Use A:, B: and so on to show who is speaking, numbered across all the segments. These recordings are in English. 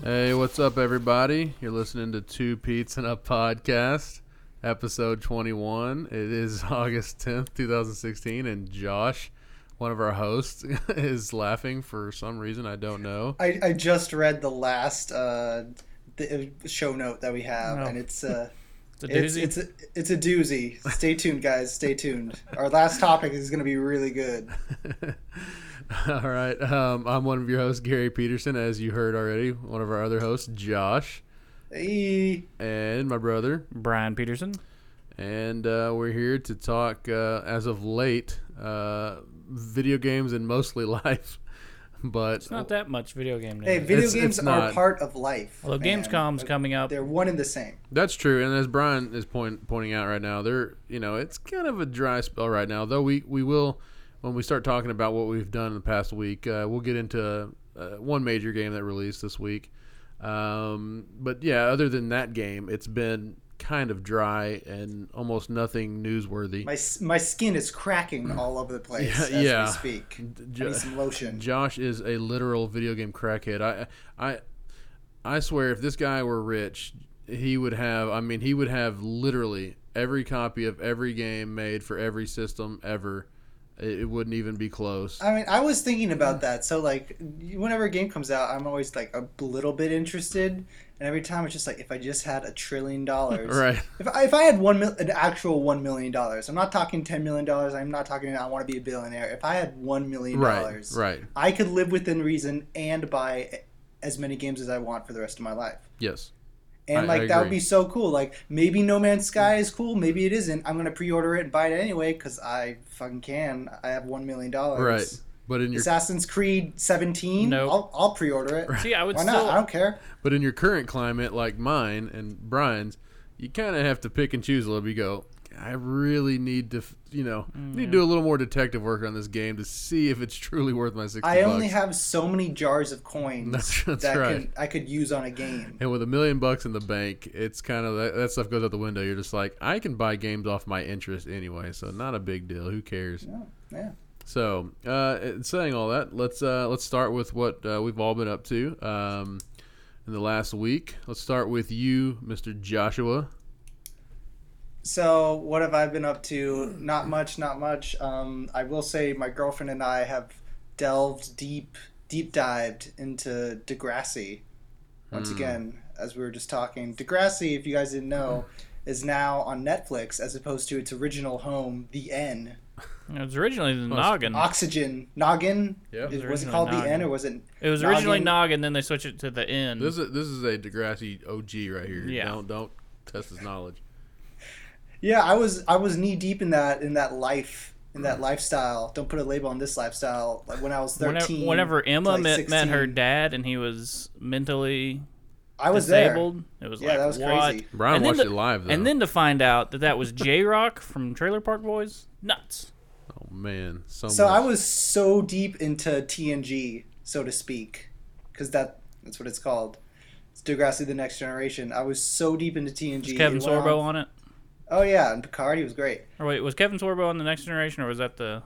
A: What's up, everybody? You're listening to Two Pete's and a Podcast, episode 21. It is August 10th, 2016, and Josh, one of our hosts, is laughing for some reason. I don't know.
B: I, I just read the last uh, the uh, show note that we have,
C: Oh.
B: and it's uh,
C: It's a
B: it's
C: doozy.
B: it's a, it's a doozy. Stay tuned, guys. Stay tuned. Our last topic is going to be really good.
A: All right. Um, I'm one of your hosts, Gary Peterson, as you heard already, one of our other hosts, Josh,
B: Hey,
A: and my brother.
C: Brian Peterson.
A: And uh, we're here to talk, uh, as of late, uh, video games and mostly life. But
C: It's not that much video game news.
B: Oh. hey, video
A: It's-
B: games
A: it's
B: are
A: not.
B: part of life.
C: Although
B: man.
C: Gamescom's coming up.
B: They're one and the same.
A: That's true, and as Brian is point, pointing out right now, there you know it's kind of a dry spell right now. Though we we will when we start talking about what we've done in the past week, uh, we'll get into uh, one major game that released this week. Um, but yeah, other than that game, it's been kind of dry and almost nothing newsworthy.
B: My s- my skin is cracking all over the place
A: Yeah,
B: as
A: yeah.
B: we speak. I
A: Jo-
B: need some lotion.
A: Josh is a literal video game crackhead. I I I swear if this guy were rich, he would have I mean he would have literally every copy of every game made for every system ever. It, it wouldn't even be close.
B: I mean, I was thinking about that. So, like, whenever a game comes out, I'm always like a little bit interested, and every time it's just like, if I just had a trillion dollars,
A: Right.
B: If I, if I had one mil, an actual one million dollars, I'm not talking ten million dollars. I'm not talking I want to be a billionaire. If I had one million
A: Right.
B: dollars,
A: Right.
B: I could live within reason and buy as many games as I want for the rest of my life.
A: Yes.
B: And
A: I-
B: like
A: I
B: that would
A: agree.
B: be so cool. Like maybe No Man's Sky is cool, maybe it isn't. I'm gonna pre-order it and buy it anyway because I fucking can. I have one million dollars.
A: Right. But in your
B: Assassin's Creed 17.
C: Nope.
B: I'll, I'll pre-order it.
C: See, I would
B: Why
C: still.
B: not? I don't care.
A: but in your current climate like mine and Brian's, you kind of have to pick and choose a little. bit. You go I really need to, f- you know, need to do a little more detective work on this game to see if it's truly worth my sixty.
B: I only
A: bucks.
B: have so many jars of coins
A: That's- that's
B: that
A: right.
B: can, I could use on a game.
A: And with a million bucks in the bank, it's kind of that, that stuff goes out the window. You're just like, I can buy games off my interest anyway, so not a big deal. Who cares?
B: Yeah, yeah.
A: So, uh, and saying all that, let's uh, let's start with what uh, we've all been up to um, in the last week. Let's start with you, Mr. Joshua.
B: So what have I been up to? Not much, not much. Um, I will say my girlfriend and I have delved deep, deep dived into Degrassi.
C: Hmm.
B: Once again, as we were just talking, Degrassi, if you guys didn't know,
C: Hmm.
B: is now on Netflix as opposed to its original home, The N.
C: It was originally the
A: it's-
C: Noggin.
B: Oxygen Noggin.
A: Yeah.
B: Is-
A: It
B: was it
C: originally
B: called The
C: Noggin.
B: N or was it?
C: It was originally
B: Noggin.
C: Noggin, then they switched it to the N.
A: This is this is a Degrassi OG right here.
C: Yeah.
A: Don't don't test his knowledge.
B: Yeah, I was I was knee deep in that in that life in
A: Mm.
B: that lifestyle. Don't put a label on this lifestyle. Like when I was
C: whenever,
B: thirteen.
C: whenever Emma
B: like
C: met, met her
B: 16.
C: dad and he was mentally
B: I was there.
C: disabled, it was
B: Yeah,
C: like,
B: that was
C: what?
B: crazy.
A: Brian
C: And then
A: watched
C: the-
A: it live though.
C: And then to find out that that was J Rock from Trailer Park Boys, nuts.
A: oh man, so,
B: So
A: much.
B: I was so deep into TNG, so to speak, because that that's what it's called. It's Degrassi: The Next Generation. I was so deep into TNG.
C: Was Kevin
B: It went
C: Sorbo
B: on-
C: on it?
B: Oh yeah, and Picard. He was great.
C: Or wait, was Kevin Sorbo on the Next Generation, or was that the?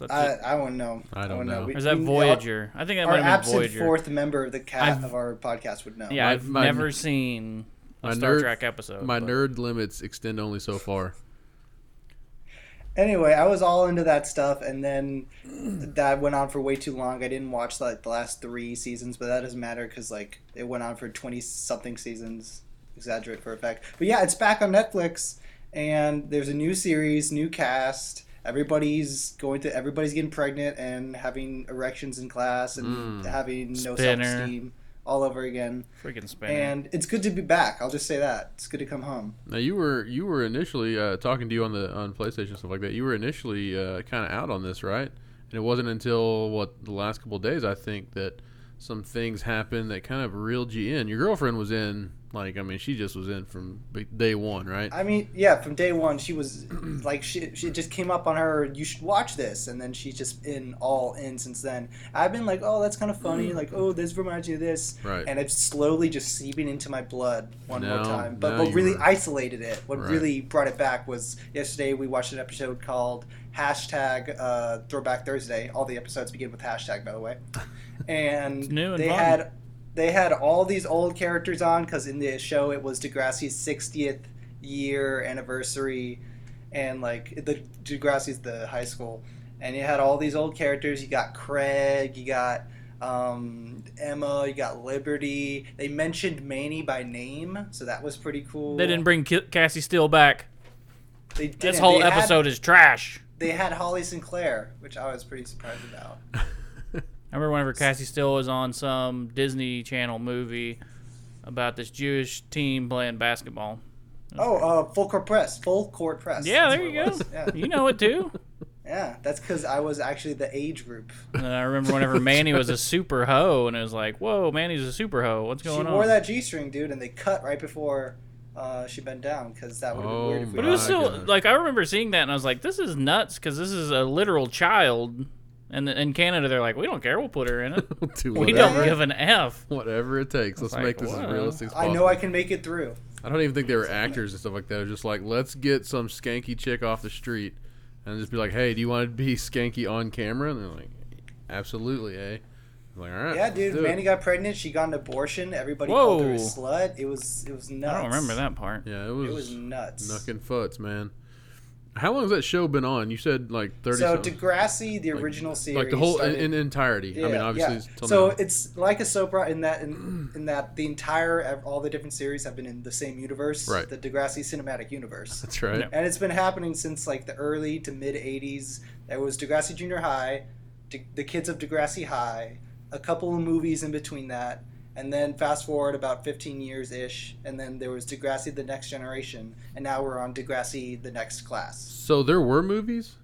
C: Was that,
B: I
C: the,
B: I don't know.
A: I don't
B: wouldn't
A: know.
B: We-
C: or was that
B: we-
C: Voyager? I think that
B: Our, our
C: might have been
B: absent
C: Voyager.
B: fourth member of the cat
C: I've-
B: of our podcast would know.
C: Yeah,
A: My-
C: I've
A: my-
C: never seen
A: my
C: a Star
A: nerd-
C: Trek episode.
A: my
C: but-
A: nerd limits extend only so far.
B: anyway, I was all into that stuff, and then that went on for way too long. I didn't watch like the last three seasons, but that doesn't matter because like it went on for twenty something seasons. Exaggerate for effect, but yeah, it's back on Netflix, and there's a new series, new cast. Everybody's going to everybody's getting pregnant and having erections in class and having no self
C: Spinner.
B: esteem all over again.
C: freaking Spanish.
B: And it's good to be back. I'll just say that it's good to come home.
A: Now you were you were initially uh, talking to you on the on PlayStation stuff like that. You were initially uh, kind of out on this, right? And it wasn't until what the last couple of days I think that some things happened that kind of reeled you in. Your girlfriend was in, like I mean, she just was in from b- day one, right?
B: I mean, yeah, from day one, she was like, she, she just came up on her, you should watch this. And then she's just in all in since then. I've been like, oh, that's kind of funny. Like, oh, this reminds me of this.
A: Mm. Right.
B: And it's slowly just seeping into my blood one
A: No,
B: more time.
A: no,
B: But what
A: you
B: really
A: were-
B: isolated it, what
A: Right.
B: really brought it back was yesterday we watched an episode called hashtag uh, Throwback Thursday. All the episodes begin with hashtag, by the way. And
C: new and
B: they
C: fun.
B: had they had all these old characters on because in the show it was Degrassi's 60th year anniversary, and like the Degrassi's the high school, and you had all these old characters. You got Craig, you got um, Emma, you got Liberty. They mentioned Manny by name, so that was pretty cool.
C: They didn't bring Ki- Cassie Steele back.
B: They
C: This
B: didn't.
C: whole
B: They had-
C: episode is trash.
B: they had Holly Sinclair, which I was pretty surprised about.
C: I remember whenever Cassie Still was on some Disney Channel movie about this Jewish team playing basketball.
B: Oh, uh, full court press, full court press.
C: Yeah,
B: That's
C: there
B: what
C: you
B: it
C: go.
B: was. Yeah,
C: You know it too.
B: yeah. That's because I was actually the age group.
C: And I remember whenever Manny was a super hoe, and it was like, "Whoa, Manny's a super hoe. What's
B: She
C: going on?"
B: wore that G-string, dude, and they cut right before uh, she bent down because that would have
A: Oh
B: been weird. If we
C: But it was
A: My
C: still
A: goodness.
C: like I remember seeing that, and I was like, "This is nuts," because this is a literal child. And th- in Canada, they're like, "We don't care. We'll put her in it.
A: We'll do
C: We
A: whatever,
C: don't give an f."
A: whatever it takes. Let's
C: like,
A: make this
C: wow.
A: as realistic as
B: I
A: possible.
B: know I can make it through.
A: I don't even think they were actors and stuff like that. It was just like, let's get some skanky chick off the street and just be like, hey, do you want to be skanky on camera? And they're like, absolutely, eh? I'm like, all right.
B: Yeah,
A: let's
B: dude.
A: do it."
B: Manny got pregnant. She got an abortion. Everybody
C: Whoa.
B: called her a slut. It was it was nuts.
C: I don't remember that part.
A: Yeah, it
B: It
A: was,
B: was nuts.
A: knuckin' futs, man. How long has that show been on? You said like 30
B: so
A: something.
B: Degrassi, the original series,
A: like the whole in,
B: started-
A: in entirety. I mean,
B: Yeah,
A: obviously,
B: yeah.
A: till
B: so
A: now.
B: it's like a soap opera in that in, in that the entire all the different series have been in the same universe,
A: Right.
B: the Degrassi cinematic universe,
A: that's right.
C: Yeah.
B: and it's been happening since like the early to mid '80s. There was Degrassi Junior High, De- the kids of Degrassi High, a couple of movies in between that, and then fast forward about 15 years ish, and then there was Degrassi: The Next Generation, and now we're on Degrassi: The Next Class.
A: So there were movies.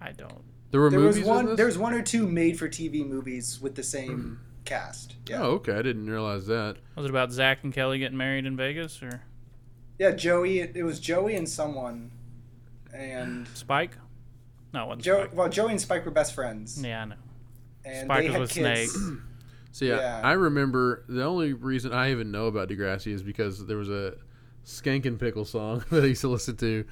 C: I don't.
A: There were
B: There
A: movies
B: was
A: in
B: one.
A: this.
B: There was one or two made-for-TV movies with the same cast. Yeah.
A: Oh, okay. I didn't realize that.
C: Was it about Zach and Kelly getting married in Vegas or
B: Yeah, Joey. It, it was Joey and someone, and
C: Spike? No, it wasn't
B: Joe.
C: Spike.
B: Well, Joey and Spike were best friends,
C: Yeah, I know.
B: and
C: Spike
B: they
C: was
B: had
C: with
B: kids.
C: Snake.
A: So yeah,
B: Yeah.
A: I remember the only reason I even know about Degrassi is because there was a Skank and Pickle song that I used to listen to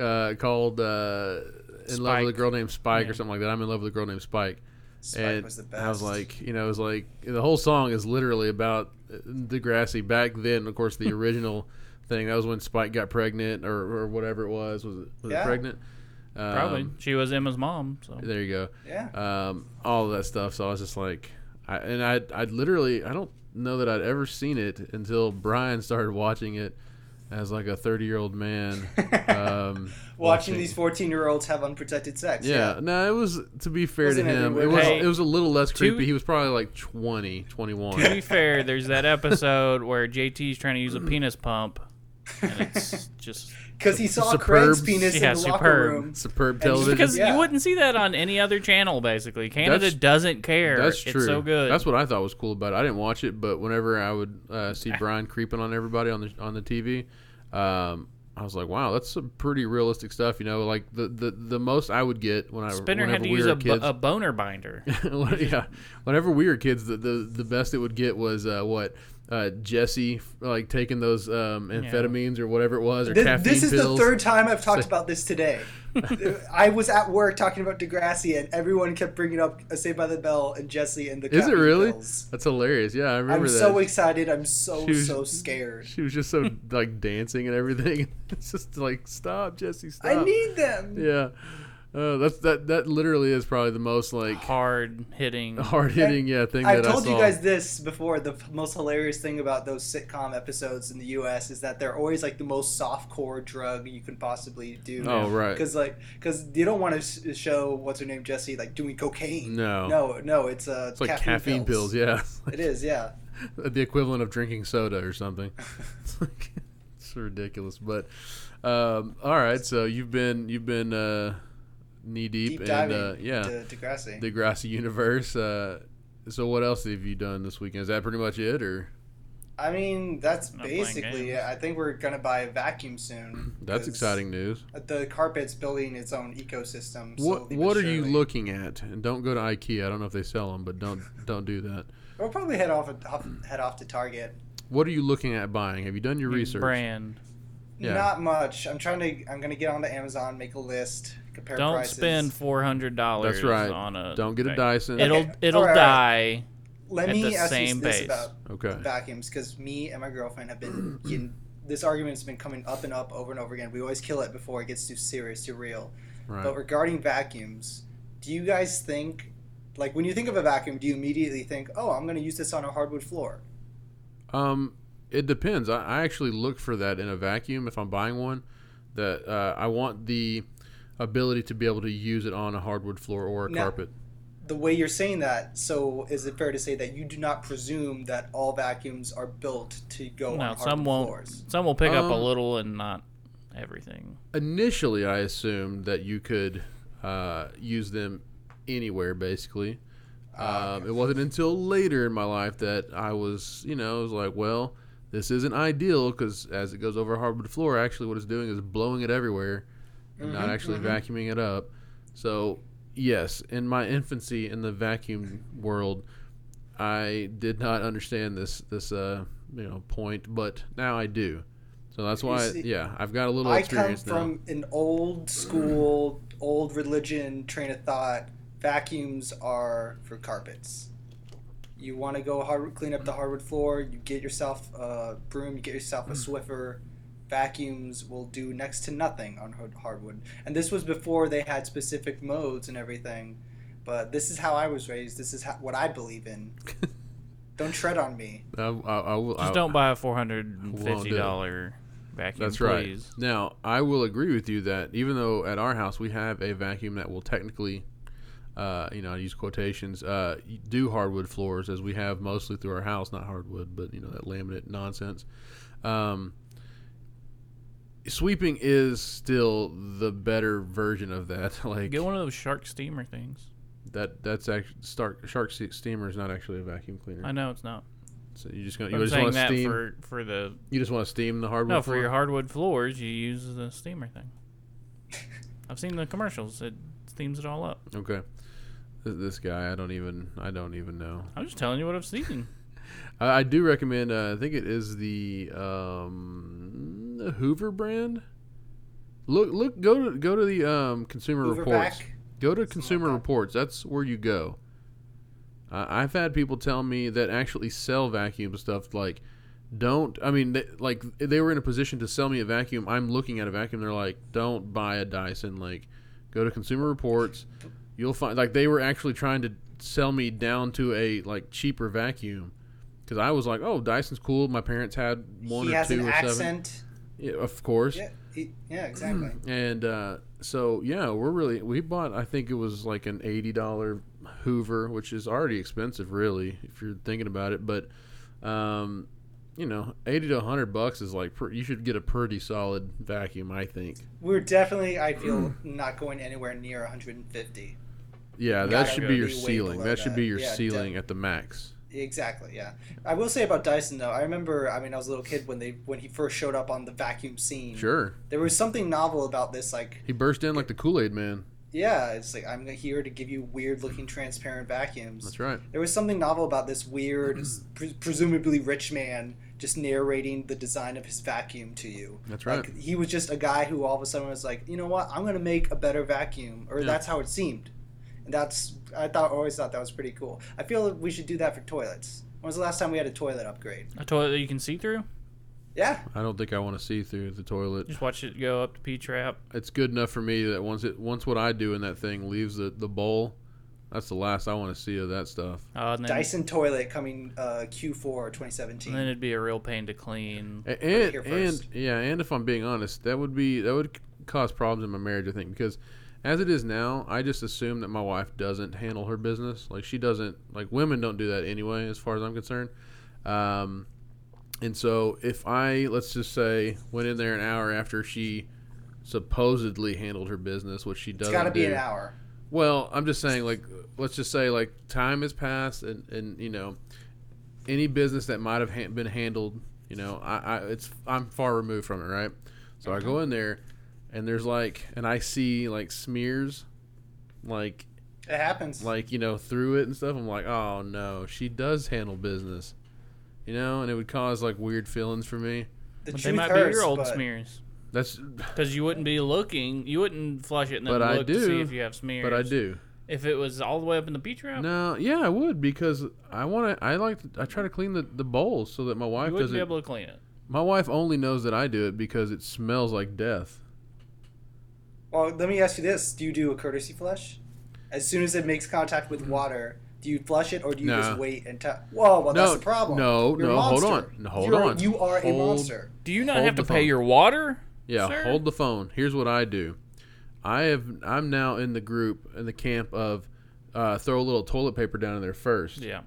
A: uh, called uh, "In Love
C: Spike.
A: with a Girl Named Spike"
C: Yeah.
A: or something like that. I'm in love with a girl named Spike,
B: Spike
A: and
B: was the best.
A: I was like, you know, it was like the whole song is literally about uh, Degrassi back then. Of course, the original thing that was when Spike got pregnant or, or whatever it was. Was it, was
B: Yeah.
A: it pregnant? Um,
C: Probably. she was Emma's mom, so
A: There you go
B: yeah.
A: um, all of that stuff. So I was just like, I, and I, I literally, I don't know that I'd ever seen it until Brian started watching it as like a 30 year old man. Um,
B: watching, these fourteen-year-olds have unprotected sex.
A: Yeah, no, it was to be fair
B: Wasn't
A: to
B: it
A: him, it
B: everywhere?
A: was
C: Hey,
A: it was a little less
C: two-
A: creepy. he was probably like 20, 21.
C: to be fair, there's that episode where JT's trying to use a
B: Mm.
C: penis pump and it's just
B: Because he saw
A: Superb.
B: Craig's penis
C: Yeah,
B: in the
C: superb.
B: locker room.
A: Superb
B: And just
A: television.
C: because
B: Yeah.
C: you wouldn't see that on any other channel basically. Canada
A: That's-
C: doesn't care.
A: That's true.
C: It's so good.
A: That's what I thought was cool about it. I didn't watch it, but whenever I would uh, see Brian creeping on everybody on the on the TV, um, I was like, wow, that's some pretty realistic stuff. You know, like the the, the most I would get when I
C: Spinner
A: whenever
C: had to
A: we
C: use
A: were
C: a, bu-
A: kids.
C: a boner binder.
A: When- yeah, whenever we were kids, the the, the best it would get was uh, what. Uh, Jesse, like taking those um, amphetamines or whatever it was, or
B: This,
A: caffeine
B: this is
A: pills.
B: the third time I've talked about this today. I was at work talking about Degrassi, and everyone kept bringing up uh, Saved by the Bell and Jesse and the.
A: Is it
B: Caffeine
A: really?
B: Pills.
A: That's hilarious. Yeah, I
B: I'm
A: remember that.
B: so excited. I'm so
A: She was-
B: so scared.
A: she was just so like dancing and everything. It's just like, stop, Jesse, stop.
B: I need them.
A: Yeah, uh, that's that. That literally is probably the most like
C: Hard hitting.
A: hard hitting yeah thing
B: I
A: that
B: told
A: I saw.
B: you guys this before. The f- most hilarious thing about those sitcom episodes in the U.S. is that they're always like the most softcore drug you can possibly do.
A: Oh, right.
B: Because like, because you don't want to sh- show what's her name Jesse like doing cocaine.
A: No.
B: No, no. It's uh.
A: it's like caffeine, pills. Yeah,
B: It is. Yeah.
A: the equivalent of drinking soda or something. it's, like, it's ridiculous, but um, all right. So you've been you've been uh, knee deep,
B: Deep
A: and
B: diving.
A: uh, yeah,
B: To Degrassi.
A: the grassy universe. Uh, so what else have you done this weekend? Is that pretty much it, or
B: I mean, that's
C: Not playing
B: basically.
C: games.
B: it. I think we're gonna buy a vacuum soon.
A: that's
B: 'cause
A: exciting news?
B: The carpet's building its own ecosystem.
A: What
B: slowly but
A: what are you
B: surely.
A: looking at? And don't go to IKEA. I don't know if they sell them, but don't don't do that.
B: We'll probably head off, off head off to Target.
A: What are you looking at buying? Have you done your research?
C: Brand.
A: Yeah.
B: Not much. I'm trying to. I'm gonna get onto Amazon, make a list, compare
C: Don't
B: prices.
C: spend four hundred dollars.
A: That's right.
C: On a
A: Don't get a
C: thing.
A: Dyson.
C: It'll
B: Okay.
C: it'll
B: All right, all
C: die.
B: Let
C: At
B: me
C: the
B: ask
C: same
B: you this
C: base.
B: about
A: Okay.
B: vacuums because me and my girlfriend have been getting this argument's been coming up and up over and over again. We always kill it before it gets too serious, too real. But
A: Right.
B: regarding vacuums, do you guys think, like, when you think of a vacuum, do you immediately think, oh, I'm going to use this on a hardwood floor?
A: Um, it depends. I, I actually look for that in a vacuum if I'm buying one. That uh, I want the ability to be able to use it on a hardwood floor or a
B: Now-
A: carpet.
B: The way you're saying that, so is it fair to say that you do not presume that all vacuums are built to go on
C: No,
B: hardwood
C: some won't.
B: floors?
C: Some will pick up a
A: Um,
C: little and not everything.
A: Initially, I assumed that you could uh, use them anywhere, basically.
B: Ah,
A: Um, it wasn't until later in my life that I was, you know, I was like, well, this isn't ideal because as it goes over a hardwood floor, actually, what it's doing is blowing it everywhere and not
B: Mhm,
A: actually
B: mhm.
A: vacuuming it up. So, yes, in my infancy in the vacuum world, I did not understand this this uh, you know point, but now I do. So that's why,
B: see,
A: yeah, I've got a little
B: I come
A: experience now.
B: from an old school, old religion train of thought. Vacuums are for carpets. You want to go hard, clean up the hardwood floor. You get yourself a broom. You get
A: Hmm.
B: yourself a Swiffer. Vacuums will do next to nothing on hard- hardwood. And this was before they had specific modes and everything. But this is how I was raised. This is how, what I believe in. Don't tread on me.
A: I, I, I will,
C: Just
A: I-
C: don't buy a four hundred and fifty dollar vacuum.
A: That's right.
C: please.
A: Now, I will agree with you that even though at our house we have a vacuum that will technically, uh, you know, I use quotations, uh, do hardwood floors as we have mostly through our house, not hardwood, but, you know, that laminate nonsense. Um, sweeping is still the better version of that. Like,
C: Get one of those shark steamer things.
A: that that's actually, Stark, Shark Se- Steamer is not actually a vacuum cleaner.
C: I know it's not.
A: So you just gonna,
C: I'm
A: you just
C: saying
A: want to
C: that
A: steam,
C: for for the
A: you just want to steam the hardwood
C: no for
A: floor?
C: your hardwood floors. You use the steamer thing. I've seen the commercials. It steams it all up.
A: Okay. Th- This guy, I don't even, I don't even know.
C: I'm just telling you what I've seen.
A: I, I do recommend. Uh, I think it is the um, the Hoover brand. Look, look, go to go to the um, Consumer
B: Hoover
A: Reports.
B: back.
A: Go to
B: Something
A: Consumer
B: like that.
A: Reports. That's where you go. I I've had people tell me that actually sell vacuum stuff like, don't. I mean, they, like they were in a position to sell me a vacuum. I'm looking at a vacuum. They're like, don't buy a Dyson. Like, go to Consumer Reports. You'll find like they were actually trying to sell me down to a like cheaper vacuum because I was like, oh, Dyson's cool. My parents had one
B: he
A: or
B: has
A: two
B: an
A: or seven.
B: accent.
A: Yeah, of course.
B: Yeah, he, yeah, exactly.
A: And uh, so yeah, we're really we bought. I think it was like an eighty dollar Hoover, which is already expensive, really, if you're thinking about it. But um, you know, eighty to hundred bucks is like pr- you should get a pretty solid vacuum, I think.
B: We're definitely, I feel,
A: Hmm.
B: not going anywhere near 150.
A: Yeah, that
B: Gotta
A: should
C: go.
A: be your
B: Be way
A: ceiling.
B: below
A: That should
B: that.
A: be your
B: Yeah,
A: ceiling at the max.
B: Exactly, yeah. I will say about Dyson though. I remember, I mean, I was a little kid when they when he first showed up on the vacuum scene.
A: Sure,
B: There was something novel about this, like,
A: he burst in like the Kool Aid Man.
B: yeah, it's like I'm here to give you weird looking transparent vacuums.
A: That's right. Hmm.
B: There was something novel about this weird, pre- presumably rich man just narrating the design of his vacuum to you.
A: That's right.
B: Like he was just a guy who all of a sudden was like, you know what, I'm gonna make a better vacuum, or
A: Yeah.
B: that's how it seemed. And that's I thought always thought that was pretty cool. I feel that we should do that for toilets. When was the last time we had a toilet upgrade?
C: A toilet that you can see through.
B: Yeah,
A: I don't think I want to see through the toilet.
C: Just watch it go up to P trap.
A: it's good enough for me that once it once what I do in that thing leaves the, the bowl, that's the last I want to see of that stuff.
C: Uh, and, then,
B: Dyson toilet coming uh, Q4 2017.
C: and then it'd be a real pain to clean.
A: A- And
B: here
A: and
B: first.
A: yeah, and if I'm being honest, that would be that would c- cause problems in my marriage. I think because as it is now, I just assume that my wife doesn't handle her business. Like she doesn't like women don't do that anyway, as far as I'm concerned. Um, and so if I let's just say went in there an hour after she supposedly handled her business, which she
B: it's
A: doesn't.
B: got to be
A: do,
B: an hour.
A: Well, I'm just saying, like, let's just say, like, time has passed, and and you know, any business that might have ha- been handled, you know, I, I it's I'm far removed from it, right? So I go in there, and there's like, and I see like smears, like
B: It happens.
A: like you know through it and stuff. I'm like, oh no, she does handle business, you know, and it would cause like weird feelings for me.
B: the
C: But
B: truth
C: they might
B: hurts,
C: be your old
B: but
C: smears.
A: That's,
C: Because you wouldn't be looking, you wouldn't flush it and then
A: But I
C: look to
A: do,
C: see if you have smears. Oh.
A: but I do.
C: If it was all the way up in the beach route,
A: No, yeah, I would because I want to. I like. To, I try to clean the, the bowls so that my
C: you
A: wife
C: wouldn't
A: doesn't.
C: be able to clean it.
A: my wife only knows that I do it because it smells like death.
B: Well, let me ask you this: Do you do a courtesy flush? As soon as it makes contact
A: Mm-hmm.
B: with water, do you flush it or do you
A: No.
B: just wait and tell? Whoa, well, that's
A: No,
B: the problem.
A: no,
B: You're a
A: no, hold
B: monster.
A: on. No, hold
B: You're-
A: on.
B: You are
A: Hold-
B: a monster.
C: Do you not
A: Hold
C: have to
A: the
C: pay
A: phone.
C: your water?
A: Yeah,
C: sir?
A: hold the phone. Here's what I do. I have. I'm now in the group in the camp of uh, throw a little toilet paper down in there first.
C: Yeah.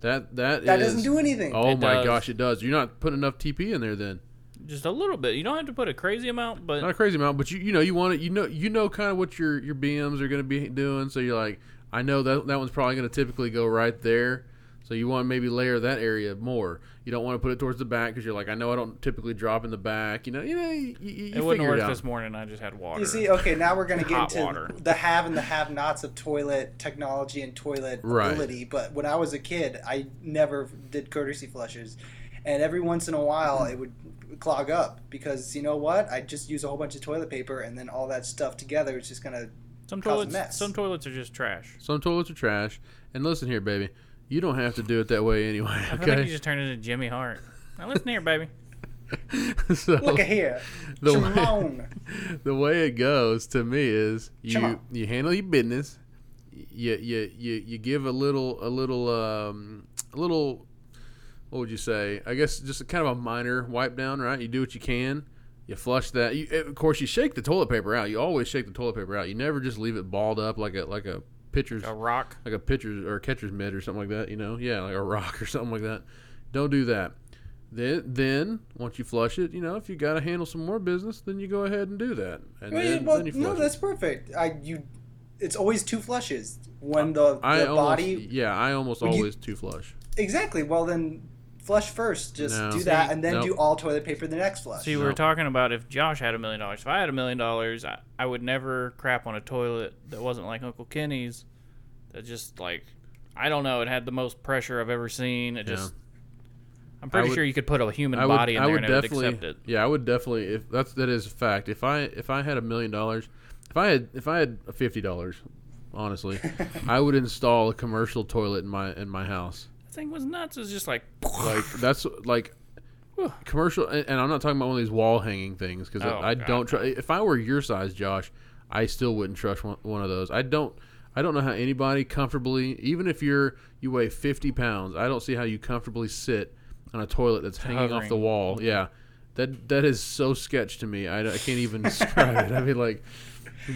A: That that
B: That
A: is-
B: doesn't do anything.
A: Oh
C: It
A: my
C: does.
A: gosh, it does. You're not putting enough TP in there then.
C: Just a little bit. You don't have to put a crazy amount, but
A: Not a crazy amount, but you you know you want it. You know you know kind of what your your BMs are going to be doing. So you're like, I know that that one's probably going to typically go right there. So you want to maybe layer that area more. You don't want to put it towards the back because you're like, I know I don't typically drop in the back. You know, you know, you, you, you
C: it wouldn't
A: figure
C: work
A: it out.
C: this morning. I just had water.
B: You see, okay, now we're going to
C: Hot
B: get into
C: water.
B: the have and the have-nots of toilet technology and toilet
A: Right.
B: ability. But when I was a kid, I never did courtesy flushes, and every once in a while it would clog up because you know what? I just use a whole bunch of toilet paper, and then all that stuff together is just going to
C: some
B: cause a
C: toilets,
B: mess.
C: some toilets are just trash.
A: Some toilets are trash. And listen here, baby, you don't have to do it that way anyway.
C: I feel like you
A: Okay,
C: just turned into Jimmy Hart. Now listen here, baby.
A: so
B: look at here,
A: the way-
B: Chalone.
A: the way it goes to me is
B: Come
A: you
B: on.
A: you handle your business you you you, you give a little a little um, a little what would you say i guess just a kind of a minor wipe down right you do what you can you flush that you, of course you shake the toilet paper out you always shake the toilet paper out you never just leave it balled up like a like a pitcher's
C: A rock.
A: like a pitcher's or a catcher's mitt or something like that, you know? Yeah, like a rock or something like that. Don't do that. Then, then once you flush it, you know, if you got to handle some more business, then you go ahead and do that. And
B: Well,
A: then,
B: well,
A: then you
B: no,
A: flush
B: that's
A: it.
B: perfect. I you, it's always two flushes. When the, the
A: I almost,
B: body
A: yeah, I almost
B: Would you-
A: always two flush.
B: exactly. Well then. Flush first, just
A: No.
B: do that,
A: See,
B: and then
A: nope.
B: do all toilet paper the next flush.
C: See, we
A: No.
C: were talking about if Josh had a million dollars. If I had a million dollars, I, I would never crap on a toilet that wasn't like Uncle Kenny's. That just like, I don't know. It had the most pressure I've ever seen. It
A: Yeah.
C: just, I'm pretty
A: would-
C: sure you could put a human
A: I would,
C: body in
A: I
C: there
A: would
C: and it would
A: definitely,
C: accept it.
A: yeah, I would definitely. If that's that is a fact. If I if I had a million dollars, if I had if I had fifty dollars, honestly, I would install a commercial toilet in my in my house.
C: That thing was nuts. It was just like,
A: like that's like commercial and, and i'm not talking about one of these wall hanging things because
C: Oh,
A: i, I
C: God,
A: don't try if i were your size josh i still wouldn't trust one, one of those i don't i don't know how anybody comfortably even if you're you weigh 50 pounds i don't see how you comfortably sit on a toilet that's hanging off the
C: hovering.
A: wall yeah that that is so sketch to me i, don't- I can't even describe it i mean like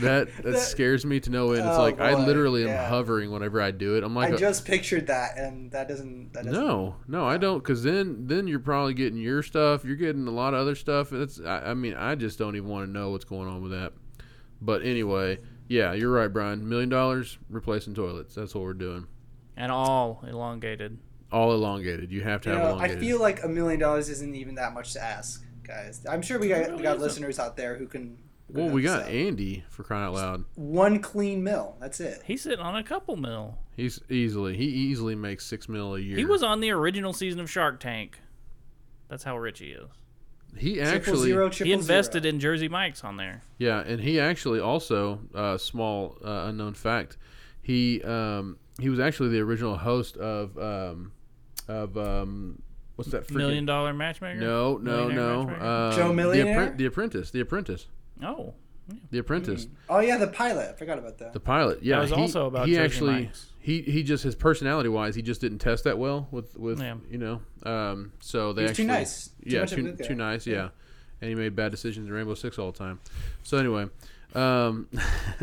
A: that that,
B: That-
A: scares me to no end it's
B: Oh,
A: like i
B: boy,
A: literally am
B: yeah.
A: hovering whenever i do it i'm like
B: I
A: a-
B: just pictured that, and that doesn't. That doesn't
A: no, no, I don't. Because then, then you're probably getting your stuff. You're getting a lot of other stuff. and It's. I, I mean, I just don't even want to know what's going on with that. But anyway, yeah, you're right, Brian. Million dollars replacing toilets. That's what we're doing.
C: and all elongated.
A: All elongated. You have to
B: You
A: have
B: know, I
A: elongated.
B: feel like a million dollars isn't even that much to ask, guys. I'm sure we got,
C: really
B: we got
C: isn't.
B: listeners out there who can. who can
A: well, we
B: help us
A: got
B: out.
A: Andy for crying out loud.
B: one clean mill. That's it.
C: He's sitting on a couple mil.
A: He's easily he easily makes six mil a year.
C: He was on the original season of Shark Tank. That's how rich he is.
A: he
B: triple
A: actually
B: zero, triple
C: he invested in Jersey Mike's on there.
A: Yeah, and he actually also uh, small uh, unknown fact. He um, he was actually the original host of um, of um, what's that freaking
C: Million dollar matchmaker.
A: No, no,
C: Millionaire
A: no. Uh,
C: matchmaker?
A: Um,
B: Joe
A: The,
B: Millionaire?
A: Appren- the Apprentice. The Apprentice.
C: oh,
A: The Apprentice.
B: Oh yeah, the pilot. I forgot about that.
A: The pilot. Yeah,
C: was
A: he,
C: also about
A: he
C: Jersey
A: actually
C: Mike's.
A: he he just his personality wise he just didn't test that well with with
C: Yeah.
A: you know um so they
B: He was too
A: actually
B: nice. Too
A: yeah
B: much of a
A: too,
B: good guy.
A: too nice yeah and he made bad decisions in Rainbow Six all the time so anyway um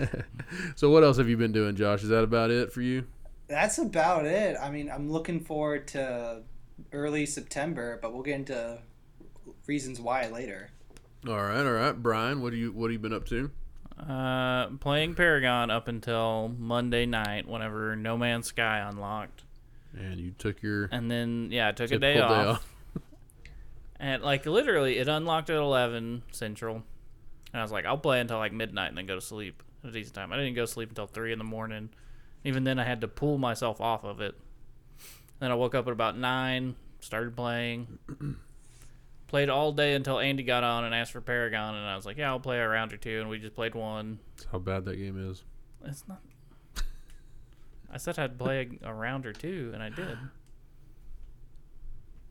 A: so what else have you been doing Josh is that about it for you
B: That's about it. I mean, I'm looking forward to early September, but we'll get into reasons why later.
A: all right all right Brian what do you what have you been up to
C: Uh, playing Paragon up until Monday night, whenever No Man's Sky unlocked,
A: and you took your
C: and then yeah, I took a
A: typical
C: day off. And like literally, it unlocked at eleven central, and I was like, I'll play until like midnight and then go to sleep at a decent time. I didn't go to sleep until three in the morning. Even then, I had to pull myself off of it. Then I woke up at about nine, started playing, played all day until Andy got on and asked for Paragon, and I was like, Yeah, I'll play a round or two, and we just played one.
A: That's how bad that game is
C: It's not. I said I'd play a, a round or two, and I did.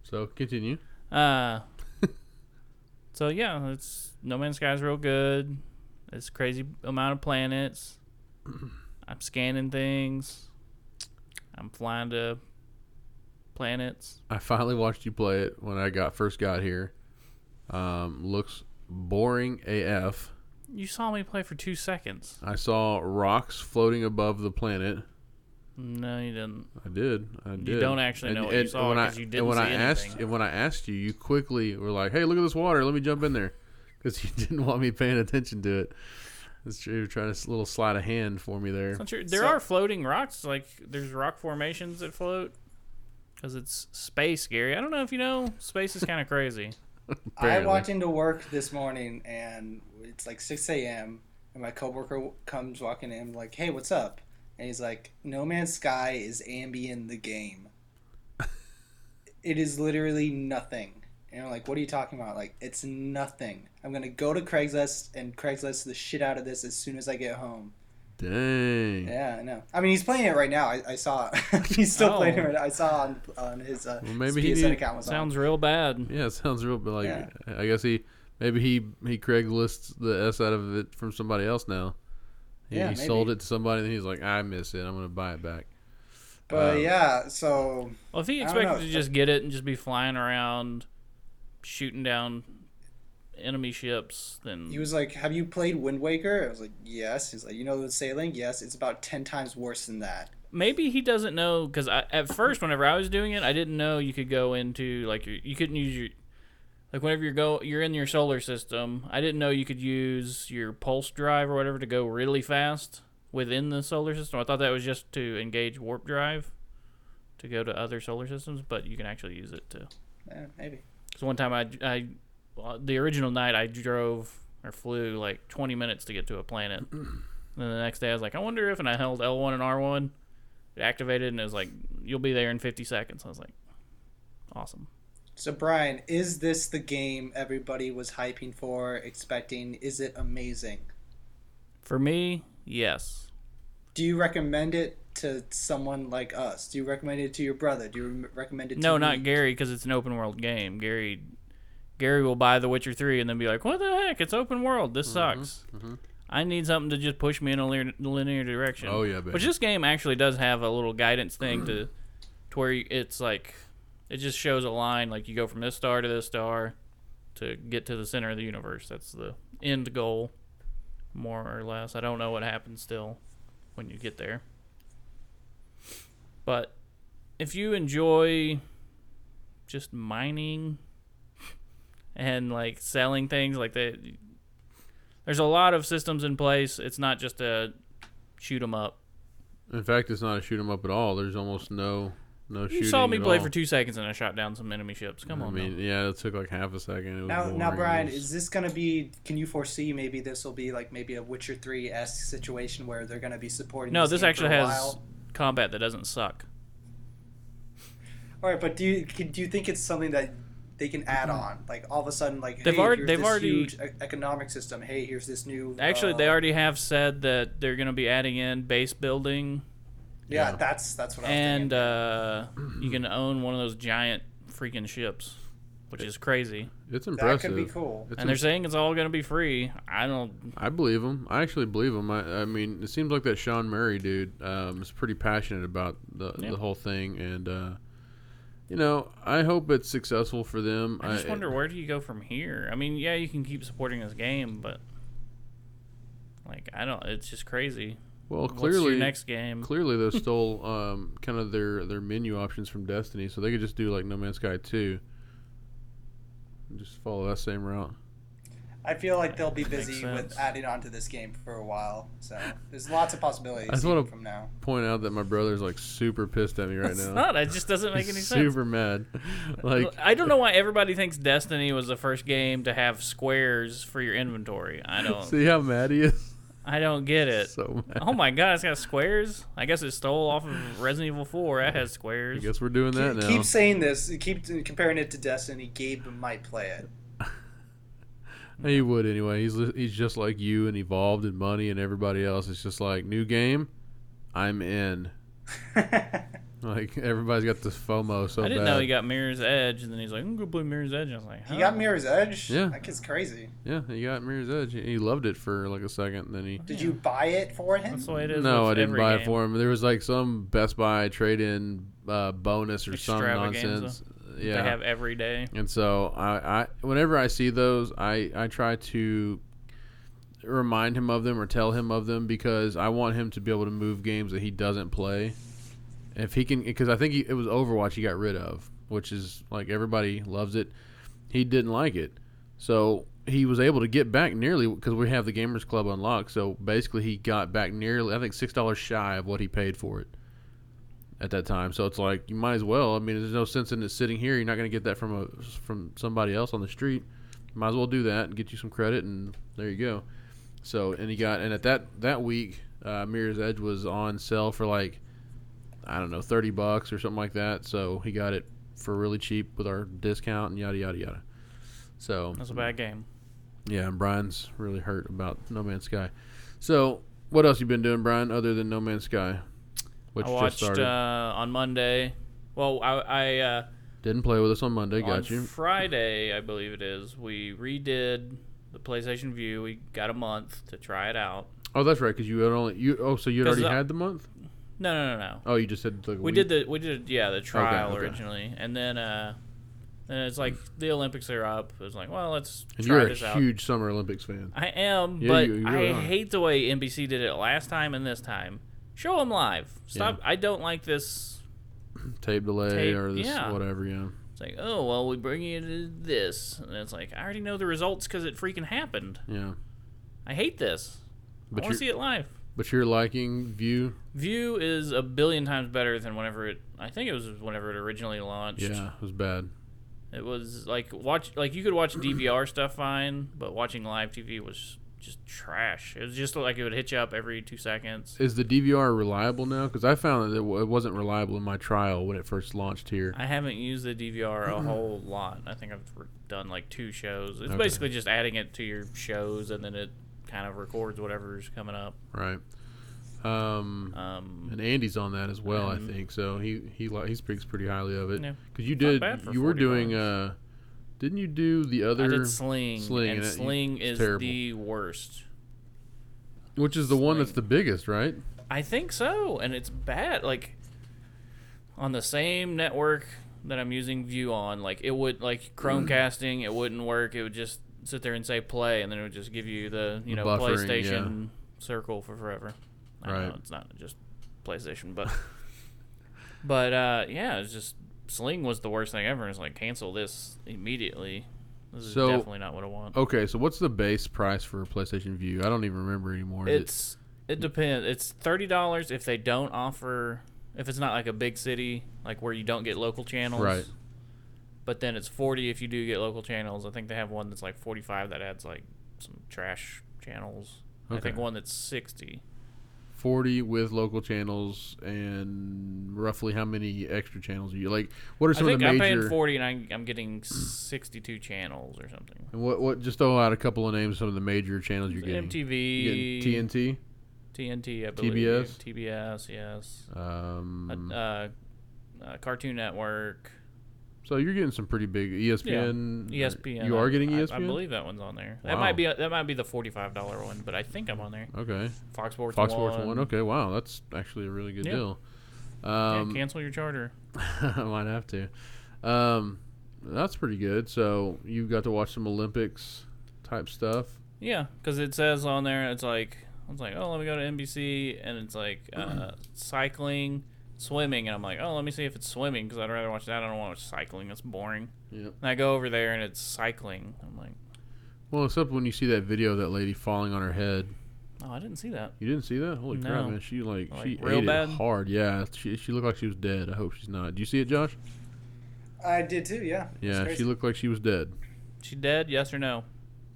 A: So continue.
C: Uh, so yeah, it's No Man's Sky is real good. It's crazy amount of planets. I'm scanning things. I'm flying to planets.
A: I finally watched you play it when I got first got here. Um, looks boring AF.
C: You saw me play for two seconds.
A: I saw rocks floating above the planet.
C: No, you didn't.
A: I did. I did.
C: don't actually know what you saw
A: when I-
C: 'cause you
A: and
C: didn't
A: when
C: see
A: I asked,
C: anything.
A: and when I asked you, you quickly were like, "Hey, look at this water. Let me jump in there," because you didn't want me paying attention to it. That's true. You're trying to little slide a hand for me there.
C: It's not true. There
B: So-
C: are floating rocks. Like there's rock formations that float. Because it's space, Gary. I don't know if you know. Space is kind of crazy.
B: I walked into work this morning and it's like 6 a.m. and my coworker w- comes walking in like, "Hey, what's up?" And he's like, "No Man's Sky is Ambien the game. it is literally nothing." And I'm like, "What are you talking about? Like, it's nothing. I'm gonna go to Craigslist and Craigslist the shit out of this as soon as I get home."
A: Dang.
B: Yeah, I know. I mean, he's playing it right now. I, I saw he's still
C: Oh.
B: playing it. Right now. I saw on on his uh,
A: Well, maybe
B: his
A: he
B: PSN
A: need-
B: account was on.
C: Sounds real bad.
A: Yeah, it sounds real. But like,
B: Yeah.
A: I guess he maybe he he Craiglists the s out of it from somebody else now. He,
B: Yeah,
A: he
B: maybe.
A: sold it to somebody, and he's like, "I miss it. I'm gonna buy it back."
B: But
A: Um,
B: yeah, so
C: Well, if he
B: I don't know.
C: expected to just get it and just be flying around, shooting down enemy ships, then
B: He was like, "Have you played Wind Waker?" I was like, "Yes." He's like, "You know the sailing? Yes. It's about ten times worse than that."
C: maybe he doesn't know. Because at first, whenever I was doing it, I didn't know you could go into like your, you couldn't use your like whenever you go you're in your solar system. I didn't know you could use your pulse drive or whatever to go really fast within the solar system. I thought that was just to engage warp drive to go to other solar systems, but you can actually use it to
B: Eh, maybe.
C: Because one time I, I, uh, the original night I drove or flew like 20 minutes to get to a planet. and then the next day I was like, I wonder if, and I held L1 and R1. It activated and it was like, you'll be there in 50 seconds. I was like, awesome.
B: So Brian, is this the game everybody was hyping for, expecting? Is it amazing?
C: For me, yes.
B: Do you recommend it to someone like us? Do you recommend it to your brother? Do you re- recommend it? to
C: No,
B: me?
C: not Gary because it's an open world game. Gary, Gary will buy The Witcher 3 and then be like, what the heck? It's open world. This sucks. I need something to just push me in a linear, linear direction.
A: Oh yeah, baby.
C: Which this game actually does have a little guidance thing to, to where you- it's like, it just shows a line like you go from this star to this star, to get to the center of the universe. That's the end goal, more or less. I don't know what happens still, when you get there. But if you enjoy just mining and like selling things like that there's a lot of systems in place. It's not just a shoot 'em up.
A: In fact, it's not a shoot 'em up at all. There's almost no no shooting.
C: You saw me
A: at
C: play
A: all.
C: for two seconds and I shot down some enemy ships. Come
A: I
C: on,
A: mean,
C: now.
A: yeah, it took like half a second. It was
B: Now,
A: boring.
B: now,
A: It
B: Brian,
A: was-
B: is this gonna be? Can you foresee maybe this will be like maybe a Witcher Three esque situation where they're gonna be supporting?
C: no,
B: this,
C: this
B: game
C: actually
B: for a
C: has
B: While?
C: combat that doesn't suck.
B: All right, but do you could- do you think it's something that they can add
A: Mm-hmm.
B: on? Like all of a sudden, like
C: They've
B: hey,
C: already-
B: here's
C: they've
B: this
C: already-
B: huge e- economic system. Hey, here's this new.
C: Actually,
B: uh,
C: they already have said that they're going to be adding in base building,
B: Yeah,
A: Yeah.
B: that's that's what. I was
C: and
B: thinking.
C: uh, you can own one of those giant freaking ships, which is crazy.
A: it's
C: uh,
B: that
A: impressive.
B: could be cool.
A: It's
C: And they're
A: im-
C: saying it's all going to be free. I don't.
A: I believe him. I actually believe him. I, I mean, it seems like that Sean Murray dude um, is pretty passionate about the,
C: Yeah.
A: the whole thing, and uh, you know, I hope it's successful for them.
C: I just wonder where do you go from here. I mean, yeah, you can keep supporting this game, but like I don't. It's just crazy.
A: Well,
C: What's
A: clearly,
C: your next game?
A: clearly they stole um, kind of their their menu options from Destiny, so they could just do like No Man's Sky two. and Just follow that same route.
B: I feel like they'll be
C: That makes
B: busy with
C: sense.
B: adding on to this game for a while. So there's lots of possibilities
A: I just wanna-
B: even from now.
A: Point out that my brother's like super pissed at me right
C: It's
A: now.
C: not. It just doesn't make
A: He's
C: any sense.
A: super mad. Like
C: I don't know why everybody thinks Destiny was the first game to have squares for your inventory. I don't.
A: See how mad he is?
C: I don't get it.
A: So mad.
C: Oh my god, it's got squares. I guess it stole off of Resident Evil 4. That has
A: I
C: squares.
A: guess we're doing that now.
B: Keep saying this. Keep t- comparing it to Destiny. Gabe might play it.
A: He would anyway. He's li- he's just like you and evolved and money and everybody else. It's just like new game, I'm in. Like everybody's got this FOMO so
C: I didn't
A: bad.
C: know he got Mirror's Edge, and then he's like, "I'm gonna play Mirror's Edge." And I was like,
B: he
C: huh.
B: got Mirror's Edge.
A: Yeah.
B: that kid's crazy.
A: yeah, he got Mirror's Edge. He loved it for like a second, and then he.
B: Did you buy it for him?
C: That's the way it is.
A: No,
C: with
A: I didn't
C: every
A: buy it
C: game.
A: for him. There was like some Best Buy trade-in uh, bonus or some
C: Extravaganza.
A: nonsense.
C: They
A: Yeah,
C: have every day.
A: And so I, I whenever I see those, I, I try to remind him of them or tell him of them because I want him to be able to move games that he doesn't play. If he can, because I think he, it was Overwatch he got rid of, which is like everybody loves it. He didn't like it, so he was able to get back nearly because we have the Gamers Club unlocked. So basically, he got back nearly I think six dollars shy of what he paid for it at that time. So it's like you might as well. I mean, there's no sense in it sitting here. You're not going to get that from a from somebody else on the street. Might as well do that and get you some credit, and there you go. So and he got and at that that week, uh, Mirror's Edge was on sale for like I don't know thirty bucks or something like that. So he got it for really cheap with our discount and yada yada yada. So
C: That's a bad game.
A: yeah, and Brian's really hurt about No Man's Sky. So what else you been doing, Brian, other than No Man's Sky? Which
C: I watched uh, on Monday. Well, I, I uh,
A: Didn't play with us on Monday.
C: on
A: Got you.
C: Friday, I believe it is, we redid the PlayStation View. We got a month to try it out.
A: Oh, that's right. Because you had only you. Oh, so you had
C: 'Cause
A: already
C: the-
A: had the month.
C: No, no, no, no.
A: Oh, you just said like a
C: We
A: week.
C: did the we did yeah the trial
A: okay.
C: originally, and then uh, then it's like the Olympics are up. It's like well let's
A: And
C: try
A: you're a
C: this out.
A: huge Summer Olympics fan.
C: I am,
A: Yeah,
C: but
A: you- you
C: I
A: really are.
C: hate the way NBC did it last time and this time. Show them live. Stop. I don't like this.
A: Tape delay
C: Tape-
A: or this
C: yeah.
A: whatever. Yeah.
C: It's like, oh well, we bring you to this, and it's like I already know the results because it freaking happened.
A: Yeah.
C: I hate this.
A: But
C: I
A: you're
C: want to see it live.
A: but you're liking View.
C: View is a billion times better than whenever it. I think it was whenever it originally launched.
A: Yeah, it was bad.
C: It was like watch like you could watch DVR stuff fine, but watching live TV was just trash. It was just like it would hit you up every two seconds.
A: Is the DVR reliable now? Because I found that it, w- it wasn't reliable in my trial when it first launched here.
C: I haven't used the DVR a whole lot. I think I've re- done like two shows. It's
A: Mm-hmm. Okay.
C: basically just adding it to your shows, and then it kind of records whatever's coming up.
A: Right. Um.
C: Um,
A: And Andy's on that as well,
C: Mhm.
A: I think. So he he li- he speaks pretty highly of it.
C: Yeah.
A: Because you
C: not
A: did
C: bad for
A: you were
C: 40
A: doing
C: bucks.
A: uh, didn't you do the other
C: I did Sling,
A: Sling,
C: and
A: and it-
C: Sling
A: it's
C: is
A: terrible.
C: the worst.
A: which is the one that's the biggest, right?
C: I think so, and it's bad. Like on the same network that I'm using View on, like it would like Chromecasting, it wouldn't work. It would just sit there and say play, and then it would just give you the you know
A: Buffering,
C: PlayStation circle for forever. I
A: Right.
C: know it's not just PlayStation, but but uh, yeah, it's just Sling was the worst thing ever. It's like cancel this immediately. This is
A: So-
C: definitely not what I want.
A: Okay, so what's the base price for a PlayStation View? I don't even remember anymore. Is it-
C: It's it depends. It's thirty dollars if they don't offer if it's not like a big city like where you don't get local channels.
A: Right.
C: But then it's forty if you do get local channels. I think they have one that's like forty five that adds like some trash channels. I
A: Okay.
C: think one that's sixty.
A: 40 with local channels and roughly how many extra channels are you like what are
C: I
A: some of
C: think
A: the
C: I'm
A: major
C: paying forty and I'm, I'm getting sixty two channels or something.
A: and what what just throw out a couple of names of some of the major channels you're getting
C: MTV,
A: You getting TNT
C: TNT, I believe.
A: TBS?
C: TBS, yes. Uh,
A: um
C: Uh, uh, Cartoon Network.
A: so you're getting some pretty big E ESPN
C: ESPN.
A: you
C: I-
A: are getting E
C: I-
A: ESPN
C: I, believe that one's on there. That
A: Wow.
C: might be that might be the forty-five dollar one, but I think I'm on there.
A: okay
C: Fox Sports.
A: Fox Sports 1 okay wow that's actually a really good
C: Yeah.
A: deal
C: Yeah,
A: um
C: cancel your charter.
A: I might have to um that's pretty good so you got to watch some Olympics type stuff
C: Yeah, because it says on there, it's like I was like, oh, let me go to NBC, and it's like uh, cycling, swimming, and I'm like, oh, let me see if it's swimming because I'd rather watch that. I don't want to watch cycling. That's boring.
A: Yep.
C: And I go over there and it's cycling. I'm like,
A: Well, except when you see that video of that lady falling on her head.
C: oh, I didn't see that.
A: You didn't see that? Holy crap,
C: No.
A: man. She like,
C: Like,
A: she
C: real
A: ate
C: bad?
A: it hard. Yeah, she she looked like she was dead. I hope she's not. Do you see it, Josh?
B: I did too. Yeah. It's
A: Yeah, she
B: crazy.
A: looked like she was dead.
C: She dead? Yes or no?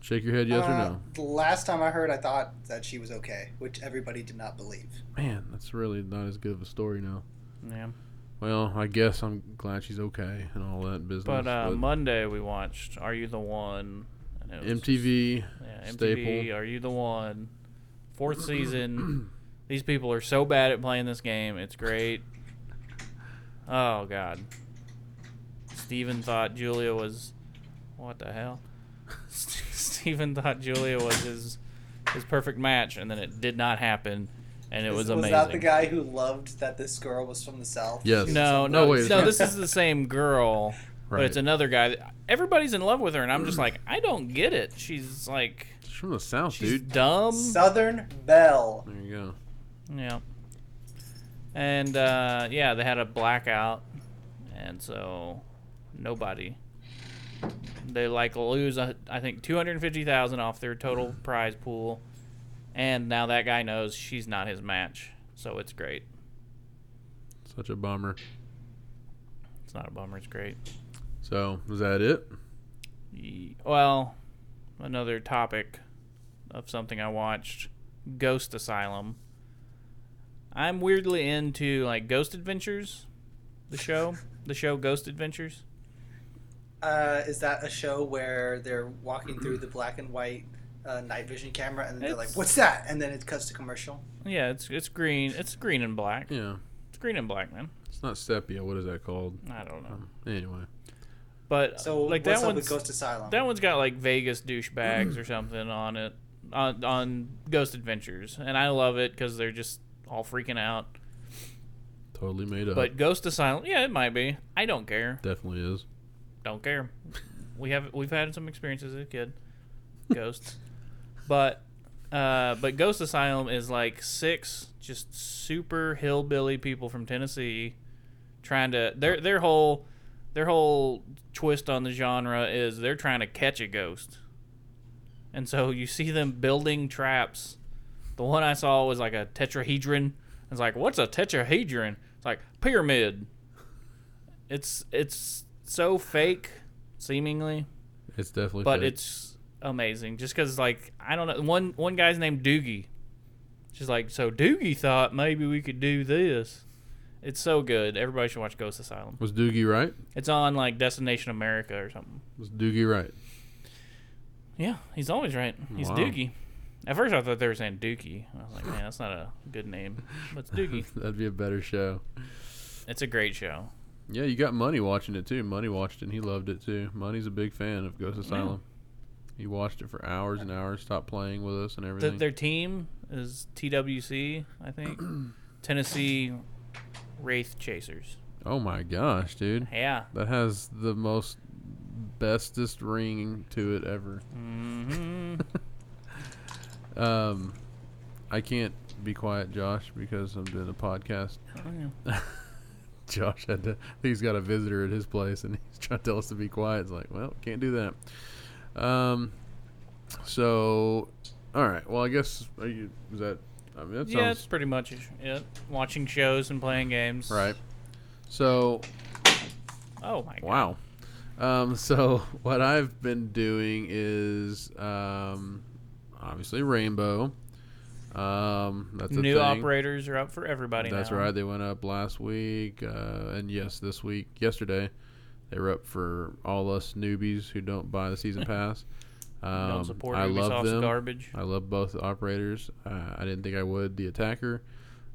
A: Shake your head, yes or
B: Uh,
A: no?
B: The last time I heard, I thought that she was okay, which everybody did not believe.
A: Man, that's really not as good of a story now.
C: Yeah.
A: Well, I guess I'm glad she's okay and all that business.
C: But uh, Monday we watched Are You the One? And it was-
A: MTV,
C: Yeah, MTV,
A: Staple.
C: Are You the One? Fourth season. These people are so bad at playing this game. It's great. Oh god. Steven thought Julia was what the hell? Steven thought Julia was his his perfect match and then it did not happen and it was, amazing.
B: that the guy who loved that this girl was from the south?
A: Yes.
C: No,
A: No,
C: no,
A: wait, it's
C: no.
A: not.
C: This is the same girl, but
A: Right.
C: it's another guy. that- Everybody's in love with her, and I'm just like, I don't get it. She's like,
A: It's from the south,
C: she's
A: dude.
C: dumb.
B: Southern Belle.
A: There you go.
C: yeah. And uh, yeah, they had a blackout, and so nobody. They like lose, uh, I think, two hundred fifty thousand off their total prize pool, and now that guy knows she's not his match, so it's great.
A: Such a bummer.
C: It's not a bummer. It's great.
A: So is that it?
C: Ye- well, another topic of something I watched, Ghost Asylum. I'm weirdly into like Ghost Adventures, the show, the show Ghost Adventures.
B: Uh, is that a show where they're walking through the black and white uh, night vision camera and they're like,
C: It's-
B: "What's that?" And then it cuts to commercial.
C: Yeah, it's it's green, it's green and black.
A: Yeah.
C: It's green and black, man.
A: It's not sepia. What is that called?
C: I don't know,
A: Um, anyway.
C: but
B: So what's
C: like that
B: up with
C: one's
B: Ghost Asylum?
C: that one's got like Vegas douchebags or something on it on on Ghost Adventures, and I love it because they're just all freaking out.
B: Uh-huh.
A: Totally made up.
C: But Ghost Asylum, yeah, it might be. I don't care.
A: Definitely is.
C: don't care. We have we've had some experiences as a kid, ghosts, but uh, but Ghost Asylum is like six just super hillbilly people from Tennessee trying to their their whole their whole twist on the genre is they're trying to catch a ghost, and so you see them building traps. The one I saw was like a tetrahedron. It's like what's a tetrahedron? It's like pyramid. It's it's so fake, seemingly,
A: It's definitely.
C: but
A: fake.
C: it's amazing. Just because, like, I don't know. One one guy's named Doogie. She's like, so Doogie thought maybe we could do this. It's so good. Everybody should watch Ghost Asylum.
A: was Doogie right?
C: It's on like Destination America or something.
A: Was Doogie right?
C: Yeah, he's always right. He's
A: Wow.
C: Doogie. At first, I thought they were saying Dookie. I was like, man, that's not a good name. But it's Doogie.
A: That'd be a better show.
C: it's a great show.
A: Yeah, you got Money watching it too. Money watched it and he loved it too. Money's a big fan of Ghost Asylum. He watched it for hours and hours, stopped playing with us and
C: Th-
A: everything.
C: their team is TWC, I think. Tennessee Wraith Chasers.
A: oh my gosh, dude.
C: Yeah.
A: That has the most bestest ring to it ever. Mm-hmm.
C: hmm
A: Um I can't be quiet, Josh, because I'm doing a podcast. Josh had to. I think he's got a visitor at his place, and he's trying to tell us to be quiet. It's like, well, can't do that. Um, so, all right. Well, I guess are you? Is that? I mean, that
C: yeah, it's
A: sounds
C: pretty much it. Watching shows and playing games.
A: right. So,
C: Oh my god.
A: wow. Um, so what I've been doing is, um, obviously Rainbow. Um, that's a
C: New
A: thing.
C: operators are up for everybody
A: That's
C: now.
A: right. They went up last week, uh, and yes, this week, yesterday, they were up for all us newbies who don't buy the season pass. Um,
C: Don't support
A: I love
C: Ubisoft's
A: them.
C: garbage.
A: I love both operators. Uh, I didn't think I would. The attacker.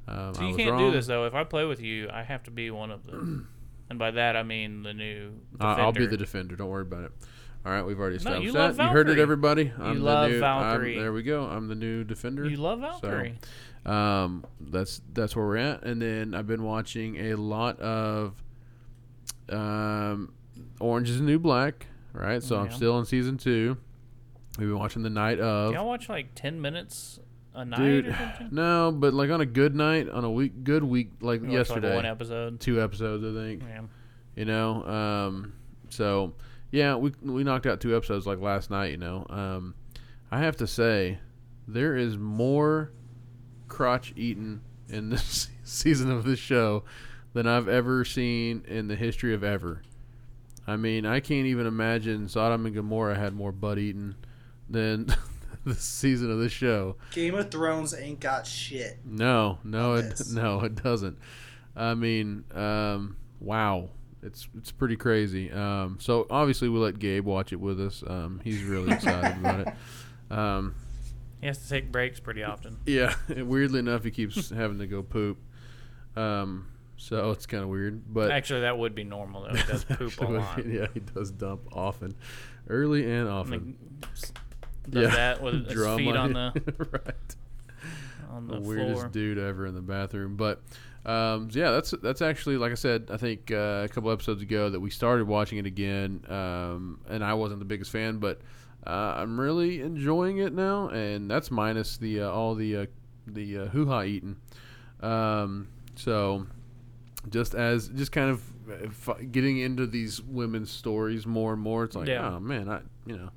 A: Um,
C: So
A: I
C: you
A: was
C: can't
A: wrong.
C: do this though. If I play with you, I have to be one of them. and by that I mean the new
A: I- Uh, I'll be the
C: defender.
A: defender. Don't worry about it. All right, we've already established
C: you
A: that.
C: love
A: You heard it,
C: Valkyrie.
A: everybody. I'm the
C: love
A: new, I'm-
C: Valkyrie.
A: there we go. I'm the new defender.
C: You love
A: So-
C: Valkyrie.
A: um, that's that's where we're at. And then I've been watching a lot of um, Orange is the New Black, right? So I'm
C: Yeah.
A: still in season two. We've been watching the night of.
C: Do y'all watch like ten minutes a night or
A: Dude,
C: something?
A: no, but like on a good night, on a week, good week, like
C: You watch, Oh, like,
A: yesterday,
C: one episode.
A: two episodes, I think.
C: Yeah.
A: You know, um, so yeah, we we knocked out two episodes like last night. You know, um, I have to say, there is more crotch eaten in this season of this show than I've ever seen in the history of ever. I mean, I can't even imagine Sodom and Gomorrah had more butt eaten than the season of this show.
B: Game of Thrones ain't got shit.
A: No, no,
B: Like
A: it
B: this.
A: no, it doesn't. I mean, um, wow, it's it's pretty crazy. Um, so obviously we let Gabe watch it with us. Um, he's really excited about it. Um,
C: He has to take breaks pretty often.
A: Yeah, weirdly enough, he keeps having to go poop. Um, so it's kind of weird, but
C: Actually, that would be normal though. He does poop a lot.
A: yeah, he does dump often, early and
C: Like,
A: often.
C: s- does
A: yeah,
C: that with his
A: Drum
C: feet on
A: it.
C: the
A: right.
C: on
A: the
C: the
A: weirdest
C: floor.
A: dude ever in the bathroom. But um, yeah, that's that's actually like I said, I think uh, a couple episodes ago that we started watching it again, um, and I wasn't the biggest fan, but uh, I'm really enjoying it now, and that's minus the uh, all the uh, the uh, hoo ha eating. Um, so just as just kind of uh, fi- getting into these women's stories more and more, it's like
C: Yeah.
A: oh man, I you know.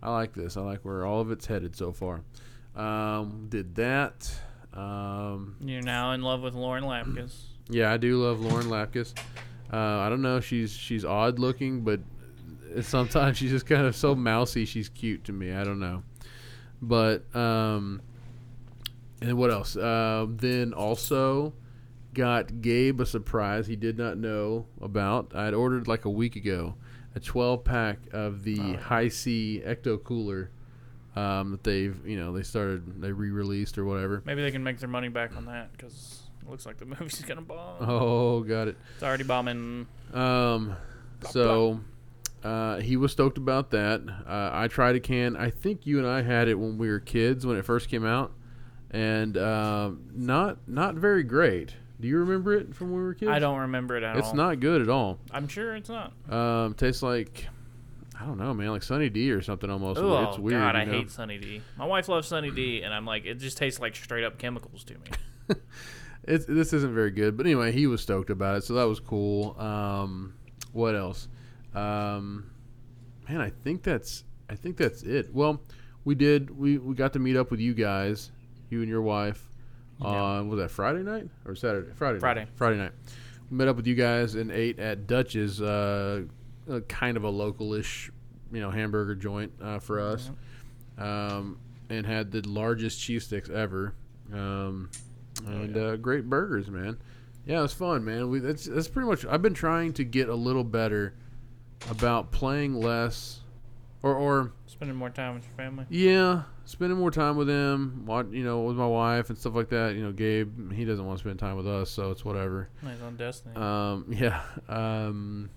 A: I like this. I like where all of it's headed so far. Um, did that. Um,
C: You're now in love with Lauren Lapkus.
A: yeah, I do love Lauren Lapkus. Uh, I don't know. She's she's odd looking, but sometimes she's just kind of so mousy. She's cute to me. I don't know. But um, and what else? Uh, then also got Gabe a surprise he did not know about. I had ordered like a week ago a 12 pack of the
C: Oh.
A: High C Ecto Cooler um, that they've you know they started they re-released or whatever.
C: Maybe they can make their money back on that because it looks like the movie's gonna bomb.
A: Oh, got it.
C: It's already bombing.
A: Um, so uh, he was stoked about that. Uh, I tried a can. I think you and I had it when we were kids when it first came out, and um, not not very great. Do you remember it from when we were kids?
C: I don't remember it at all.
A: It's not good at all.
C: I'm sure it's not.
A: Um, tastes like I don't know, man, like Sunny D or something almost.
C: Oh
A: it's weird.
C: God,
A: you
C: I
A: know?
C: hate Sunny D. My wife loves Sunny D, and I'm like, it just tastes like straight up chemicals to me.
A: it's, this isn't very good. But anyway, he was stoked about it, so that was cool. Um, what else? Um, man, I think that's I think that's it. Well, we did we, we got to meet up with you guys, you and your wife, on was that Friday night or Saturday? Friday.
C: Friday.
A: Night. Friday night. We met up with you guys and ate at Dutch's, uh, uh, kind of a localish, you know, hamburger joint uh, for us, um, and had the largest cheese sticks ever. Um, and uh, great burgers, man. Yeah, it was fun, man. We that's that's pretty much. I've been trying to get a little better about playing less, or or
C: Spending more time with your family.
A: yeah, spending more time with him. Watch, you know, with my wife and stuff like that. You know, Gabe, he doesn't want to spend time with us, so it's whatever.
C: He's on Destiny.
A: Um, yeah. Um,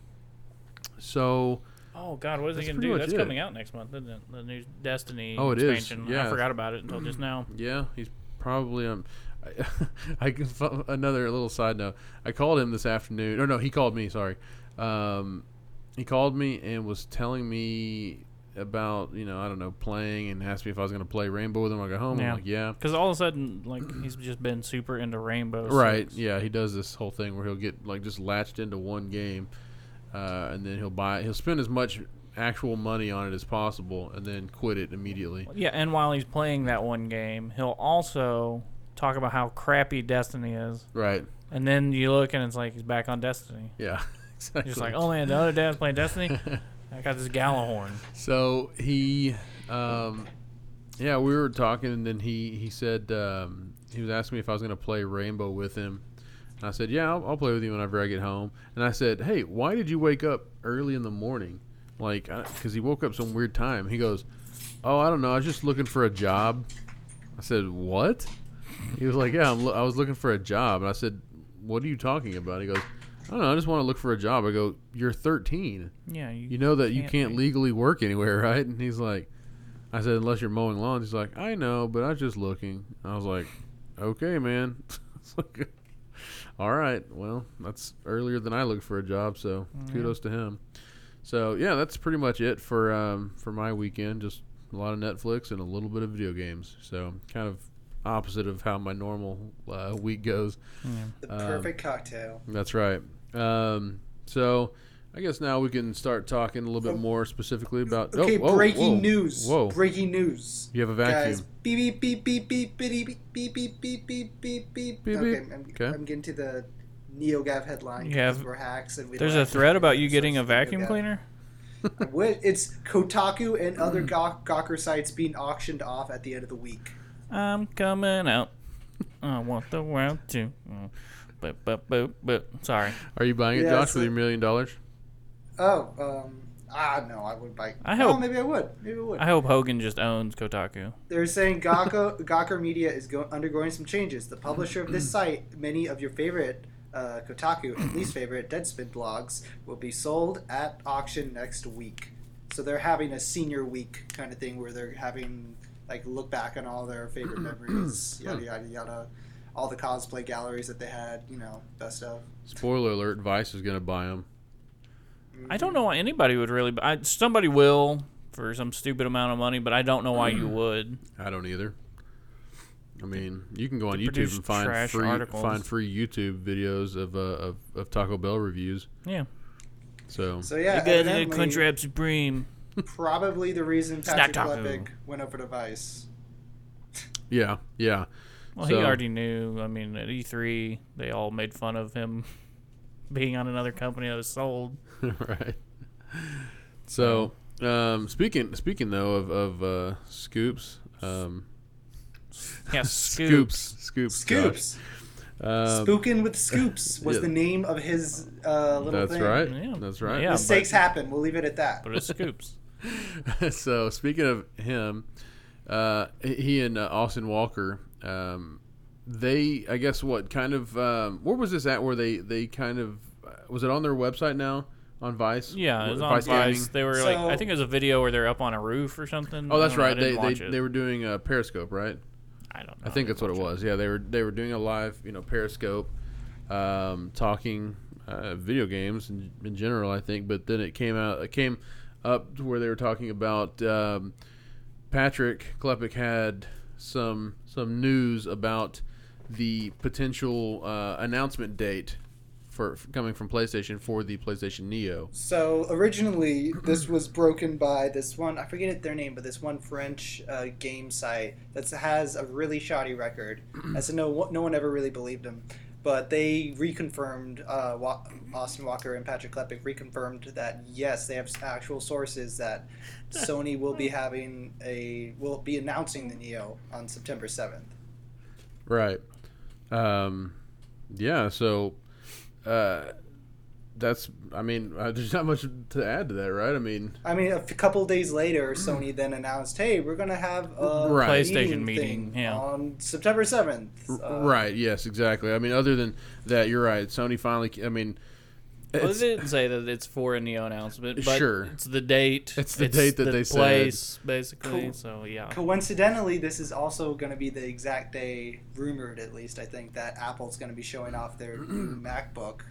A: so
C: oh God, what is he
A: that's
C: gonna
A: pretty
C: do?
A: much
C: That's
A: it.
C: coming out next month, isn't it? The new Destiny
A: Oh, it is.
C: expansion.
A: Yeah. Mm-hmm.
C: I forgot about it until just now.
A: yeah, he's probably um. I, I can f- another little side note. I called him this afternoon. Or no, he called me. Sorry. Um, he called me and was telling me about you know I don't know playing and asked me if I was going to play Rainbow with him. when I got home. I'm
C: Yeah.
A: like, yeah.
C: Because all of a sudden, like he's just been super into Rainbow.
A: Right.
C: Six.
A: Yeah, he does this whole thing where he'll get like just latched into one game, uh, and then he'll buy. He'll spend as much actual money on it as possible, and then quit it immediately.
C: Yeah, and while he's playing that one game, he'll also talk about how crappy Destiny is.
A: Right.
C: And then you look and it's like he's back on Destiny.
A: Yeah. Exactly.
C: He's just like, oh man, the other day I was playing Destiny. I got this Galahorn.
A: So he, um, yeah, we were talking, and then he he said um, he was asking me if I was going to play Rainbow with him. And I said, yeah, I'll, I'll play with you whenever I get home. And I said, hey, why did you wake up early in the morning? Like, because he woke up some weird time. He goes, oh, I don't know, I was just looking for a job. I said, what? He was like, yeah, I'm lo- I was looking for a job. And I said, what are you talking about? He goes, I don't know, I just want to look for a job. I go, you're 13
C: Yeah, you,
A: you know that you
C: Can't
A: can't
C: be.
A: legally work anywhere, right? And he's like, I said, unless you're mowing lawns. He's like, I know, but I was just looking. I was like, okay, man. It's like, All right, well, that's earlier than I looked for a job, so
C: Mm-hmm.
A: kudos to him. So yeah, that's pretty much it for um, for my weekend. Just a lot of Netflix and a little bit of video games. So kind of opposite of how my normal uh, week goes.
B: The
A: Um,
B: perfect cocktail.
A: That's right. Um, so I guess now we can start talking a little bit
B: Oh.
A: more specifically about.
B: Okay,
A: oh, whoa,
B: breaking
A: whoa,
B: news.
A: Whoa!
B: Breaking news.
A: you have a
B: Guys,
A: vacuum.
B: beep beep beep beep beep beep beep beep beep beep beep beep.
A: Beep,
B: Okay,
A: beep.
B: I'm,
A: Okay.
B: I'm getting to the NeoGAF headline.
C: You have-
B: because we're hacks and we
C: there's
B: like
C: a
B: to
C: thread
B: do
C: about you
B: things
C: getting a
B: on
C: vacuum
B: NeoGAF.
C: cleaner.
B: What? It's Kotaku and
A: Hmm.
B: other gawk- Gawker sites being auctioned off at the end of the week.
C: I'm coming out. I want the world to. Mm. Boop, boop, boop, boop. Sorry.
A: Are you buying it,
B: Yeah,
A: Josh,
B: it's
A: with
B: a-
A: your million dollars?
B: Oh, um, Ah, no, I would buy.
C: I
B: Oh,
C: hope-
B: maybe I would. Maybe I would.
C: I hope Hogan just owns Kotaku.
B: They're saying Gawker, Gawker Media is go- undergoing some changes. The publisher of this
C: Mm-hmm.
B: site, many of your favorite uh, Kotaku and least favorite Deadspin blogs, will be sold at auction next week. So they're having a senior week kind of thing where they're having like look back on all their favorite memories,
C: Hmm.
B: yada yada yada, all the cosplay galleries that they had, you know, best of.
C: Hmm.
A: Spoiler alert: Vice is going to buy them.
C: I don't know why anybody would really. I, somebody will for some stupid amount of money, but I don't know why
A: Mm.
C: you would.
A: I don't either. I mean, you can go on
C: They
A: YouTube
C: produce
A: and find
C: trash
A: free
C: articles.
A: find free YouTube videos of, uh, of of Taco Bell reviews.
C: Yeah.
A: So
B: So yeah,
C: you got the
B: evidently,
C: country up supreme.
B: probably the reason
C: not
B: Patrick
C: taco.
B: Lepig went over to Vice.
A: yeah, yeah.
C: Well,
A: So-
C: he already knew. I mean, at E3, they all made fun of him being on another company that was sold.
A: right. So, um, speaking speaking though of of uh, scoops, um,
C: Yeah,
A: scoops, scoops,
C: Scoops.
B: Scoops.
A: gosh. Um,
B: Spookin' with Scoops was
A: yeah.
B: the name of his uh, little
A: that's
B: thing.
A: right.
C: Yeah.
A: That's right.
C: Yeah,
B: Mistakes happen. We'll leave it at that.
C: But it's Scoops.
A: so speaking of him, uh, he and uh, Austin Walker, um, they I guess what kind of um, where was this at? Where they they kind of uh, was it on their website now on Vice?
C: Yeah, it was
A: Wh-
C: on
A: Gaming?
C: Vice. They were like, I
B: So-
C: think it was a video where they're up on a roof or something.
A: Oh, that's
C: I don't know,
A: right.
C: I didn't
A: They they,
C: watch it.
A: they were doing a Periscope, right?
C: I don't know.
A: I think that's what it was. Yeah, they were they were doing a live, you know, Periscope, um, talking uh, video games in, in general. I think, but then it came out. It came up to where they were talking about um, Patrick Klepek had some some news about the potential uh, announcement date for, for coming from PlayStation for the PlayStation Neo.
B: So originally, this was broken by this one. I forget it- their name, but this one French uh, game site that has a really shoddy record. As to no, no one ever really believed them. But they reconfirmed uh, Wa- Austin Walker and Patrick Klepek reconfirmed that yes, they have s- actual sources that Sony will be having a will be announcing the Neo on September seventh.
A: Right. Um, yeah. So, uh, that's. I mean, uh, there's not much to add to that, right? I mean,
B: I mean, a f- couple days later, Sony then announced, "Hey, we're gonna have a
A: Right.
C: PlayStation meeting,
B: thing
C: yeah.
B: on September seventh. uh,
A: r- right. Yes, exactly. I mean, other than that, you're right. Sony finally. I mean,
C: Well,
A: it's-
C: they didn't say that it's for a Neo announcement, but
A: Sure.
C: it's the date.
A: It's the date that
C: the
A: they said.
C: place, basically.
B: Cool.
C: So yeah,
B: Coincidentally, this is also gonna be the exact day, rumored at least. I think that Apple's gonna be showing off their new MacBook.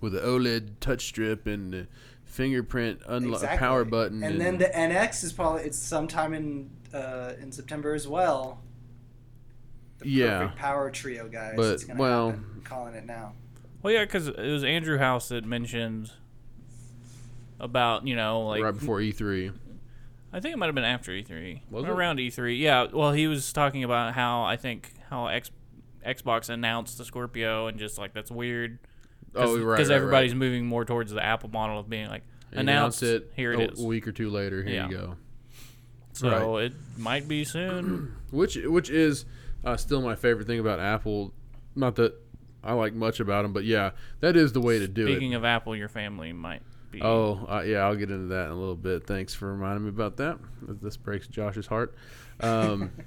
A: with the OLED touch strip and the fingerprint unlo- power button,
B: and then the NX is probably it's sometime in uh, in September as well. The
A: Yeah.
B: perfect power trio guys.
A: But,
B: it's gonna
A: well-
B: happen. I'm calling it now.
C: well, yeah, because it was Andrew House that mentioned about you know like
A: right before E E3.
C: I think it might have been after E3.
A: Was it?
C: Around E3. Yeah. Well, he was talking about how I think how X, Xbox announced the Scorpio and just like that's weird.
A: Oh, right. right,
C: everybody's moving more towards the Apple model of being like
A: right.
C: announced it. Here
A: a
C: it is.
A: week or two later. Here
C: Yeah.
A: you go.
C: so it might be soon.
A: which which is uh, still my favorite thing about Apple. Not that I like much about them, but yeah, that is the way to do
C: Speaking
A: it.
C: of Apple, your family might be.
A: Oh, uh, yeah, I'll get into that in a little bit. Thanks for reminding me about that. This breaks Josh's heart. Um,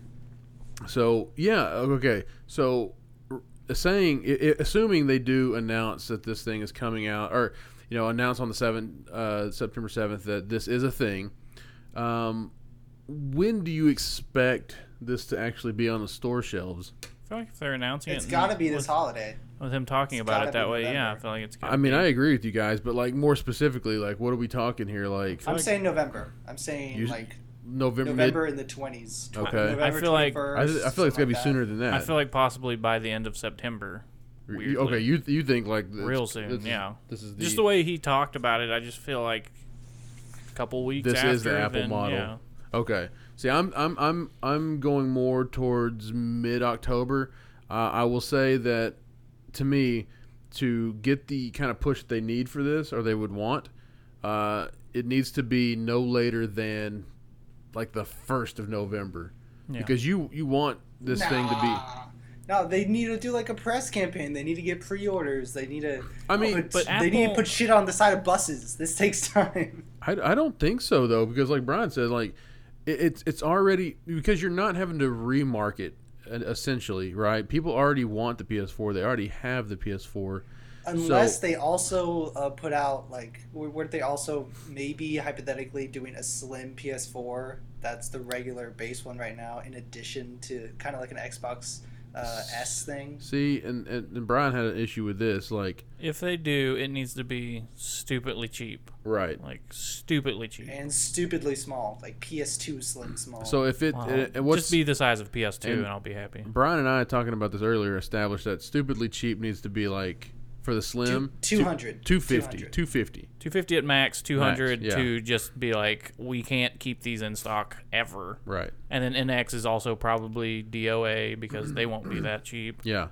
A: so yeah, okay. So r- saying, i i assuming they do announce that this thing is coming out, or you know, announce on the seventh, uh, September seventh, that this is a thing. Um, when do you expect this to actually be on the store shelves?
C: I feel like if they're announcing
B: It's
C: it,
B: gotta
C: and
B: be this
C: with,
B: holiday.
C: with him talking
B: it's
C: about
B: gotta
C: it that
B: be
C: way. Yeah, I
B: November.
C: feel like it's. Gotta
A: I mean,
C: be.
A: I agree with you guys, but like more specifically, like what are we talking here? Like
B: I'm saying November. I'm saying
A: You-
B: like
A: November. mid-
B: November in the twenties.
A: Okay. I
C: feel like-
A: I, I feel like it's got to be sooner than that.
C: I feel like possibly by the end of September.
A: You-
C: weirdly.
A: okay, you you think like this-
C: Real soon,
A: this is-
C: yeah.
A: This is the,
C: just the way he talked about it, I just feel like a couple weeks.
A: This
C: after,
A: is the Apple
C: then,
A: model.
C: yeah.
A: Okay. See, I'm I'm I'm I'm going more towards mid October. Uh, I will say that to me, to get the kind of push they need for this or they would want, uh, it needs to be no later than like the first of November,
C: Yeah.
A: because you you want this thing to be.
B: No, they need to do like a press campaign. They need to get pre-orders. They need to.
A: I mean,
B: put-
C: but
B: they need to
C: Apple-
B: put shit on the side of buses. This takes time.
A: I, I don't think so though because like Brian said like it, it's it's already because you're not having to remarket uh, essentially right people already want the PS4 they already have the PS4
B: Unless they also uh, put out like, w- weren't they also maybe hypothetically doing a slim PS4? That's the regular base one right now, in addition to kind of like an Xbox uh, S thing.
A: see and, and and Brian had an issue with this like
C: If they do, it needs to be stupidly cheap.
A: right
C: Like stupidly cheap.
B: and stupidly small, like PS2 slim small.
A: so if it
C: Wow.
A: and- and what's
C: Just be the size of PS2
A: and-
C: and, I'll be happy.
A: Brian and I talking about this earlier established that stupidly cheap needs to be like for the slim
B: Two- 200.
A: 250
B: 200.
A: 250
C: 250 at max, 200
A: Max, yeah.
C: to just be like we can't keep these in stock ever.
A: right
C: And then NX is also probably DOA because they won't be that cheap.
A: Yeah.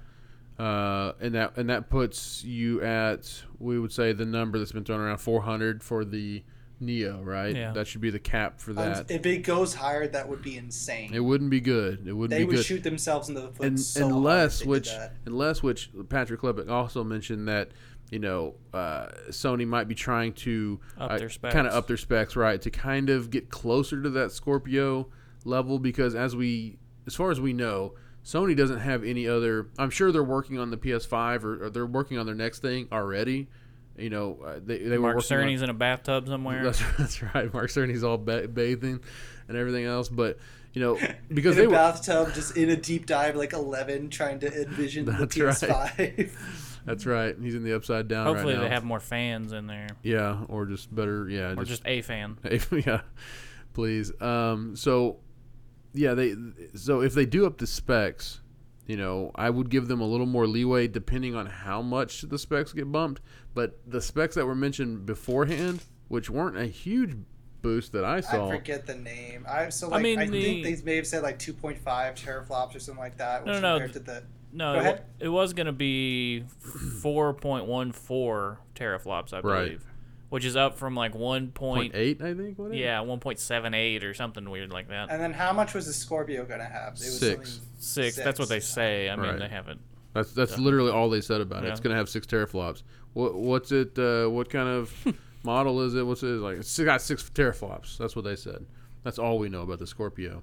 A: Uh, and that and that puts you at we would say the number that's been thrown around 400 for the Neo, right?
C: Yeah.
A: That should be the cap for
B: Um,
A: that.
B: if it goes higher, that would be insane.
A: It wouldn't be good. It wouldn't
B: they
A: be
B: would
A: good.
B: shoot themselves in the foot
A: and,
B: so
A: unless
B: hard if
A: which
B: they did that.
A: unless which Patrick Levick also mentioned that you know uh, Sony might be trying to
C: Up their specs.
A: kind of up their specs right to kind of get closer to that Scorpio level because as we as far as we know Sony doesn't have any other I'm sure they're working on the PS5 or, or they're working on their next thing already you know uh, they they were
C: Mark
A: working on-
C: Cerny's in a bathtub somewhere.
A: that's, that's right Mark Cerny's all ba- bathing and everything else but you know because
B: In
A: they
B: a
A: were
B: bathtub, just in a deep dive, like eleven, trying to envision the
A: That's
B: PS5.
A: that's right he's in the upside down
C: Hopefully
A: right now.
C: they have more fans in there
A: Yeah, or just better. Yeah,
C: or
A: just,
C: just a fan.
A: yeah, please. Um, so yeah, they so if they do up the specs, you know, I would give them a little more leeway depending on how much the specs get bumped. But the specs that were mentioned beforehand, which weren't a huge boost that I
B: I
A: saw,
B: forget the name. I so like I,
C: mean,
B: think
C: the-
B: they may have said like two point five teraflops or something like that.
C: No,
B: Which
C: no, no.
B: compared to the
C: No,
B: Go
C: it, wa-
B: ahead.
C: it was going to be 4.14 teraflops, I
A: Right.
C: believe, which is up from like 1.
A: point
C: Point,
A: eight, I think. Whatever.
C: yeah, 1.78 or something weird like that.
B: and then how much was the Scorpio gonna have? It was
A: Six.
B: something-
C: Six, that's what they
B: six.
C: say. I mean,
A: Right.
C: they haven't.
A: That's that's literally all they said about it.
C: Yeah.
A: It's gonna have six teraflops. What what's it? Uh, what kind of model is it? What's it like? It's got six teraflops. That's what they said. That's all we know about the Scorpio.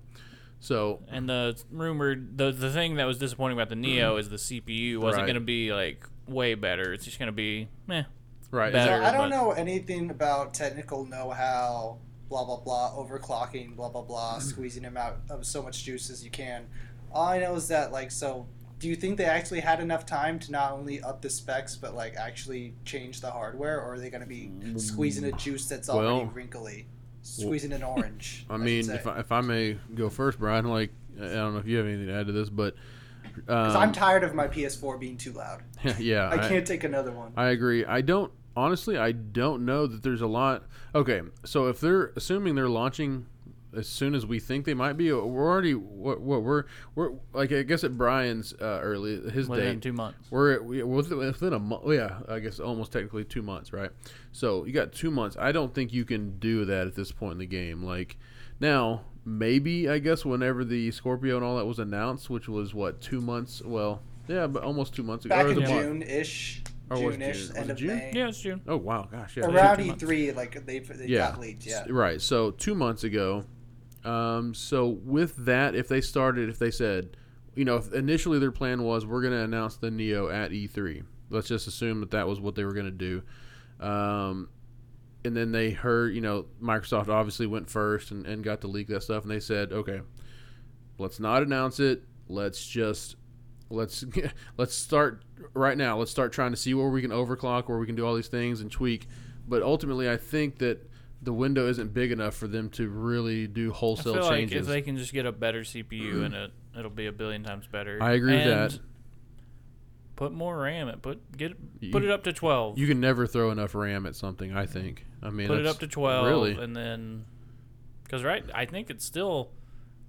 A: So
C: And the rumored the the thing that was disappointing about the Neo is the CPU wasn't
A: Right.
C: going to be like way better. It's just going to be meh.
A: right,
C: Better.
B: So I don't
C: but-
B: know anything about technical know-how, blah blah blah, overclocking, blah blah blah,
A: Mm-hmm.
B: squeezing them out of so much juice as you can. All I know is that like so. Do you think they actually had enough time to not only up the specs but like actually change the hardware, or are they going to be squeezing a juice that's already
A: Well-
B: wrinkly, squeezing an orange?
A: I
B: should
A: mean,
B: say.
A: if I, if I may go first, Brian, like I don't know if you have anything to add to this, but um,
B: 'Cause I'm tired of my PS4 being too loud.
A: yeah,
B: I can't take another one.
A: I agree. I don't honestly. I don't know that there's a lot. Okay, so if they're assuming they're launching as soon as we think they might be, we're already what, what we're we're like. I guess at Brian's uh, early his
C: Within
A: date.
C: two months,
A: We're at, we- within within a month. Yeah, I guess almost technically two months, right? So you got two months. I don't think you can do that at this point in the game. Like now, maybe I guess whenever the Scorpio and all that was announced, which was what two months? Well, yeah, but almost two months ago.
B: Back
A: or
B: in
A: the month.
B: June ish,
A: Or was it
B: June ish,
A: June? Was
B: end
A: it
B: of
A: June?
B: May,
C: yeah, it's June.
A: Oh wow, gosh, yeah.
B: around
C: two months.
B: E3, like they they
A: Yeah.
B: got leaked. Yeah.
A: S- Right. So two months ago. Um, so with that, if they started, if they said, you know, if initially their plan was we're going to announce the Neo at E3. Let's just assume that that was what they were going to do. Um, and then they heard, you know, Microsoft obviously went first and, and got to leak that stuff, and they said, okay, let's not announce it. Let's just let's let's start right now. Let's start trying to see where we can overclock, where we can do all these things and tweak. But ultimately, I think that the window isn't big enough for them to really do
C: I
A: wholesale
C: feel like if
A: changes.
C: they can just get a better CPU and it, it'll be a billion times better.
A: I agree with
C: And
A: that.
C: Put more RAM. It put get
A: You-
C: put it up to twelve.
A: you can never throw enough RAM at something. I think. I mean,
C: put it
A: that's-
C: up to 12
A: Really?
C: and then because right i think it still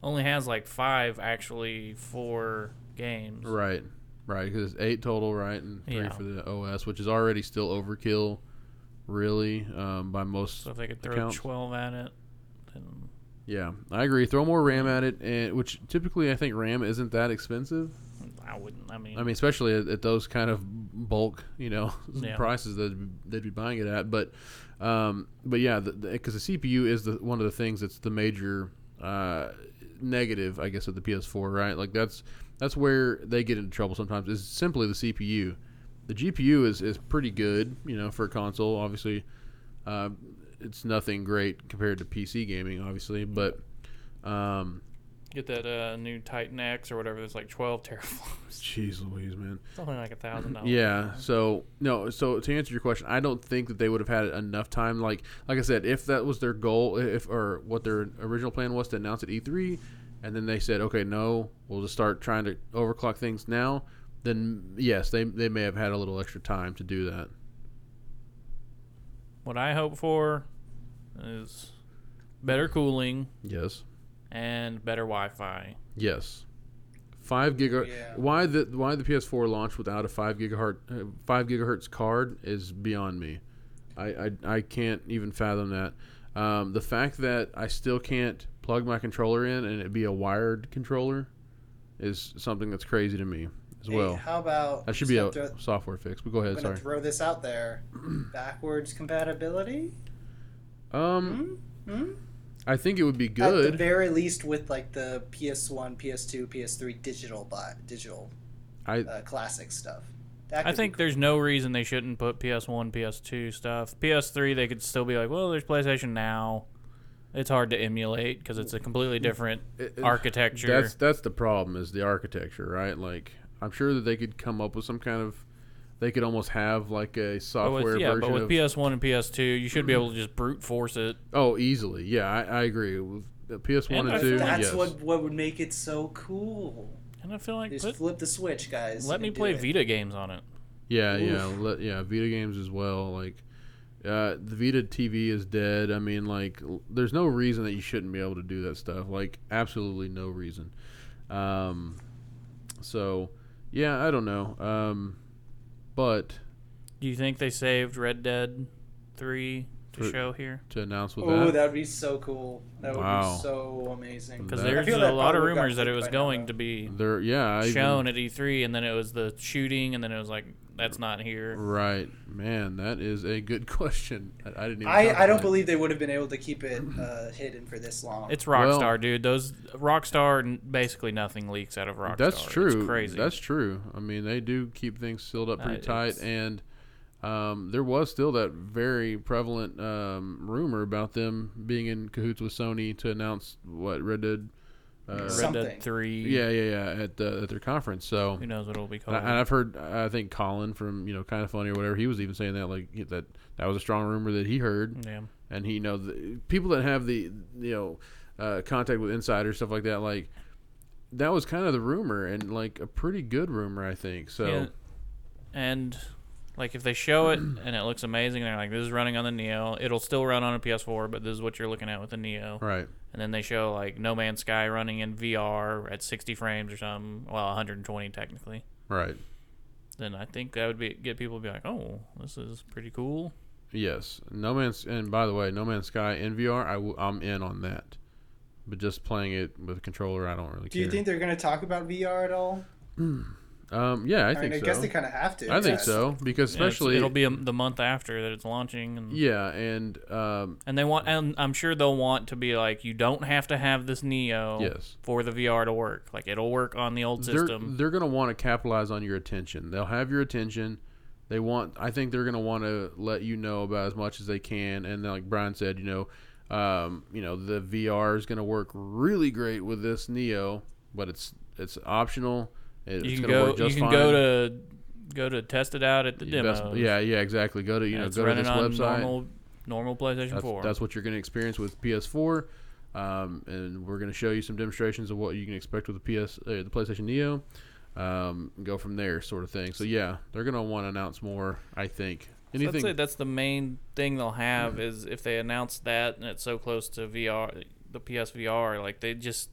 C: only has like five actually four games
A: Right, right. Because eight total, right, and three
C: Yeah.
A: for the OS, which is already still overkill, really, um, by most.
C: so if they could throw
A: Accounts.
C: 12 at it then
A: Yeah, I agree. Throw more RAM at it, and which typically I think RAM isn't that expensive.
C: I wouldn't. I mean,
A: I mean, especially at, at those kind of bulk, you know,
C: Yeah.
A: prices that they'd be buying it at. But, um, but yeah, because the, 'cause the CPU is the one of the things that's the major uh, negative, I guess, of the PS4, right? Like that's that's where they get into trouble sometimes. Is simply the CPU. The GPU is is pretty good, you know, for a console. Obviously, uh, it's nothing great compared to PC gaming, obviously, but. Um,
C: get that uh, new Titan X or whatever that's like 12 teraflops.
A: Jeez Louise, man.
C: It's only like a thousand dollars.
A: Yeah. So no. So to answer your question, I don't think that they would have had enough time. Like like I said, if that was their goal, if or what their original plan was to announce at E3, and then they said, okay, no, we'll just start trying to overclock things now. Then yes, they they may have had a little extra time to do that.
C: What I hope for is better cooling
A: Yes.
C: and better Wi-Fi.
A: Yes. Five giga.
B: Yeah.
A: Why the why the PS4 launched without a five gigahertz uh, five gigahertz card is beyond me. I, I, I can't even fathom that. Um, the fact that I still can't plug my controller in and it be a wired controller is something that's crazy to me as
B: Hey,
A: well.
B: how about
A: That should
B: just
A: be
B: gonna
A: a
B: throw-
A: software fix. But go
B: I'm
A: ahead.
B: gonna
A: Sorry.
B: throw this out there. Backwards compatibility.
A: Um,
B: Hmm? Hmm?
A: I think it would be
B: At the
A: good.
B: very least, with like the PS1, PS2, PS3 digital bi- digital
A: I
B: uh, classic stuff. That
C: I
B: could
C: think
B: be
C: there's no reason they shouldn't put PS1, PS2 stuff. PS3, they could still be like, well, there's PlayStation Now. It's hard to emulate because it's a completely different
A: it- it-
C: architecture.
A: That's that's the problem is the architecture, right? Like I'm sure that they could come up with some kind of they could almost have like a
C: but
A: software
C: with, yeah,
A: version
C: but with
A: of
C: PS1 and PS2, you should be able to just brute force it.
A: Oh, easily. Yeah, I, I agree. With the PS1 and,
C: And I-
A: 2.
B: cool. That's
A: yes.
B: what what would make it so cool.
C: And I feel like
B: Just
C: put,
B: flip the switch, guys.
C: let
B: and
C: me
B: do
C: play
B: it.
C: Vita games on it.
A: Yeah, yeah,
B: Oof.
A: let, yeah. Vita games as well. Like uh, the Vita TV is dead. I mean, like l- there's no reason that you shouldn't be able to do that stuff. Like absolutely no reason. Um, so yeah, I don't know. Um, but
C: Do you think they saved Red Dead 3 to
A: For-
C: show here?
A: to announce with
B: Oh,
A: that,
B: that would be so cool. That would
A: Wow.
B: be so amazing.
C: Because
A: That-
C: there's
B: feel
C: a
B: that
C: lot of
B: probably got
C: rumors that it
B: leaked
C: was
B: by now,
C: going
B: though.
C: to be
A: there, yeah, I even-
C: shown at E3, and then it was the shooting, and then it was like, that's not here.
A: Right, man, that is a good question. I, I didn't. Even
B: I, I don't
A: contemplate.
B: believe they would have been able to keep it uh, hidden for this long.
C: It's
A: Well-
C: Rockstar, dude. Those Rockstar, n- basically nothing leaks out of Rockstar.
A: That's true.
C: It's crazy.
A: That's true. I mean, they do keep things sealed up
C: Uh,
A: pretty tight,
C: it's-
A: and um, there was still that very prevalent um, rumor about them being in cahoots with Sony to announce what Red Dead. Uh,
B: Some-
C: Red
B: something.
C: Dead 3.
A: yeah, yeah, yeah. At the, at their conference, so
C: Who knows what it'll be
A: and,
C: called?
A: I, and I've heard. I think Colin from you know kind of funny or whatever. He was even saying that like he- that that was a strong rumor that he heard.
C: yeah.
A: and he you know the, people that have the you know uh, contact with insiders stuff like that like that was kind of the rumor and like a pretty good rumor i think so
C: Yeah. And like if they show it and it looks amazing, and they're like, "This is running on the Neo. It'll still run on a PS4, but this is what you're looking at with the Neo."
A: right
C: And then they show like No Man's Sky running in VR at 60 frames or something, well, 120 technically.
A: right
C: Then I think that would be get people to be like, "Oh, this is pretty cool."
A: yes no man's and by the way no man's sky in vr i w- i'm in on that but just playing it with a controller i don't really
B: Do
A: care
B: you think they're going to talk about VR at all?
A: um yeah i,
B: I,
A: think
B: mean, I
A: so
B: guess they kind of have to.
A: i think
B: yes.
A: so Um, because
C: And it's-
A: especially
C: it'll be a, the month after that it's launching, and
A: yeah and um
C: and they want, and I'm sure they'll want to be like, "You don't have to have this Neo
A: Yes.
C: for the VR to work. Like it'll work on the old system."
A: They're, they're going to want to capitalize on your attention. They'll have your attention. They want. I think they're going to want to let you know about as much as they can. And then, like Brian said, you know, um, you know, the VR is going to work really great with this Neo, but it's it's optional. It's
C: you can
A: gonna
C: go. You can go to go to test it out at the
A: You
C: demo.
A: best- yeah, yeah, exactly. Go to you know,
C: it's
A: go to
C: running
A: this
C: on
A: website.
C: normal normal PlayStation
A: that's,
C: 4.
A: that's what you're going to experience with PS4. Um, and we're going to show you some demonstrations of what you can expect with the PS, uh, the PlayStation Neo. Um, and go from there, sort of thing. So yeah, they're going to want to announce more. I think
C: So I'd
A: anything.
C: say that's the main thing they'll have is if they announce that and it's so close to VR, the PSVR, like they just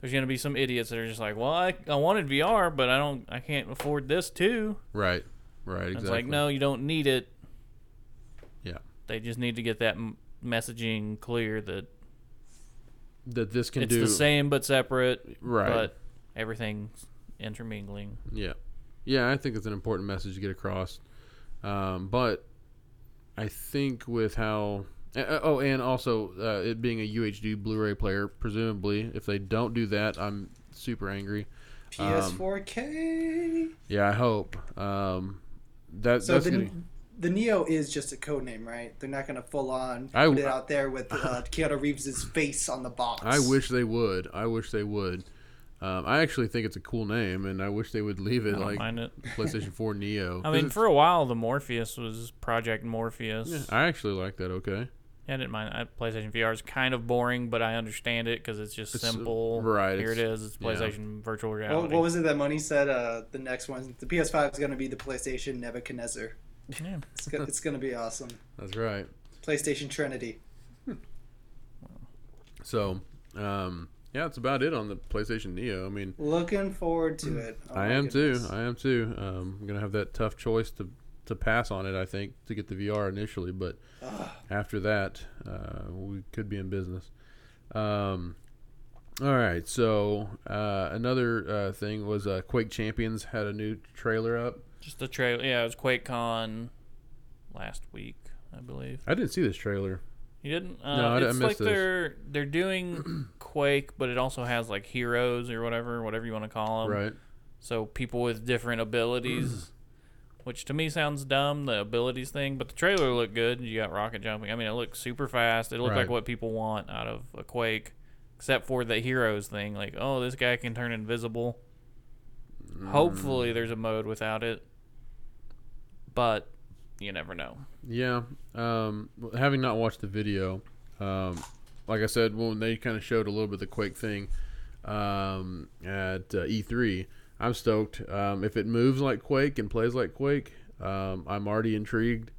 C: there's gonna be some idiots that are just like, well, I, I wanted VR, but I don't, I can't afford this too.
A: right, right, exactly.
C: And It's like no, you don't need it.
A: Yeah.
C: They just need to get that m- messaging clear that
A: That this can
C: it's
A: do
C: the same but separate,
A: right.
C: but everything intermingling.
A: Yeah, yeah, I think it's an important message to get across. Um, but I think with how uh, oh, and also uh, it being a UHD Blu-ray player, presumably, if they don't do that, I'm super angry.
B: PS4K.
A: Yeah, I hope. Um, that
B: so
A: that's
B: the
A: gonna,
B: the Neo is just a code name, right? They're not going to full on
A: I-
B: put it out there with uh, Keanu Reeves' face on the box.
A: I wish they would. I wish they would. Um, I actually think it's a cool name, and I wish they would leave
C: I
A: it
C: don't
A: like
C: mind it.
A: PlayStation 4 Neo.
C: I
A: 'Cause
C: mean,
A: it's-
C: for a while, the Morpheus was Project Morpheus.
A: yeah, I actually like that. Okay,
C: I didn't mind. I, PlayStation VR is kind of boring, but I understand it because it's just
A: It's, uh,
C: simple.
A: right,
C: Here it
A: it's-
C: is. It's
A: yeah.
C: PlayStation virtual
B: What,
C: reality.
B: what was it that Money said? Uh, the next one, the PS5 is going to be the PlayStation Nebuchadnezzar.
C: yeah.
B: It's, go- it's going to be awesome.
A: that's right.
B: PlayStation Trinity.
A: So, um, yeah, that's about it on the PlayStation Neo. I mean,
B: Looking forward to it. Oh
A: I
B: my
A: am
B: goodness.
A: too. I am too. Um, I'm gonna have that tough choice to to pass on it. I think to get the VR initially, but
B: Ugh.
A: after that, uh, we could be in business. Um, all right. So uh, another uh, thing was uh, Quake Champions had a new trailer up.
C: Just the trailer. Yeah, it was QuakeCon last week, I believe.
A: I didn't see this trailer.
C: You didn't? Uh,
A: No, I d- I
C: it's
A: missed
C: like
A: this.
C: they're they're doing Quake, but it also has like heroes or whatever, whatever you want to
B: Um,
C: call them.
A: right.
C: So people with different abilities, which to me sounds dumb, the abilities thing. But the trailer looked good. You got rocket jumping. I mean, it looked super fast. It looked
A: Right.
C: like what people want out of a Quake, except for the heroes thing. Like, oh, this guy can turn invisible.
A: Mm.
C: Hopefully, there's a mode without it. But you never know.
A: Yeah. Um, w- having not watched the video, um, like I said, when they kind of showed a little bit of the Quake thing um, at uh, E3, I'm stoked. Um, if it moves like Quake and plays like Quake, um, I'm already intrigued.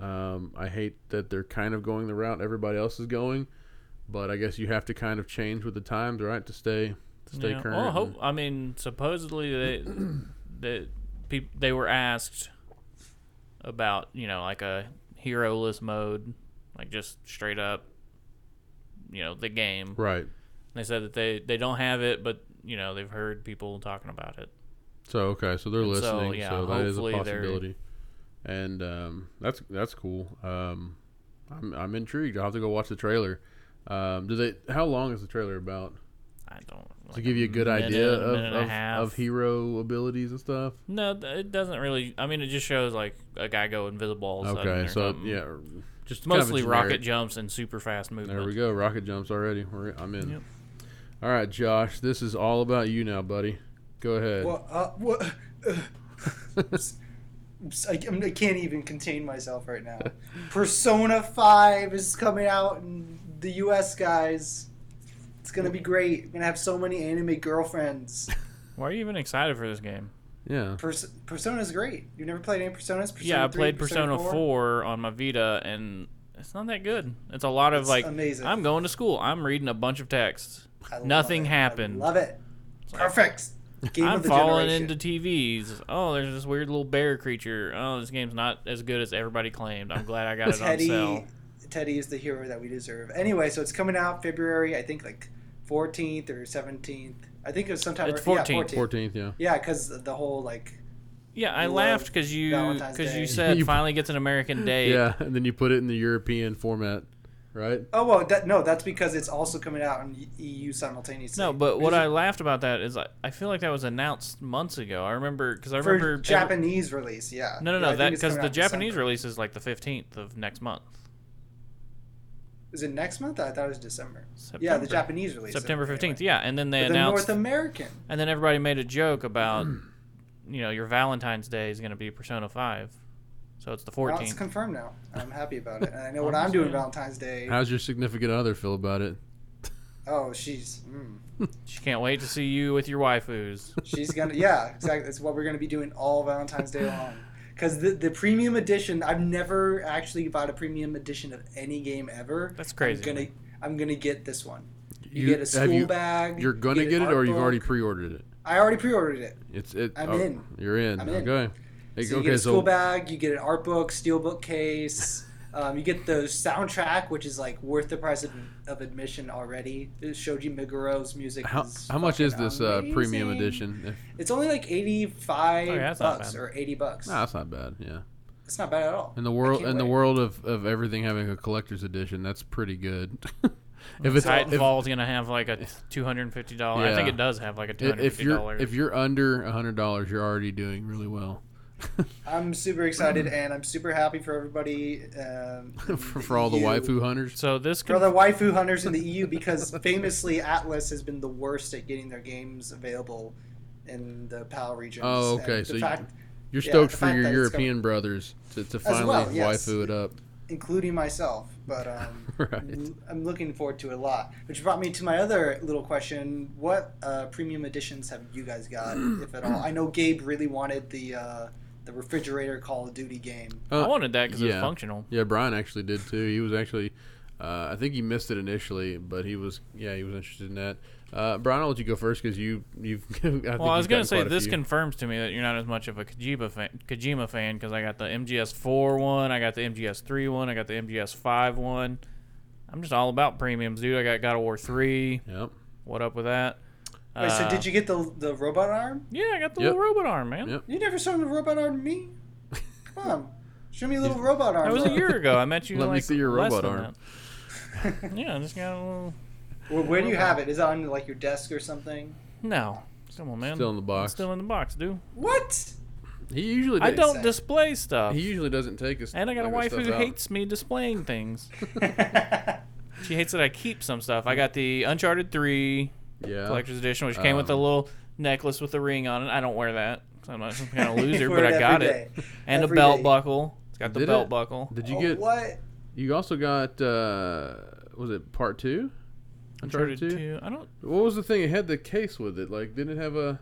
A: Um, I hate that they're kind of going the route everybody else is going, but I guess you have to kind of change with the times, right, to stay to stay
C: Yeah.
A: current.
C: Well,
A: and-
C: hope, I mean, supposedly they they, peop, they were asked about you know like a hero list mode, like just straight up, you know, the game.
A: Right.
C: They said that they they don't have it, but you know they've heard people talking about it.
A: So okay, so they're
C: And so,
A: listening. So,
C: yeah,
A: that is a
C: hopefully they're-
A: possibility, and um, that's that's cool. Um, I'm I'm intrigued. I'll have to go watch the trailer. Um, do they? How long is the trailer about?
C: I don't like
A: to give you a good
C: minute,
A: idea
C: a
A: of,
C: minute and a
A: of,
C: half.
A: of hero abilities and stuff.
C: No, th- it doesn't really. I mean, it just shows like a guy go invisible. All of a sudden
A: okay,
C: or
A: so
C: something.
A: yeah, just
C: It's
A: kind of a
C: mostly
A: generic-
C: rocket jumps and super fast movement.
A: There we go. Rocket jumps already. We're, I'm in.
C: Yep.
A: All right, Josh. This is all about you now, buddy. Go ahead.
B: Well, uh, what? uh, I, I'm- I can't even contain myself right now. Persona 5 is coming out in the US, guys. It's going to be great. I'm going to have so many anime girlfriends.
C: Why are you even excited for this game?
A: yeah.
B: Pers- Persona's great. You've never played any Personas? Persona
C: yeah, I
B: 3,
C: played Persona 4? on my Vita, and it's not that good. It's a lot of
B: It's
C: like,
B: amazing.
C: I'm going to school. I'm reading a bunch of texts.
B: I love
C: Nothing
B: it.
C: happened.
B: I love it.
C: like-
B: Perfect. Game
C: I'm
B: of the
C: falling
B: generation.
C: into TVs. Oh, there's this weird little bear creature. Oh, this game's not as good as everybody claimed. I'm glad I got it on
B: Teddy,
C: sale.
B: Teddy is the hero that we deserve. Anyway, so it's coming out February, I think like 14th or 17th. I think it was sometime.
C: It's
B: yeah,
C: 14th.
A: 14th. Yeah.
B: Yeah, because the whole like
C: Yeah, I
B: Love
C: laughed because you
B: Valentine's
C: because
B: Day.
C: you said
A: You-
C: finally gets an American date.
A: Yeah, and then you put it in the European format, right?
B: oh well that no that's because it's also coming out in EU simultaneously.
C: No, but what
B: Is
C: I
B: it
C: laughed about that is I, I feel like that was announced months ago. I remember because I
B: for
C: remember every-
B: Japanese release, yeah.
C: No,
B: Yeah,
C: no,
B: I
C: no.
B: think
C: That
B: it's
C: because
B: coming out
C: the
B: in
C: Japanese
B: December.
C: release is like the 15th of next month.
B: is it next month? I thought it was December.
C: September.
B: Yeah, the Japanese release.
C: September
B: Anyway.
C: 15th. Yeah, and then they
B: But the
C: announced,
B: North American.
C: and then everybody made a joke about, you know, your Valentine's Day is going to be Persona 5, so it's the
B: Well, it's
C: 14th.
B: confirmed now. I'm happy about it, and I know what
C: I'm
B: I'm doing
C: saying.
B: Valentine's Day.
A: How's your significant other feel about it?
B: Oh, she's. Mm.
C: She can't wait to see you with your waifus.
B: She's gonna, yeah, exactly. That's what we're gonna be doing all Valentine's Day long. Because the, the premium edition, I've never actually bought a premium edition of any game ever.
C: That's crazy.
B: I'm gonna, I'm gonna get this one. You, get a school
A: you,
B: bag.
A: You're
B: you
A: gonna
B: an
A: get it,
B: art
A: or you've
B: book.
A: already pre-ordered it.
B: I already pre-ordered it.
A: It's it.
B: I'm
A: oh,
B: in.
A: You're in.
B: I'm in.
A: Okay.
B: So you
A: okay.
B: get a school
A: so
B: bag. You get an art book, steel bookcase, Um, you get the soundtrack, which is like worth the price of, of admission already. Shoji Meguro's music.
A: How,
B: is
A: how much is
B: fucking
A: this uh, premium
B: amazing.
A: edition? If,
B: It's only like eighty five
C: Oh, yeah, that's not
B: bucks
C: bad.
B: or eighty bucks.
A: nah, that's not bad. Yeah,
B: It's not bad at all.
A: in the world
B: can't
A: in the
B: wait.
A: world of, of everything having a collector's edition, that's pretty good. if it's if,
C: Titanfall's gonna have like a two hundred and fifty dollar. I think
A: Yeah.
C: it does have like a two hundred
A: if
C: fifty
A: you're
C: dollar.
A: if you're under hundred dollars, you're already doing really well
B: I'm super excited and I'm super happy for everybody. Um,
A: for, for all the
B: EU.
A: waifu hunters.
C: So this
B: For
C: could
B: the waifu hunters in the EU, because famously Atlas has been the worst at getting their games available in the PAL regions.
A: Oh, okay,
B: And the
A: so you-
B: fact,
A: You're
B: Yeah,
A: stoked
B: the
A: for
B: fact
A: your
B: that it's coming-
A: European brothers to, to finally
B: well, yes.
A: waifu it up.
B: including myself, but um,
A: Right.
B: I'm looking forward to it a lot. Which brought me to my other little question: What uh, premium editions have you guys got, if at all? I know Gabe really wanted the uh, the refrigerator Call of Duty game.
A: Uh,
C: I wanted that because it
A: yeah.
C: was functional.
A: Yeah, Brian actually did too. He was actually, uh, I think he missed it initially, but he was, yeah, he was interested in that. Uh, Brian, I'll let you go first because you, you've. I think
C: Well, I was
A: you've
C: gonna
A: gotten
C: say
A: quite a
C: this
A: few.
C: confirms to me that you're not as much of a Kojima fan, Kojima fan because I got the MGS four one, I got the MGS three one, I got the MGS five one. I'm just all about premiums, dude. I got God of War three.
A: Yep.
C: What up with that?
B: Wait,
C: Uh,
B: so did you get the the robot arm?
C: Yeah, I got the
A: Yep.
C: little robot arm, man.
A: Yep.
B: You never saw the robot arm to me. Come on, show me a little robot arm.
C: That was a year ago. I met you.
A: Let me
C: like,
A: see your
C: less
A: robot
C: than
A: arm.
C: that. yeah, I just got a little.
B: Well, where do you have it? Is it on like your desk or something?
C: No, come on, man.
A: Still in the box.
C: Still in the box, dude.
B: What?
A: He usually.
C: I
A: does-
C: don't
B: say.
C: display stuff.
A: He usually doesn't take us.
C: and I got a wife who hates me displaying things. She hates that I keep some stuff. I got the Uncharted 3
A: Yeah.
C: Collector's Edition, which came with a
A: Um,
C: little necklace with a ring on it. I don't wear that. 'cause I'm not some kind of
B: You
C: loser,
B: wear
C: but
B: it
C: I got
B: every
C: it.
B: day.
C: And
B: Every
C: a belt
B: day.
C: buckle. It's got the
A: Did
C: belt
A: it?
C: buckle.
A: Did you
B: Oh,
A: get?
B: what?
A: You also got. uh Was it part two?
C: Uncharted 2. I don't.
A: What was the thing? It had the case with it. Like, didn't it have a,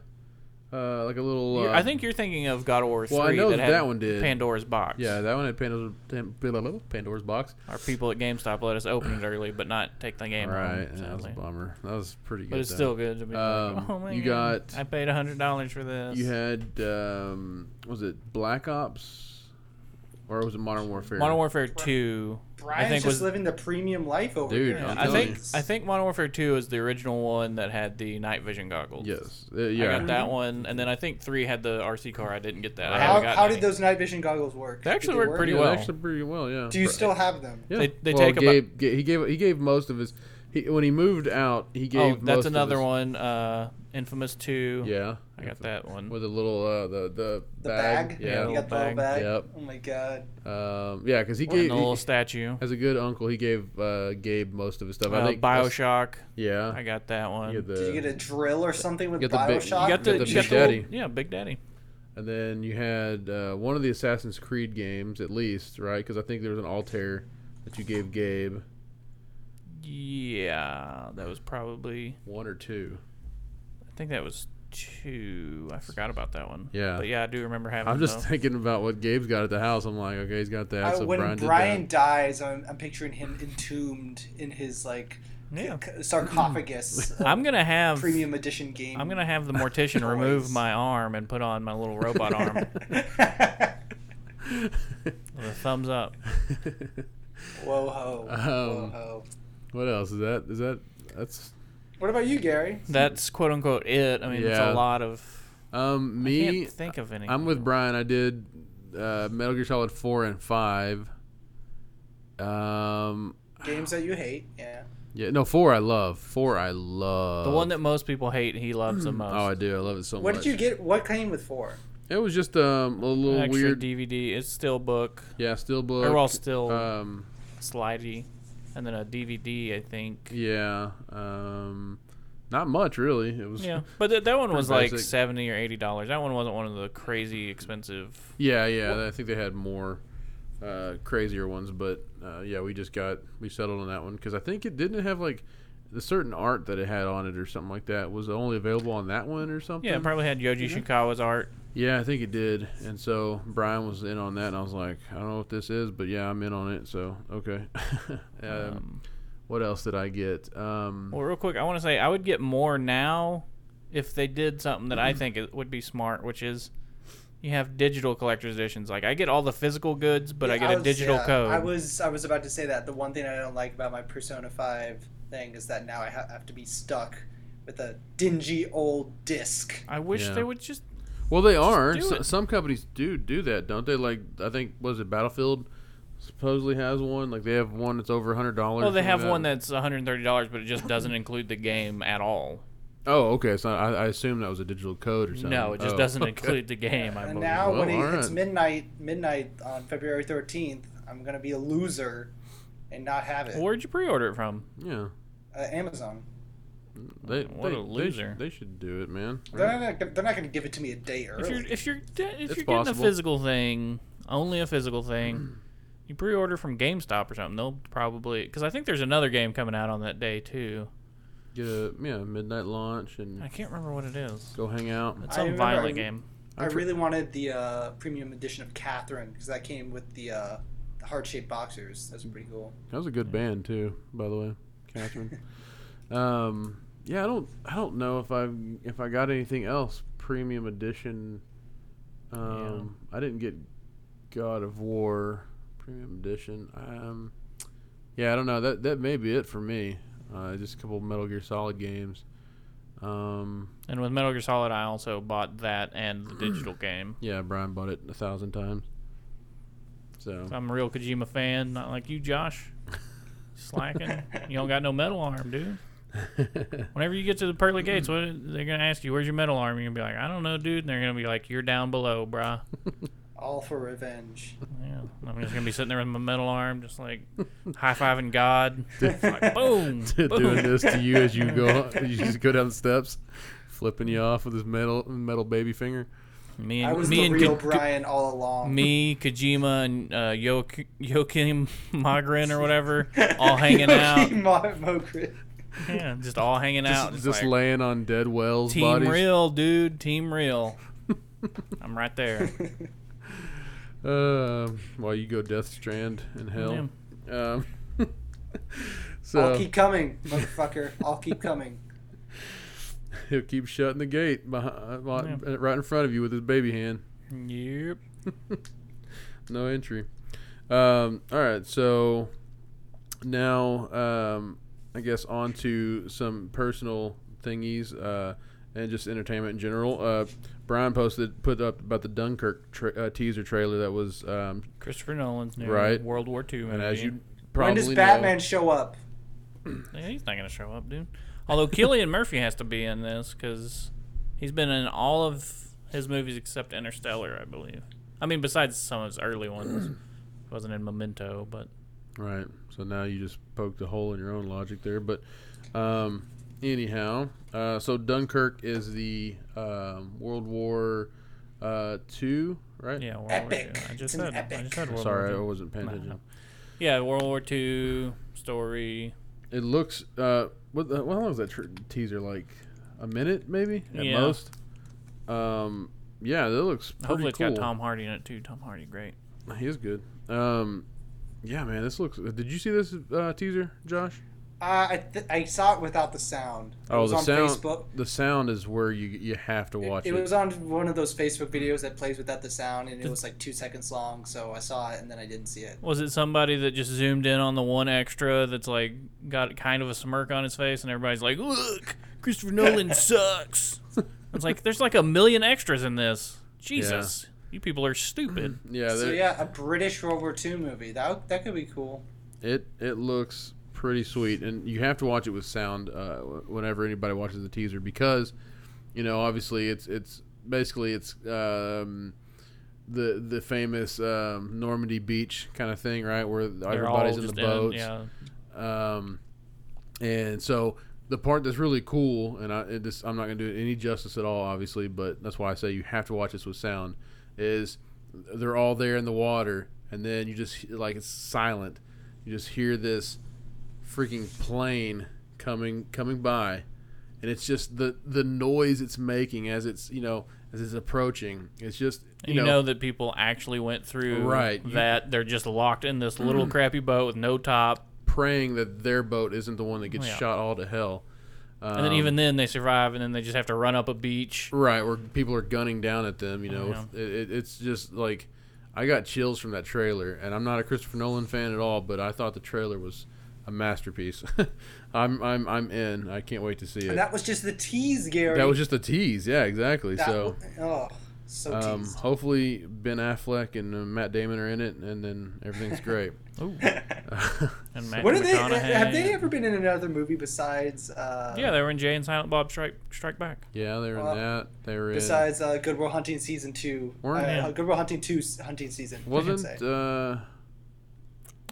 A: uh, like a little?
C: you're-
A: Uh,
C: I think you're thinking of God of War 3.
A: Well, I know
C: that,
A: that
C: had
A: that one did.
C: Pandora's box.
A: Yeah, that one had Pandora's, Pandora's box.
C: Our people at GameStop let us open it early, but not take the game. home,
A: Right, yeah, that was a
C: sadly.
A: bummer. That was pretty good.
C: But it's
A: though.
C: still good to be
A: Um,
C: like, oh man,
A: you got-
C: I paid hundred dollars for this.
A: You had um, was it Black Ops, or was it Modern Warfare?
C: Modern Warfare Two.
B: Brian's
C: I think
B: just
C: was
B: living the premium life over
A: Dude,
B: here.
A: I'm
C: I
A: telling
C: think I think Modern Warfare Two is the original one that had the night vision goggles.
A: Yes. Uh, yeah.
C: I got that one, and then I think three had the RC car. I didn't get that. I
B: How,
C: haven't gotten
B: how did
C: any.
B: those night vision goggles work?
C: They actually
B: Did
C: work pretty
A: Yeah,
C: well.
A: Actually, pretty well. Yeah.
B: Do you still have them?
A: Yeah.
C: They- they
A: well,
C: take about-
A: Gabe, Ga- he gave he gave most of his. He, when he moved out, he gave.
C: Oh,
A: most
C: that's
A: of
C: another
A: his-
C: one. Uh, Infamous Two.
A: Yeah.
C: I got that one.
A: With a little uh, the the,
B: The bag?
A: Yeah.
B: You
C: Yeah.
B: got the little
C: Bag.
B: bag?
A: Yep.
B: Oh my god.
A: Um, yeah, because he
C: And
A: gave
C: the little
A: he,
C: statue.
A: as a good uncle, he gave uh, Gabe most of his stuff. I
C: Uh,
A: think
C: Bioshock.
A: Yeah.
C: I got that one.
A: he had
B: Did you
A: the-
B: get a drill or something with
A: Get the big-
B: Bioshock?
C: you got the,
A: Got the
C: you got
A: Big
C: the little-
A: Daddy.
C: yeah, Big Daddy.
A: And then you had uh, one of the Assassin's Creed games, at least, right? Because I think there was an Altair that you gave Gabe
C: Yeah, that was probably.
A: one or two.
C: I think that was two. I forgot about that one.
A: Yeah.
C: But yeah, I do remember having.
A: I'm just
C: the-
A: thinking about what Gabe's got at the house. I'm like, okay, he's got that.
B: I-
A: so
B: when
A: Brian,
B: Brian,
A: did that.
B: dies, I'm, I'm picturing him entombed in his like
C: Yeah.
B: c- sarcophagus. of
C: I'm gonna have.
B: premium edition game.
C: I'm gonna have the mortician remove
B: Toys.
C: my arm and put on my little robot arm with a thumbs up.
B: Whoa ho! Whoa
A: Um,
B: ho!
A: what else is that? Is that that's
B: What about you, Gary?
C: That's quote unquote it. I mean, it's
A: Yeah.
C: a lot of.
A: um
C: I
A: me?
C: can't think of any.
A: I'm with Brian. I did uh, Metal Gear Solid four and five. Um,
B: Games that you hate? Yeah.
A: yeah, no, four I love. Four I love.
C: the one that most people hate. He loves the most.
A: oh, I do. I love it so
B: What
A: much.
B: did you get? What came with four?
A: It was just um, a little
C: Extra
A: weird.
C: DVD. It's still book.
A: Yeah, still book.
C: They're all still
A: Um,
C: slidey, and then a DVD. I think.
A: yeah. Um, not much really. It was.
C: Yeah, but th- that one was
A: Pretty
C: like
A: basic.
C: seventy or eighty dollars. That one wasn't one of the crazy expensive.
A: Yeah, yeah, I think they had more uh, crazier ones, but uh, yeah, we just got we settled on that one because I think it didn't have like the certain art that it had on it or something like that was only available on that one or something.
C: Yeah, it probably had Yoji Shikawa's art.
A: Yeah, I think it did. And so Brian was in on that, and I was like, I don't know what this is, but yeah, I'm in on it. So okay. um,
C: Um,
A: what else did I get? Um,
C: well, real quick, I want to say I
B: Mm-hmm.
C: would get more now if they did something that I think it would be smart, which is you have digital collector's editions. Like I get all the physical goods, but I
B: Yeah,
C: get a
B: was-
C: digital
B: yeah,
C: code.
B: I was I was about to say that the one thing I don't like about my Persona Five thing is that now I ha- have to be stuck with a dingy old disc.
C: I wish
A: Yeah.
C: they would just
A: Well, they are.
C: do
A: So,
C: it.
A: some companies do do that, don't they? Like I think was it Battlefield supposedly has one. Like they have one that's over hundred dollars.
C: Well, they have one that's one hundred and thirty dollars, but it just doesn't include the game at all.
A: Oh, okay. So I, I assume that was a digital code or something.
C: No, it just
A: Oh,
C: doesn't
A: okay.
C: include the game. I
B: And
C: believe.
B: now
A: Well,
B: when it
A: all
B: hits
A: right.
B: midnight midnight on February thirteenth, I'm gonna be a loser and not have it.
C: where'd you pre-order it from?
A: Yeah,
B: uh, Amazon.
A: they
C: What
A: they-
C: a
A: they sh-
C: loser.
A: They, should do it, man.
B: They're not gonna, they're not gonna give it to me a day
C: If you're
B: early.
C: if you're de- if
A: It's
C: you're getting
A: possible.
C: a physical thing, only a physical thing, you pre-order from GameStop or something. They'll probably because I think there's another game coming out on that day too.
A: Get a yeah midnight launch and
C: I can't remember what it is.
A: go hang out.
C: It's
B: I
C: some
B: remember
C: violent
B: I-
C: game.
B: I
A: I'm tr-
B: really wanted the uh, premium edition of Catherine because that came with the, uh, the heart shaped boxers. That's pretty cool.
A: That was a good band too, by the way, Catherine. um, yeah, I don't, I don't know if I if I got anything else premium edition. Um, I didn't get God of War premium edition. Um, yeah, I don't know. That that may be it for me. Uh, just a couple Metal Gear Solid games. Um,
C: And with Metal Gear Solid, I also bought that and the digital game.
A: yeah, Brian bought it a thousand times. So
C: I'm a real Kojima fan, not like you, Josh. Slacking. you don't got no metal arm, dude. Whenever you get to the pearly gates, what they're gonna ask you, "Where's your metal arm?" You're gonna be like, "I don't know, dude." And they're gonna be like, "You're down below, bruh."
B: All for revenge.
C: Yeah, I'm just gonna be sitting there with my metal arm, just like high fiving God. Like, boom, boom.
A: doing this to you as you go, you just go down the steps, flipping you off with his metal metal baby finger.
C: Me
B: I
C: and
B: was
C: me
B: the
C: and
B: real
C: Ko-
B: Brian all along.
C: me, Kojima, and uh, Yo- Joachim Mogren or whatever, all hanging out.
B: Mogren.
C: Yeah, just all hanging
A: just
C: out. Just,
A: just
C: like,
A: laying on dead Wells
C: team
A: bodies.
C: real, dude. Team real. I'm right there.
A: Uh, while you go Death Strand in hell. Um, so
B: I'll keep coming, motherfucker. I'll keep coming.
A: he'll keep shutting the gate behind, behind- right in front of you with his baby hand.
C: Yep.
A: No entry. Um, all right, so now um, I guess on to some personal thingies uh, and just entertainment in general. Uh, Brian posted put up about the Dunkirk tra- uh, teaser trailer that was, um,
C: Christopher Nolan's new
A: Right.
C: World War II movie.
A: and as you
B: when
A: probably
B: does
A: know,
B: Batman show up?
C: Yeah, he's not gonna show up, dude. Although Killian Murphy has to be in this because he's been in all of his movies except Interstellar, I believe. I mean, besides some of his early ones, he wasn't in Memento, but
A: Right. So now you just poked a hole in your own logic there. But um, anyhow, uh, so Dunkirk is the um, World War uh, Two, right?
C: yeah, World
B: Epic.
C: War II. I just
B: It's an
C: said, I
B: epic.
C: just said World
A: Sorry, I
C: War II.
A: wasn't paying
C: No,
A: attention.
C: no. Yeah, World War II story.
A: It looks. Uh, what? The, how long was that tr- teaser? Like a minute, maybe at
C: Yeah.
A: most. Um. Yeah, that looks pretty
C: Hopefully, it's
A: cool.
C: got Tom Hardy in it too. Tom Hardy, great.
A: He is good. Um. Yeah, man, this looks. Did you see this uh, teaser, Josh?
B: Uh, I, th- I saw it without the sound. It
A: Oh,
B: was
A: the
B: on
A: sound.
B: Facebook.
A: The sound is where you you have to watch
B: It,
A: it.
B: it was on one of those Facebook videos that plays without the sound, and it was like two seconds long. So I saw it, and then I didn't see it.
C: Was it somebody that just zoomed in on the one extra that's like got kind of a smirk on his face and everybody's like, "Look, Christopher Nolan sucks." It's like there's like a million extras in this. Jesus. You people are stupid.
A: yeah.
B: so
A: there-
B: yeah, a British World War II movie. That that could be cool.
A: It it looks pretty sweet, and you have to watch it with sound uh, wh- whenever anybody watches the teaser because, you know, obviously it's it's basically it's um, the the famous um, Normandy Beach kind of thing, right? Where
C: They're
A: everybody's
C: all
A: in the
C: just
A: boats,
C: yeah.
A: um, and so the part that's really cool, and I it just, I'm not going to do it any justice at all, obviously, but that's why I say you have to watch this with sound. Is they're all there in the water, and then you just like it's silent. You just hear this freaking plane coming coming by, and it's just the the noise it's making as it's you know as it's approaching. It's just
C: You,
A: you,
C: know, that people actually went through
A: Right, you-
C: that they're just locked in this little crappy boat with no top.
A: praying that their boat isn't the one that gets
C: Yeah.
A: shot all to hell. Um,
C: And then even then they survive, and then they just have to run up a beach.
A: right where people are gunning down at them, you know,
C: Oh, yeah.
A: it, it, it's just like I got chills from that trailer, and I'm not a Christopher Nolan fan at all, but I thought the trailer was a masterpiece. I'm I'm I'm in. I can't wait to see it.
B: And that was just the tease, Gary.
A: That was just a tease. Yeah, exactly.
B: That
A: so.
B: w- oh, so
A: Um,
B: teased.
A: hopefully Ben Affleck and uh, Matt Damon are in it, and then everything's great.
C: Ooh. And Matthew
B: what are they? uh,
C: McConaughey.
B: Have they ever been in another movie besides? Uh,
C: Yeah, they were in Jay and Silent Bob Strike Strike Back.
A: yeah, they were
B: Well,
A: in that. They were in.
B: Besides uh, Good Will Hunting season two, uh,
A: Weren't-
C: Yeah.
B: Good Will Hunting two, hunting season. I should say.
A: Wasn't uh,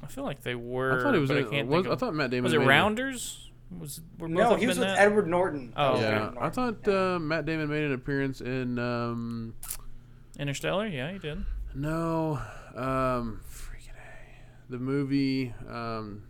C: I feel like they were.
A: I thought it was.
C: But I
A: in-
C: can't
A: was-
C: think
A: I
C: of,
A: thought Matt Damon
C: was it
A: made
C: Rounders? Was were both
B: no,
C: of
B: he
C: them
B: was
C: in
B: with
C: that?
B: Edward Norton.
C: Oh,
B: That was
A: Yeah,
B: Edward
A: I
B: Norton.
A: thought
B: Yeah.
A: uh, Matt Damon made an appearance in. Um,
C: Interstellar. Yeah, he did.
A: no, um, freaking a, the movie. Um,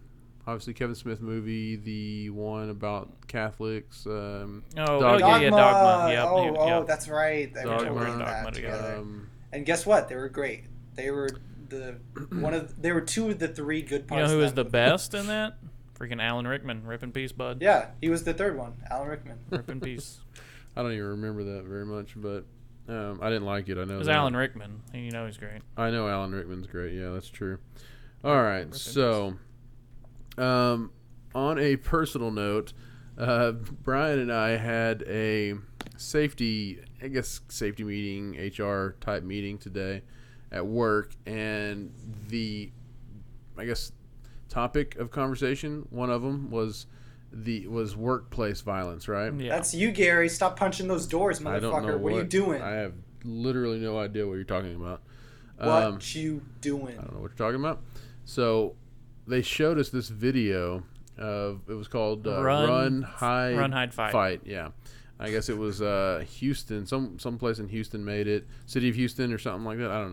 A: obviously Kevin Smith movie, the one about Catholics. Um,
C: Oh,
A: Dogma.
C: oh yeah, yeah, Dogma. Yep,
B: oh,
C: yep,
B: oh,
C: yep.
B: that's right. They were
A: Dogma.
B: working on
C: Dogma
B: that
C: together.
B: together.
A: um,
B: And guess what? They were great. They were the one of. They were two of the three good
C: You
B: parts.
C: know who
B: of
C: was
B: that
C: the
B: movie.
C: best in that? Freaking Alan Rickman. Rip in peace, bud.
B: Yeah, he was the third one, Alan Rickman.
C: Rip in peace.
A: I don't even remember that very much, but um, I didn't like it. I know
C: It was
A: that.
C: Alan Rickman, and you know he's great.
A: I know Alan Rickman's great. Yeah, that's true. All right,
C: Rickman's.
A: so um, on a personal note, uh, Brian and I had a safety, I guess, safety meeting, HR type meeting today at work, and the, I guess, topic of conversation. One of them was the was workplace violence, right?
C: Yeah.
B: That's you, Gary. Stop punching those doors, motherfucker.
A: I don't know
B: what, are you doing?
A: I have literally no idea what you're talking about.
B: what
A: Um,
B: you doing?
A: I don't know what you're talking about. So they showed us this video of it was called uh,
C: Run-
A: Run, Hide
C: Run, hide, fight.
A: Yeah, I guess it was uh, Houston. Some some place in Houston made it, City of Houston or something like that. I don't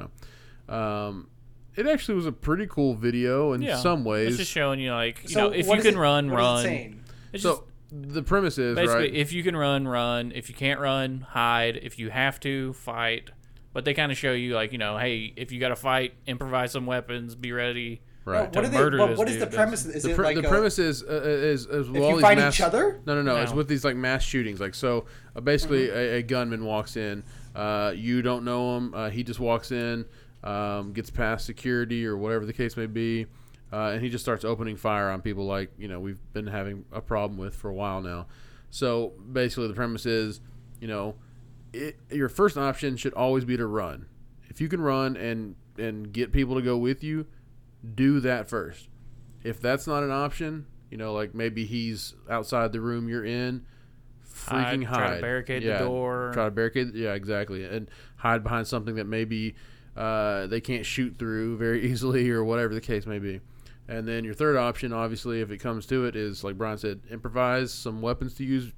A: know. Um, it actually was a pretty cool video in
C: Yeah.
A: some
C: It's
A: ways.
C: just showing you, like, you
B: So
C: know, if
B: what
C: you
B: is
C: can
B: it-
C: run,
B: what is it
C: run.
B: saying?
C: It's just
A: so the premise is
C: basically
A: right.
C: if you can run, run. If you can't run, hide. If you have to, fight. But they kind of show you, like, you know, hey, if you got to fight, improvise some weapons, be ready.
B: No,
A: right.
B: what are they?
C: murder
B: What,
C: this
B: what is the
C: dude,
B: premise? Is
A: the,
B: it
A: pre-
B: like
A: the
B: a-
A: premise is uh, is, is with
B: If
A: all
B: you
A: these
B: fight
A: mass-
B: each other? Mm-hmm.
A: No, no, no, It's
C: No.
A: with these like mass shootings. Like so, uh, basically, a, a gunman walks in. Uh, you don't know him. Uh, he just walks in, um, gets past security or whatever the case may be, uh, and he just starts opening fire on people. Like you know, we've been having a problem with for a while now. So basically, the premise is, you know, it, your first option should always be to run. If you can run and and get people to go with you, do that first. If that's not an option, you know, like maybe he's outside the room you're in,
C: Hide,
A: freaking hide.
C: try to barricade the
A: Yeah,
C: door.
A: Try to barricade. Yeah, exactly, and hide behind something that maybe uh, they can't shoot through very easily, or whatever the case may be. And then your third option, obviously, if it comes to it, is like Brian said, improvise some weapons to use,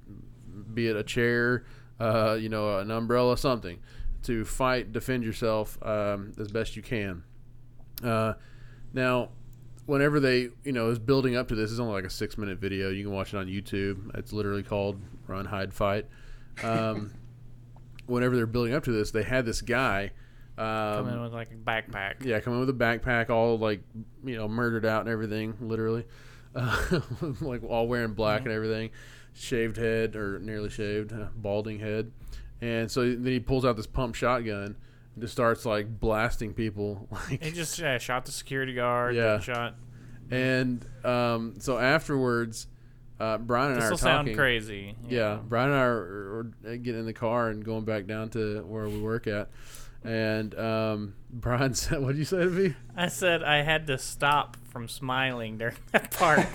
A: be it a chair, uh, you know, an umbrella, something, to fight, defend yourself um, as best you can. Uh, now, whenever they, you know, is building up to this, it's only like a six minute video. You can watch it on YouTube. It's literally called Run, Hide, Fight. Um, whenever they're building up to this, they had this guy.
C: Come in
A: Um,
C: with, like, a backpack.
A: yeah, come in with a backpack, all like, you know, murdered out and everything, literally. Uh, like, all wearing black and everything. Shaved head, or nearly shaved, uh, balding head. And so then he pulls out this pump shotgun and just starts like blasting people. Like,
C: He just yeah, shot the security guard.
A: Yeah.
C: Yeah. Shot.
A: And um, so afterwards, uh, Brian and
C: This
A: I
C: will
A: are
C: sound
A: talking.
C: crazy. you
A: Yeah,
C: know.
A: Brian and I are, are getting in the car and going back down to where we work at. And um, Brian said, "What did you say to me?"
C: I said I had to stop from smiling during that part.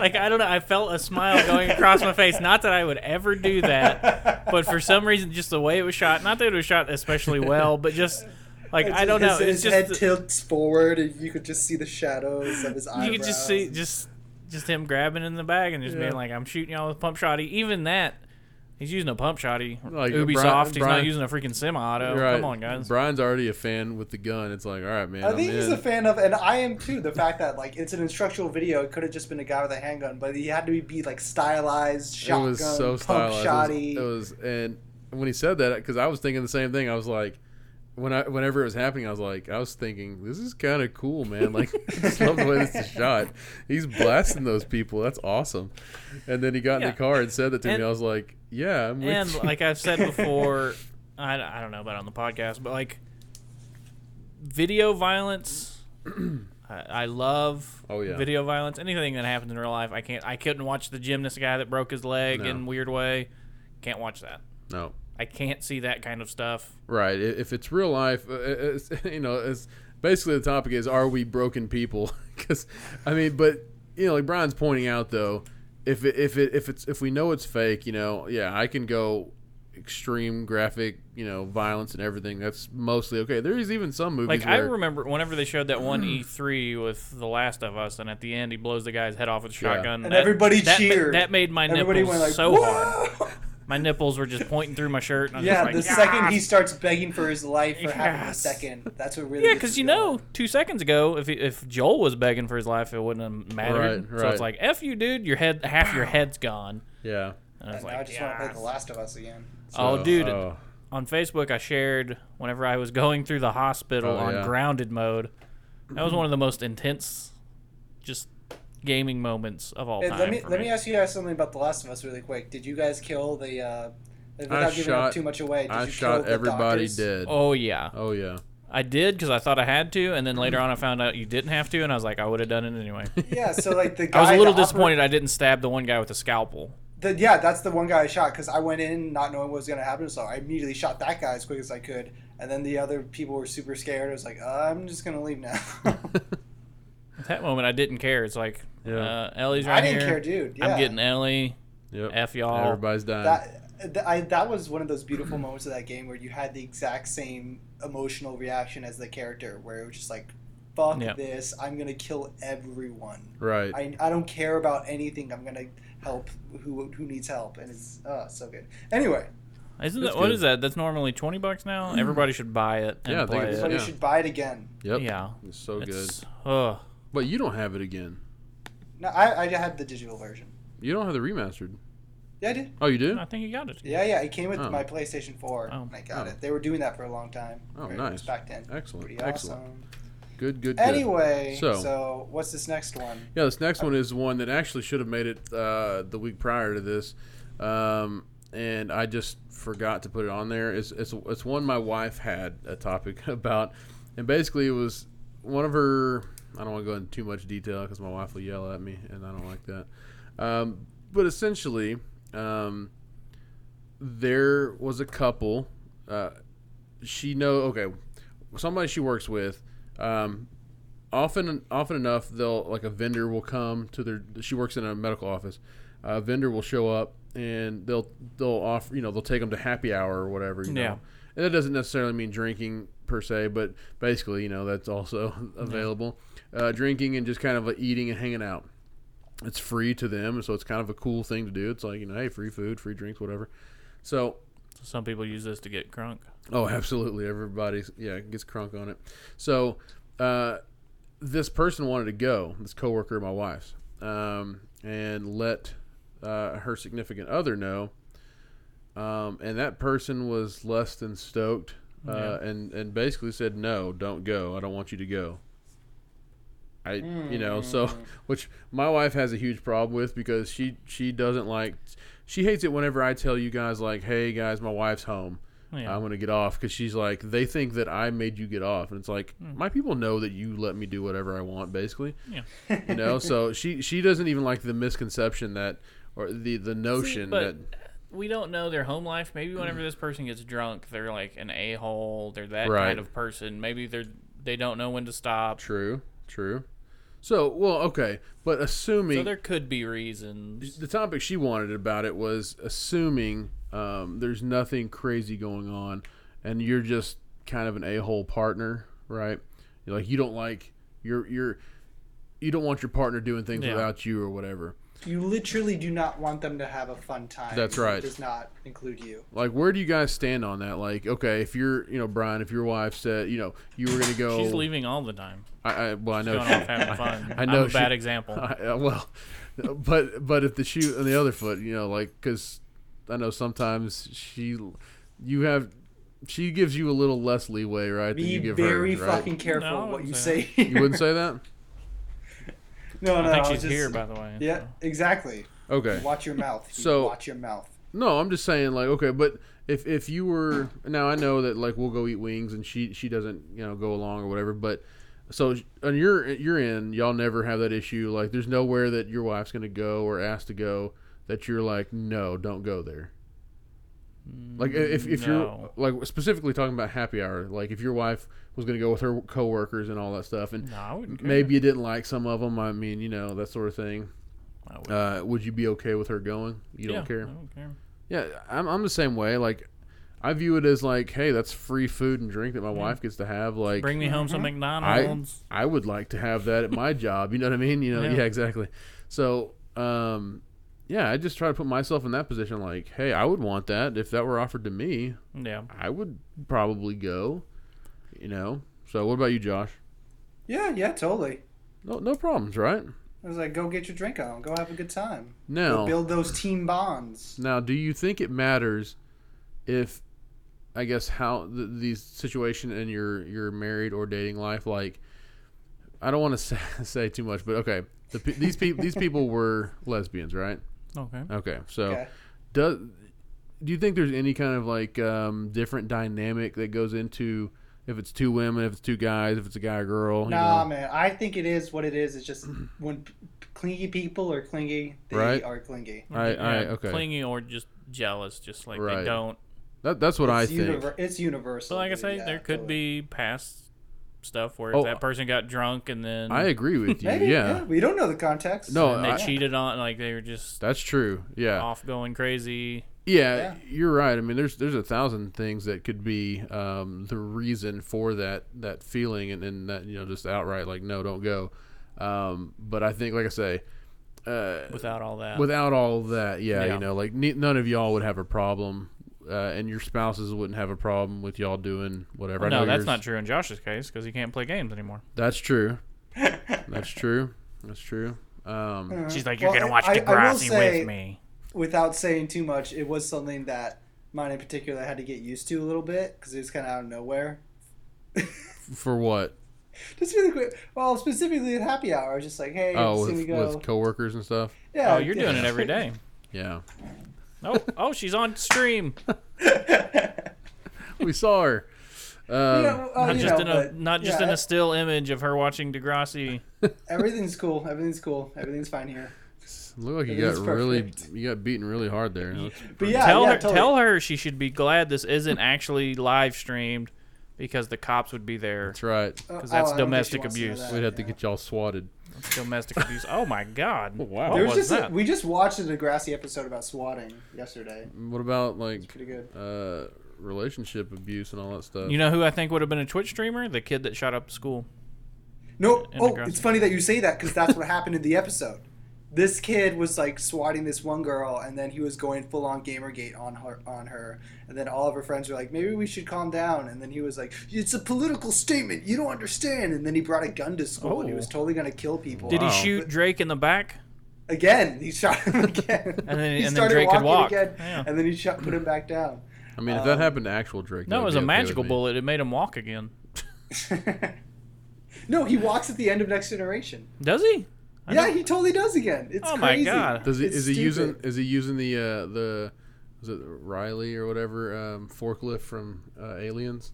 C: like I don't know, I felt a smile going across my face. Not that I would ever do that, but for some reason, just the way it was shot. Not that it was shot especially well, but just like I don't
B: his,
C: know.
B: His
C: It's
B: head
C: just
B: tilts forward, and you could just see the shadows of his eyes.
C: you could just see just just him grabbing in the bag and just
A: Yeah.
C: being like, "I'm shooting y'all with pump shotty." Even that. He's using a pump shotty.
A: Like,
C: Ubisoft.
A: Brian-
C: he's
A: Brian-
C: not using a freaking semi-auto.
A: You're right.
C: Oh, Come on, guys.
A: Brian's already a fan with the gun. It's like, all right, man.
B: I
A: I'm
B: think he's
A: in.
B: a fan of, and I am too. The fact that like it's an instructional video, it could have just been a guy with a handgun, but he had to be like stylized shotgun,
A: it was so
B: pump
A: stylized.
B: shotty.
A: It was, it was- and when he said that, because I was thinking the same thing, I was like, when I whenever it was happening, I was like, I was thinking, this is kind of cool, man. Like, I just love the way this is shot. He's blasting those people. That's awesome. And then he got in
C: Yeah.
A: the car and said that to
C: And-
A: me. I was like, yeah, I'm with
C: and
A: you.
C: like I've said before, I, I don't know about on the podcast, but like video violence, I, I love
A: Oh, yeah.
C: video violence. Anything that happens in real life, I can't. I couldn't watch the gymnast guy that broke his leg
A: No.
C: in a weird way. Can't watch that.
A: no.
C: I can't see that kind of stuff.
A: Right. i- If it's real life, uh, it's, you know, it's basically the topic is are we broken people? Because I mean, but you know, like Brian's pointing out though, if it, if it, if it's if we know it's fake, you know, yeah, I can go extreme graphic, you know, violence and everything. That's mostly okay. There is even some movies
C: Like I
A: where
C: remember whenever they showed that one E3 with The Last of Us, and at the end he blows the guy's head off with a
A: Yeah.
C: shotgun,
B: And
C: that-
B: everybody
C: that ma-
B: cheered.
C: that made my
B: Everybody
C: nipples
B: went like,
C: so hard.
B: "Whoa!"
C: My nipples were just pointing through my shirt. And I was
B: Yeah, the
C: just like,
B: second
C: "Yes!"
B: he starts begging for his life for half of a
C: Yes.
B: second, that's what really.
C: Yeah,
B: gets
C: because
B: me
C: you
B: going.
C: know, two seconds ago, if if Joel was begging for his life, it wouldn't have
A: Right,
C: mattered. So
A: right.
C: it's like, f you, dude. Your head, half your head's gone.
A: yeah.
C: And I was
B: And
C: like,
B: now I just want to play The Last of Us again.
C: oh,
A: So,
C: dude.
A: oh.
C: On Facebook, I shared whenever I was going through the hospital
A: Oh,
C: on
A: yeah.
C: grounded mode. That was one of the most intense, just gaming moments of all
B: Hey,
C: time.
B: let me
C: for
B: let me ask you guys something about The Last of Us really quick. Did you guys kill the? Uh, without giving
A: shot-
B: up too much away, did
A: I
B: you kill
A: shot
B: the
A: everybody
B: doctors?
A: dead. Oh.
C: Oh yeah,
A: yeah.
C: I did because I thought I had to, and then later on I found out you didn't have to, and I was like, I would have done it anyway.
B: Yeah, so like Mm-hmm. the guy.
C: I was a little
B: the oper-
C: disappointed I didn't stab the one guy with the scalpel.
B: the- yeah, that's the one guy I shot because I went in not knowing what was gonna happen, so I immediately shot that guy as quick as I could, and then the other people were super scared. I was like, uh, I'm just gonna leave now.
C: At that moment, I didn't care. It's like
A: Yeah.
C: uh, Ellie's right
B: I didn't
C: here.
B: care, dude. Yeah.
C: I'm getting uh, Ellie.
A: Yep.
C: F y'all.
A: Everybody's dying.
B: that th- I, that was one of those beautiful moments of that game where you had the exact same emotional reaction as the character where it was just like fuck
C: Yeah.
B: this i'm gonna kill everyone
A: right.
B: I, I don't care about anything i'm gonna help who who needs help and it's uh, so good anyway
C: Isn't
A: That's
C: that what
A: good.
C: is that? That's normally twenty bucks
B: Mm-hmm.
C: now. Everybody should buy it and
A: Yeah, I think
C: play
A: it's-
C: it.
B: everybody
A: yeah.
B: should buy it again
A: Yep.
C: Yeah,
A: It's so good.
C: it's ugh.
A: But you don't have it again.
B: no i i had the digital version
A: You don't have the remastered.
B: yeah i did
A: Oh, you do?
C: I think you got it.
B: yeah yeah it came with
A: Oh.
B: my playstation 4
C: Oh.
B: and i got
A: Oh.
B: it they were doing that for a long time
A: Oh,
B: Right, it
A: nice.
B: was back then
A: Excellent.
B: pretty
A: Excellent.
B: awesome
A: Good, good, good.
B: anyway
A: So-
B: so what's this next one
A: Yeah, this next one is one that actually should have made it uh, the week prior to this, um, and I just forgot to put it on there. It's, it's it's one my wife had a topic about, and basically it was one of her. I don't want to go into too much detail because my wife will yell at me, and I don't like that. Um, but essentially, um, there was a couple. Uh, she know okay, somebody she works with. Um, often often enough they'll like a vendor will come to their she works in a medical office a vendor will show up and they'll they'll offer you know they'll take them to happy hour or whatever you know
C: Yeah.
A: and that doesn't necessarily mean drinking per se but basically you know that's also available uh, drinking and just kind of uh, eating and hanging out it's free to them so it's kind of a cool thing to do it's like you know hey free food free drinks whatever so
C: Some people use this to get crunk.
A: Oh, absolutely. Everybody's yeah gets crunk on it. So, uh, this person wanted to go. This coworker of my wife's, um, and let uh, her significant other know. Um, and that person was less than stoked, uh,
C: Yeah.
A: and and basically said, "No, don't go. I don't want you to go." I you know so
C: Mm.
A: which my wife has a huge problem with because she she doesn't like she hates it whenever I tell you guys like, "Hey guys, my wife's home."
C: Yeah.
A: I'm gonna get off because she's like they think that I made you get off, and it's like
C: Mm.
A: my people know that you let me do whatever I want, basically.
C: Yeah.
A: You know, so she she doesn't even like the misconception that or the the notion that
C: but we don't know their home life. Maybe whenever this person gets drunk, they're like an a hole. They're that
A: Right.
C: kind of person. Maybe they're they don't know when to stop.
A: true true. So well okay, but assuming
C: So there could be reasons.
A: the topic she wanted about it was assuming um, there's nothing crazy going on, and you're just kind of an a-hole partner, right? You're like you don't like you're you're you don't want your partner doing things
C: Yeah.
A: without you or whatever.
B: You literally do not want them to have a fun time.
A: That's right.
B: It does not include you.
A: Like, where do you guys stand on that? Like, okay, if you're, you know, Brian, if your wife said, you know, you were gonna go,
C: She's leaving all the time.
A: I, I, well, I know,
C: Going
A: she-
C: off having fun.
A: I know
C: am a
A: she-
C: bad example.
A: I, uh, well, but but if the shoe on the other foot, you know, like because I know sometimes she, you have She gives you a little less leeway, right? than
B: Be
A: you give
B: very
A: her, right?
B: fucking careful
C: No, I
B: what you
C: wouldn't
B: say.
C: say
A: You wouldn't say that?
B: no, no,
C: I think
B: was
C: she's
B: just-
C: here, by the way.
B: Yeah,
C: so.
B: exactly.
A: Okay.
B: Watch your mouth. You
A: So-
B: watch your mouth.
A: No, I'm just saying like okay, but if if you were now I know that like we'll go eat wings and she she doesn't you know go along or whatever, but so on your your end y'all never have that issue like there's nowhere that your wife's gonna go or asked to go that you're like no don't go there. Like if if
C: No.
A: you're like specifically talking about happy hour, like if your wife was gonna go with her coworkers and all that stuff, and
C: No, I wouldn't. care.
A: maybe you didn't like some of them. I mean, you know that sort of thing.
C: I would.
A: Uh, would you be okay with her going? You
C: yeah,
A: don't care.
C: I don't care.
A: Yeah, I'm, I'm the same way. Like, I view it as like, hey, that's free food and drink that my wife gets to have. Like,
C: Bring me home some McDonald's.
A: I would like to have that at my job. You know what I mean? You know, yeah,
C: Yeah.
A: exactly. So, um, yeah, I just try to put myself in that position. Like, hey, I would want that if that were offered to me.
C: yeah.
A: I would probably go. You know. So, what about you, Josh?
B: Yeah, yeah, totally.
A: No, no problems, right?
B: I was like, go get your drink on. Go have a good time. Go
A: No.
B: build those team bonds.
A: Now, do you think it matters if, I guess, how the, the situation in your your married or dating life? Like, I don't want to say, say too much, but okay, the, pe- these people these people were lesbians, right?
C: Okay.
A: Okay, so
B: Okay.
A: does do you think there's any kind of like um, different dynamic that goes into if it's two women, if it's two guys, if it's a guy or girl?
B: Nah,
A: you know?
B: man. I think it is what it is. It's just when p- clingy people are clingy, they
A: Right.
B: are clingy.
A: I, I
C: Yeah,
A: okay.
C: Clingy or just jealous, just like
A: Right.
C: they don't.
A: That, that's what I
B: it's,
A: think.
B: univer- it's universal.
C: So, like I
B: dude.
C: say,
B: Yeah,
C: there could
B: totally.
C: be past stuff where
A: Oh,
C: if that person got drunk and then
A: I agree with you.
B: Maybe, yeah.
A: yeah,
B: We don't know the context.
A: No,
C: and they
A: I-
C: cheated on, like they were just
A: that's true. Yeah.
C: off going crazy.
A: Yeah,
B: Yeah.
A: you're right. I mean, there's there's a thousand things that could be um, the reason for that that feeling, and, and that you know just outright like no, don't go. Um, but I think, like I say, uh,
C: without all that.
A: without all of that, yeah,
C: Yeah.
A: you know, like ne- none of y'all would have a problem, uh, and your spouses wouldn't have a problem with y'all doing whatever. I
C: Oh, no,
A: know
C: that's
A: yours-
C: not true in Josh's case because he can't play games anymore.
A: That's true. that's true. That's true. Um,
C: She's like,
B: Mm-hmm. Well,
C: "You're gonna watch
B: I- I will
C: Degrassi
B: say-
C: with me."
B: Without saying too much, it was something that mine in particular I had to get used to a little bit because it was kind of out of nowhere.
A: for what?
B: Just really quick. Well, specifically at happy hour, I was just like, hey,
A: Oh,
B: see we
A: with,
B: go.
A: with coworkers and stuff.
B: yeah,
C: Oh, you're doing it every day.
A: Yeah,
C: Oh, oh, she's on stream.
A: we saw her. Um,
B: Yeah, well,
C: Not
B: Oh, you
C: just
B: know,
C: in a
B: but,
C: not just
B: yeah,
C: in a still image of her watching Degrassi.
B: Everything's cool. Everything's cool. Everything's fine here.
A: Look like you
B: It is
A: got really
B: perfect.
A: you got beaten really hard there. That's
B: But
A: pretty-
B: yeah,
C: tell
B: yeah,
C: her
B: totally.
C: tell her she should be glad this isn't actually live streamed because the cops would be there.
A: That's right.
B: 'Cause
C: that's
B: Oh, I don't think she
C: domestic
B: wants to know
C: abuse.
B: that,
A: We'd have to
B: yeah.
A: get y'all swatted.
C: Domestic abuse. Oh my god.
A: wow.
C: What
B: There was
C: was,
B: just a-
C: that?
B: we just watched a Degrassi episode about swatting yesterday.
C: Mm.
A: What about like
B: Pretty good.
A: uh, relationship abuse and all that stuff?
C: you know who I think would have been a Twitch streamer? The kid that shot up school.
B: No,
C: And
B: oh,
C: Degrassi.
B: it's funny that you say that because that's what happened in the episode. This kid was like swatting this one girl, and then he was going full on Gamergate on her, on her, and then all of her friends were like, "Maybe we should calm down." And then he was like, "It's a political statement. You don't understand." And then he brought a gun to school, and he
C: Oh.
B: was totally gonna kill people.
C: Did
A: Wow.
C: he shoot Drake in the back?
B: again? He shot him again,
C: And
B: he
C: then- and then
B: started
C: Drake could
B: walking
C: walk.
B: again,
C: Yeah.
B: and then he shot, put him back down.
A: I mean, if that
B: um,
A: happened to actual Drake,
C: No,
A: that'd
C: it was
A: be
C: a
A: okay with
C: magical
A: me.
C: bullet. It made him walk again.
B: no, he walks at the end of Next Generation.
C: Does he? I
B: yeah,
C: don't-
B: he totally does again. It's
C: Oh my
B: crazy.
C: God.
A: Does he
B: It's
A: is he using
B: stupid.
A: is he using the uh, the was it Riley or whatever um, forklift from uh, Aliens?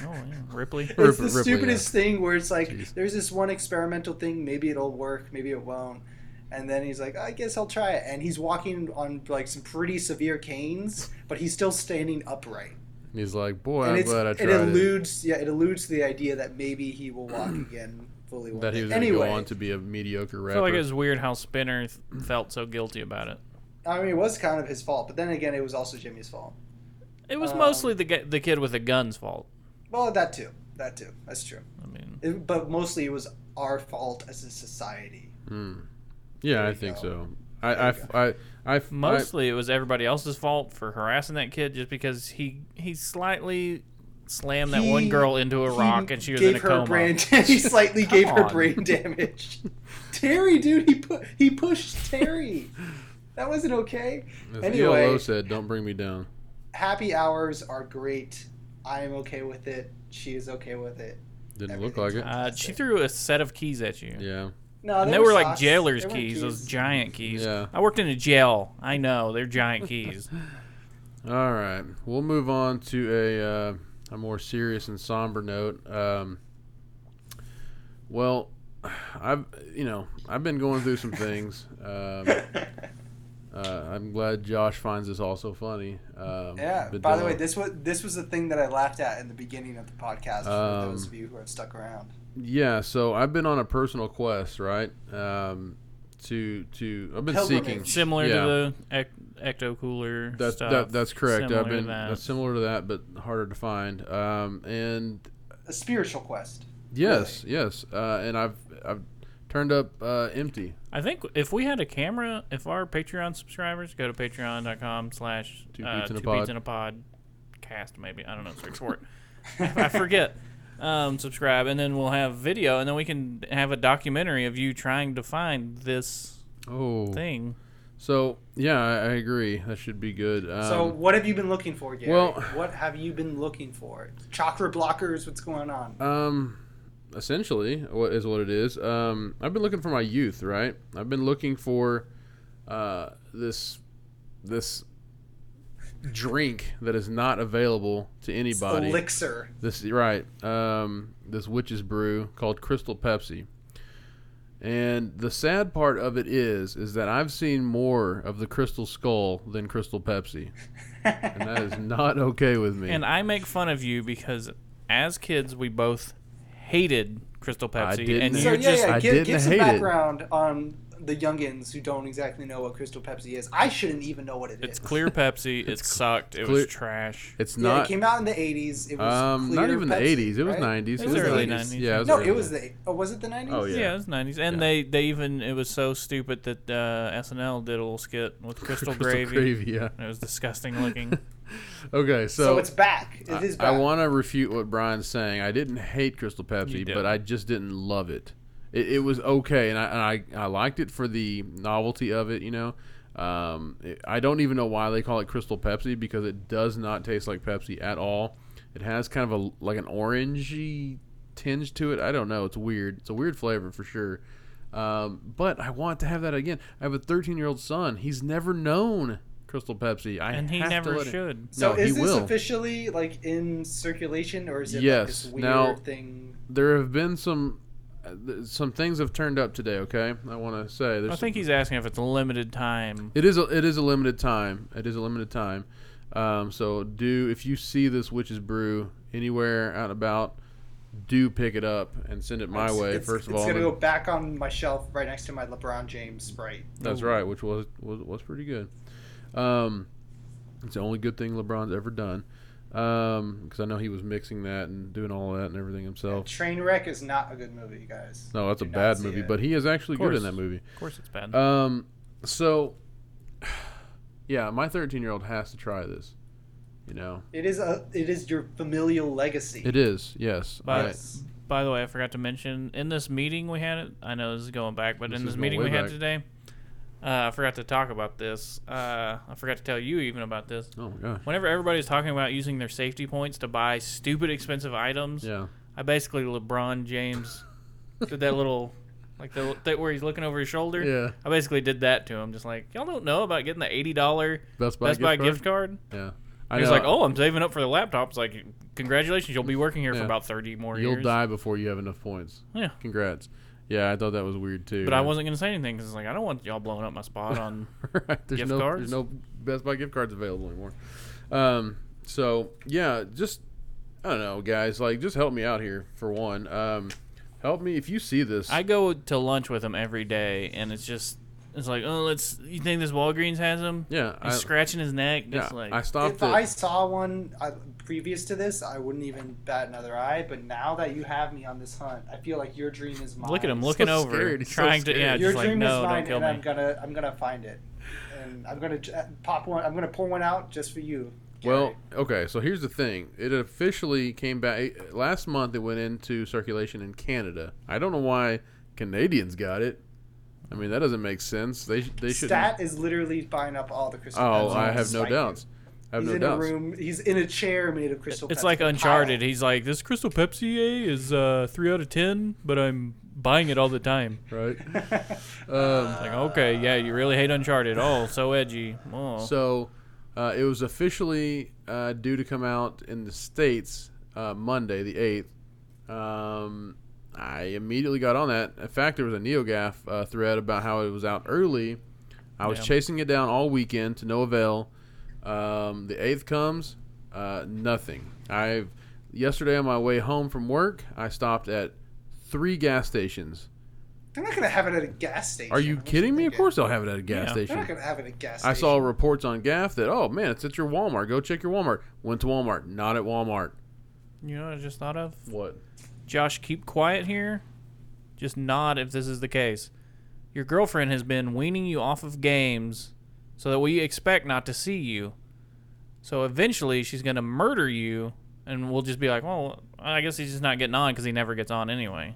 C: Oh yeah. Ripley.
B: It's the
A: Rip- Ripley,
B: stupidest thing where it's like
A: Jeez.
B: there's this one experimental thing. Maybe it'll work. Maybe it won't. And then he's like, I guess I'll try it. And he's walking on like some pretty severe canes, but he's still standing upright.
A: And he's like, boy,
B: and
A: I'm
B: it's,
A: glad I
B: it
A: tried it.
B: eludes, yeah, it eludes the idea that maybe he will walk again fully. One
A: That he
B: day.
A: was going to
B: anyway,
A: go on to be a mediocre
C: I
A: rapper.
C: feel like it was weird how Spinner th- felt so guilty about it.
B: I mean, it was kind of his fault, but then again, it was also Jimmy's fault.
C: It was
B: Um,
C: mostly the gu- the kid with the gun's fault.
B: Well, that too. That too. That's true.
C: I mean,
B: It, but mostly it was our fault as a society.
A: Mm. Yeah,
B: There
A: I
B: you
A: think
B: go.
A: so. I
B: There
A: I,
B: you
A: I, I, I
C: mostly it was everybody else's fault for harassing that kid just because he he slightly slammed that one
B: He-
C: girl into a
B: He
C: rock and she was
B: gave
C: in a
B: her
C: coma.
B: Brain he slightly
C: Come
B: gave her
C: on.
B: brain damage. Terry, dude, he pu- he pushed Terry. That wasn't okay.
A: As
B: Anyway.
A: ELO said, "Don't bring me down."
B: Happy hours are great. I am okay with it. She is okay with it.
A: Didn't look like it.
C: Uh, she threw a set of keys at you.
A: Yeah.
B: No,
C: And
B: they
C: they were like
B: socks.
C: jailer's
B: They weren't
C: keys, those giant keys.
A: Yeah.
C: I worked in a jail. I know they're giant keys.
A: All right. We'll move on to a uh, a more serious and somber note. Um, well, I've you know I've been going through some things. Um, uh, I'm glad Josh finds this also funny. Um,
B: yeah.
A: but
B: By the
A: Dylan-
B: way, this was this was the thing that I laughed at in the beginning of the podcast. For
A: Um,
B: those of you who have stuck around.
A: yeah. So I've been on a personal quest, right? Um, to to I've been seeking
B: Pilgrimage.
C: Similar
A: Yeah.
C: to the ec- ecto cooler
A: That's
C: stuff.
A: that, that's correct.
C: Similar
A: I've
C: to
A: been
C: that.
A: that's similar to that, but harder to find. Um, and
B: A spiritual quest.
A: yes, yes, uh, and I've I've turned up uh, empty.
C: I think if we had a camera, if our Patreon subscribers go to patreon.com slash
A: Two
C: uh,
A: Beats in a
C: Two Beats
A: Pod.
C: in a Pod cast, maybe. I don't know. Search for it. I forget. Um, subscribe, and then we'll have video, and then we can have a documentary of you trying to find this
A: Oh,
C: thing.
A: so yeah, I, I agree. That should be good. Um,
B: So, what have you been looking for, Gary?
A: well-
B: what have you been looking for? Chakra blockers. What's going on?
A: Um, essentially, what is what it is. Um, I've been looking for my youth, right? I've been looking for uh, this this drink that is not available to anybody.
B: Elixir.
A: This right, um, this witch's brew called Crystal Pepsi. And the sad part of it is, is that I've seen more of the Crystal Skull than Crystal Pepsi, and that is not okay with me.
C: And I make fun of you because as kids, we both hated Crystal
A: I
C: Pepsi,
A: didn't.
C: and
B: So
C: you're
B: yeah,
C: just
B: yeah.
A: I
B: Give,
A: didn't
B: give some
A: hate it.
B: background on the youngins who don't exactly know what Crystal Pepsi is. I shouldn't even know what it
C: It's
B: is.
C: clear Pepsi. It sucked. It
A: clear-
C: was trash.
A: it's
B: Yeah, it
A: not,
B: came out in the '80s. It was
A: um, not
B: clear
A: even
B: Pepsi,
A: the '80s. It was
B: right?
A: '90s.
C: It was early
A: 90s.
C: 90s.
A: Yeah, it was
B: No,
A: early
B: it was
A: 90s.
B: the. Oh, was it the '90s?
A: Oh,
C: Yeah,
A: Yeah.
C: it was nineties, and
A: Yeah.
C: they they even it was so stupid that uh, SNL did a little skit with crystal, gravy.
A: yeah.
C: And it was disgusting looking.
A: Okay,
B: So,
A: so,
B: it's back. It is
A: I,
B: back.
A: want to refute what Brian's saying. I didn't hate Crystal
C: You
A: Pepsi,
C: didn't.
A: but I just didn't love it. It, it was okay, and I, and I I liked it for the novelty of it. You know, um, it- I don't even know why they call it Crystal Pepsi because it does not taste like Pepsi at all. It has kind of a like an orangey tinge to it. I don't know. It's weird. It's a weird flavor for sure. Um, but I want to have that again. I have a 13 year old son. He's never known Crystal Pepsi. I
C: and he
A: have to
C: never
A: let it-
C: should.
B: So
A: No, he
B: is this
A: will.
B: officially like in circulation, or is it like
A: Yes.
B: this weird
A: Now-
B: thing?
A: there have been some uh, th- some things have turned up today. Okay, I want to say there's
C: I think
A: some-
C: he's asking if it's limited time.
A: it is a, it is a limited time. It is a limited time. Um, so do if you see this witch's brew anywhere out and about, do pick it up and send it my
B: It's-
A: way.
B: it's-
A: first of
B: it's
A: all,
B: gonna
A: and-
B: go back on my shelf right next to my LeBron James Sprite.
A: that's right, which was was, was pretty good. Um, it's the only good thing LeBron's ever done. Um, because I know he was mixing that and doing all that and everything himself.
B: Trainwreck is not a good movie, you guys.
A: No, that's a
B: Do not
A: bad
B: see
A: movie,
B: it.
A: but he is actually
C: Of
A: good in
C: course.
A: that movie.
C: Of course, it's bad.
A: Um, so, yeah, my 13 year old has to try this. You know,
B: It is a it is your familial legacy.
A: it is yes.
C: But-
A: I-
B: Yes.
C: By the way, I forgot to mention in this meeting we had. I know this is going back, but
A: This
C: in
A: is
C: this
A: going
C: meeting
A: way
C: we had
A: back.
C: today, uh, I forgot to talk about this. Uh, I forgot to tell you even about this.
A: oh my gosh.
C: Whenever everybody's talking about using their safety points to buy stupid expensive items,
A: Yeah.
C: I basically LeBron James did that little, like the that where he's looking over his shoulder.
A: Yeah.
C: I basically did that to him, just like y'all don't know about getting the eighty dollar
A: Best Buy
C: Best
A: gift
C: Buy
A: card?
C: gift card.
A: Yeah.
C: He
A: I
C: He's
A: know,
C: like, oh, I'm saving up for the laptop. It's like, congratulations, you'll be working here
A: Yeah.
C: for about thirty more
A: you'll
C: years.
A: die before you have enough points.
C: Yeah.
A: Congrats. Yeah, I thought that was weird too.
C: But I wasn't gonna say anything because like I don't want y'all blowing up my spot on.
A: right. There's
C: Gift
A: no
C: cards?
A: there's no Best Buy gift cards available anymore. Um, so yeah, just I don't know, guys. Like, just help me out here for one. Um, help me if you see this.
C: I go to lunch with him every day, and it's just it's like, oh, let's. You think this Walgreens has him?
A: yeah,
C: He's
A: I,
C: scratching his neck.
A: yeah,
C: Just like
A: I stopped
B: If
A: it.
B: I saw one uh, previous to this, I wouldn't even bat another eye. But now that you have me on this hunt, I feel like your dream is mine.
C: look at him looking over,
A: scared, he's so
C: trying to. Yeah,
A: scared.
B: your
C: just like
B: dream
C: no,
B: is
C: don't
B: mine,
C: kill
B: and
C: me.
B: I'm gonna I'm gonna find it, and I'm gonna j- uh, pop one. I'm gonna pour one out just for you.
A: Well,
B: Gary.
A: okay, so here's the thing. It officially came back eh, last month. It went into circulation in Canada. I don't know why Canadians got it. I mean, that doesn't make sense. They sh- they should.
B: Stat is literally buying up all the Christmas.
A: Oh,
B: presents
A: I
B: to
A: have no
B: spite you.
A: doubts. I I have
B: he's
A: no
B: in
A: doubts.
B: a room. He's in a chair made of crystal.
C: It's
B: Pepsi.
C: like Uncharted.
B: Kyle.
C: He's like, this Crystal Pepsi A is uh, three out of ten, but I'm buying it all the time.
A: right? um,
C: Like, okay, yeah, you really hate Uncharted. Oh, so edgy. Oh.
A: so uh, it was officially uh, due to come out in the states uh, Monday, the eighth. Um, I immediately got on that. In fact, there was a NeoGaf uh, thread about how it was out early. I was
C: Yeah.
A: chasing it down all weekend to no avail. Um, the eighth comes, uh, nothing. I've yesterday on my way home from work, I stopped at three gas stations.
B: They're not gonna have it at a gas station.
A: Are you
B: What
A: kidding me? Of
B: thinking?
A: course they'll have it at a gas
C: Yeah.
B: They're
A: station.
B: not gonna have it at a gas station.
A: I saw reports on Gaff that oh man, it's at your Walmart. Go check your Walmart. Went to Walmart. Not at Walmart.
C: You know what I just thought of?
A: What?
C: Josh, keep quiet here. Just nod if this is the case. Your girlfriend has been weaning you off of games so that we expect not to see you. So eventually she's going to murder you, and we'll just be like, well, I guess he's just not getting on because he never gets on anyway.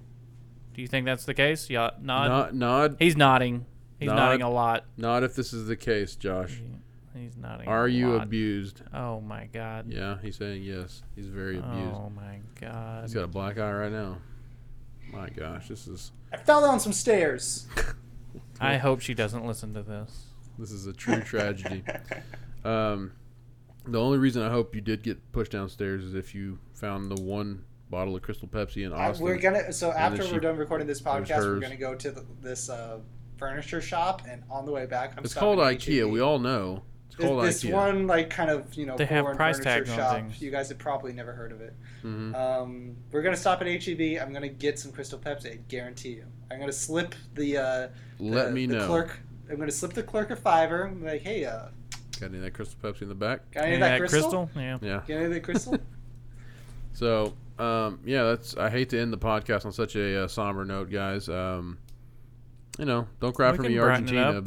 C: Do you think that's the case? Yeah, nod.
A: Not not
C: He's nodding. He's
A: Nod.
C: nodding a lot.
A: not if this is the case, Josh.
C: He's nodding.
A: Are
C: a
A: you
C: lot.
A: abused?
C: Oh my god.
A: Yeah, he's saying yes. He's very abused.
C: Oh my god.
A: He's got a black eye right now. My gosh, this is
B: I fell down some stairs.
C: I hope she doesn't listen to this.
A: this is a true tragedy.
B: Uh,
A: Um, the only reason I hope you did get pushed downstairs is if you found the one bottle of Crystal Pepsi in
B: I,
A: Austin.
B: we're gonna. So after
A: she-
B: we're done recording this podcast, we're
A: hers.
B: gonna go to the, this uh, furniture shop, and on the way back, I'm
A: it's
B: stopping
A: called
B: at E
A: IKEA.
B: H-E-B.
A: We all know. It's
B: There's
A: called
B: this
A: IKEA.
B: one like kind of you know
C: They have
B: foreign
C: price
B: furniture
C: tags on
B: shop.
C: things.
B: You guys have probably never heard of it.
A: Mhm.
B: Um, we're gonna stop at HEB. I'm gonna get some Crystal Pepsi. I guarantee you. I'm gonna slip the uh,
A: Let
B: the-
A: me
B: the
A: know.
B: clerk. I'm gonna slip the clerk a fiver. I'm like, hey, uh,
A: Got any of that Crystal Pepsi in the back?
B: got any
C: Yeah,
B: of that crystal?
C: Yeah.
A: Yeah.
B: Got any of that crystal?
A: So, um, yeah, that's. I hate to end the podcast on such a uh, somber note, guys. Um, you know, don't cry
C: We
A: for
C: can
A: me,
C: brighten it
A: Argentina.
C: up,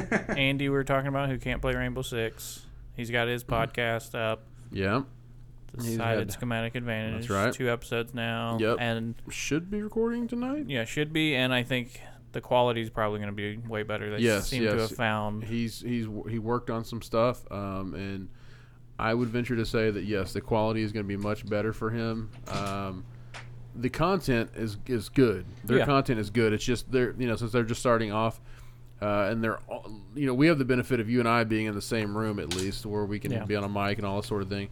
A: but
C: uh, Andy, we were talking about who can't play Rainbow Six. He's got his podcast up.
A: yeah,
C: The
A: Mm-hmm. He's
C: Sighted
A: had-
C: Schematic Advantage.
A: That's right.
C: Two episodes now.
A: Yep.
C: And
A: should be recording tonight.
C: yeah, should be. And I think the quality is probably going to be way better. They
A: Yes,
C: seem to
A: yes.
C: have found.
A: Um, He's he's he worked on some stuff, um, and I would venture to say that yes, the quality is going to be much better for him. Um, the content is is good. Their
C: Yeah.
A: content is good. It's just they're you know since they're just starting off, uh, and they're all, you know we have the benefit of you and I being in the same room at least where we can
C: Yeah.
A: be on a mic and all that sort of thing.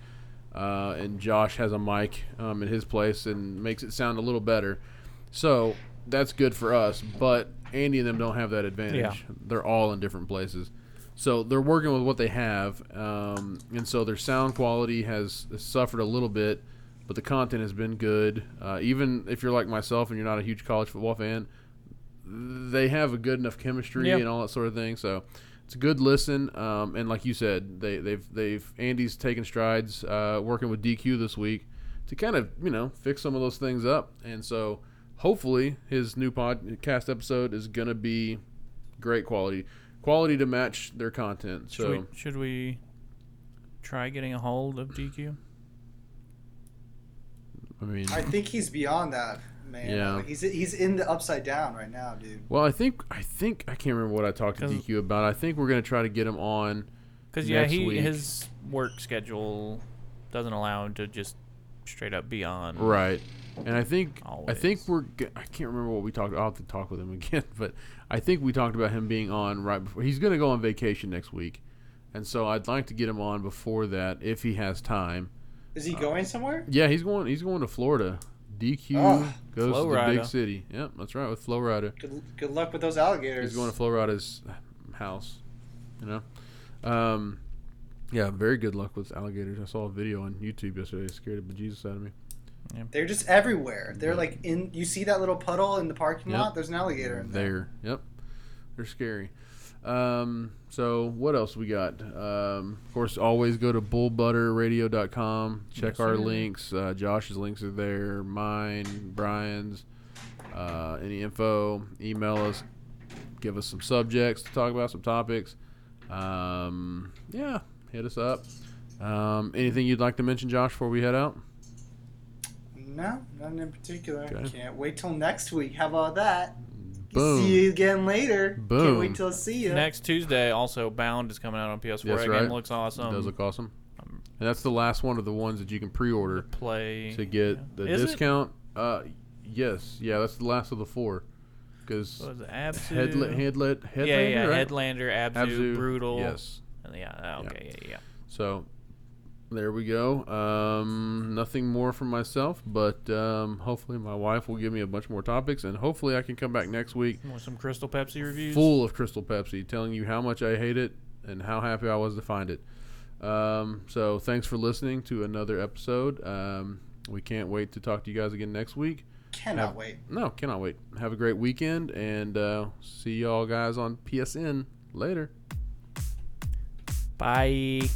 A: Uh, and Josh has a mic um, in his place and makes it sound a little better. So that's good for us. But Andy and them don't have that advantage.
C: Yeah.
A: They're all in different places. So they're working with what they have, um, and so their sound quality has suffered a little bit, but the content has been good. Uh, even if you're like myself and you're not a huge college football fan, they have a good enough chemistry
C: Yeah.
A: and all that sort of thing. So it's a good listen. Um, and like you said, they, they've they've Andy's taken strides uh, working with DQ this week to kind of you know fix some of those things up. And so hopefully his new podcast episode is gonna be great quality, quality to match their content.
C: Should,
A: So
C: we, should we try getting a hold of DQ?
A: I mean,
B: I think he's beyond that, man.
A: Yeah.
B: Like, he's he's in the upside down right now, dude.
A: well, I think I think I can't remember what I talked to
C: 'Cause-
A: DQ about. I think we're gonna try to get him on.
C: Because yeah,
A: Next
C: he
A: week.
C: his work schedule doesn't allow him to just straight up be on.
A: Right. And I think I think
C: Always.
A: we're g- I can't remember what we talked. I'll have to talk with him again. But I think we talked about him being on right before he's going to go on vacation next week, and so I'd like to get him on before that if he has time.
B: Is
A: Uh,
B: he going somewhere?
A: Yeah, he's going. He's going to Florida. DQ
B: Ah,
A: goes to the
C: Florida.
A: big city. Yep, that's right with Flow Rider.
B: Good, good luck with those alligators.
A: He's going to Flo Rida's house. You know, um, yeah. Very good luck with alligators. I saw a video on YouTube yesterday. It scared the bejesus out of me.
B: They're just everywhere. They're like in. You see that little puddle in the parking
A: Yep.
B: lot? There's an alligator in there.
A: there. Yep, they're scary. Um, so what else we got? Um, of course, always go to bullbutterradio.com. Check
C: Yes,
A: our
C: sir.
A: links. Uh, Josh's links are there. Mine, Brian's. Uh, any info? Email us. Give us some subjects to talk about. Some topics. Um, yeah, hit us up. Um, anything you'd like to mention, Josh, before we head out?
B: No, nothing in particular.
A: Okay.
B: Can't wait till next week. How about that?
A: Boom.
B: See you again later.
A: Boom.
B: Can't wait till I see you.
C: Next Tuesday, also Bound is coming out on PS4.
A: That's
C: that
A: right.
C: game looks awesome.
A: does look awesome.
C: um,
A: And that's the last one of the ones that you can pre-order
C: Play.
A: to get the
C: Is it?
A: discount. Uh, yes, yeah, that's the last of the four. Because
C: What was it? Abzu.
A: headlet, headlet, headlander,
C: yeah, yeah,
A: right?
C: Headlander, Abzu,
A: Abzu,
C: Brutal.
A: Yes.
C: And yeah, uh, okay, yeah, yeah.
A: So there we go. Um, nothing more from myself, but um, hopefully my wife will give me a bunch more topics, and hopefully I can come back next week
C: You Want some Crystal Pepsi reviews?
A: full of Crystal Pepsi, telling you how much I hate it and how happy I was to find it. Um, so thanks for listening to another episode. Um, we can't wait to talk to you guys again next week.
B: Cannot
A: Have-
B: wait.
A: No, cannot wait. Have a great weekend, and uh, see y'all guys on PSN later.
C: Bye.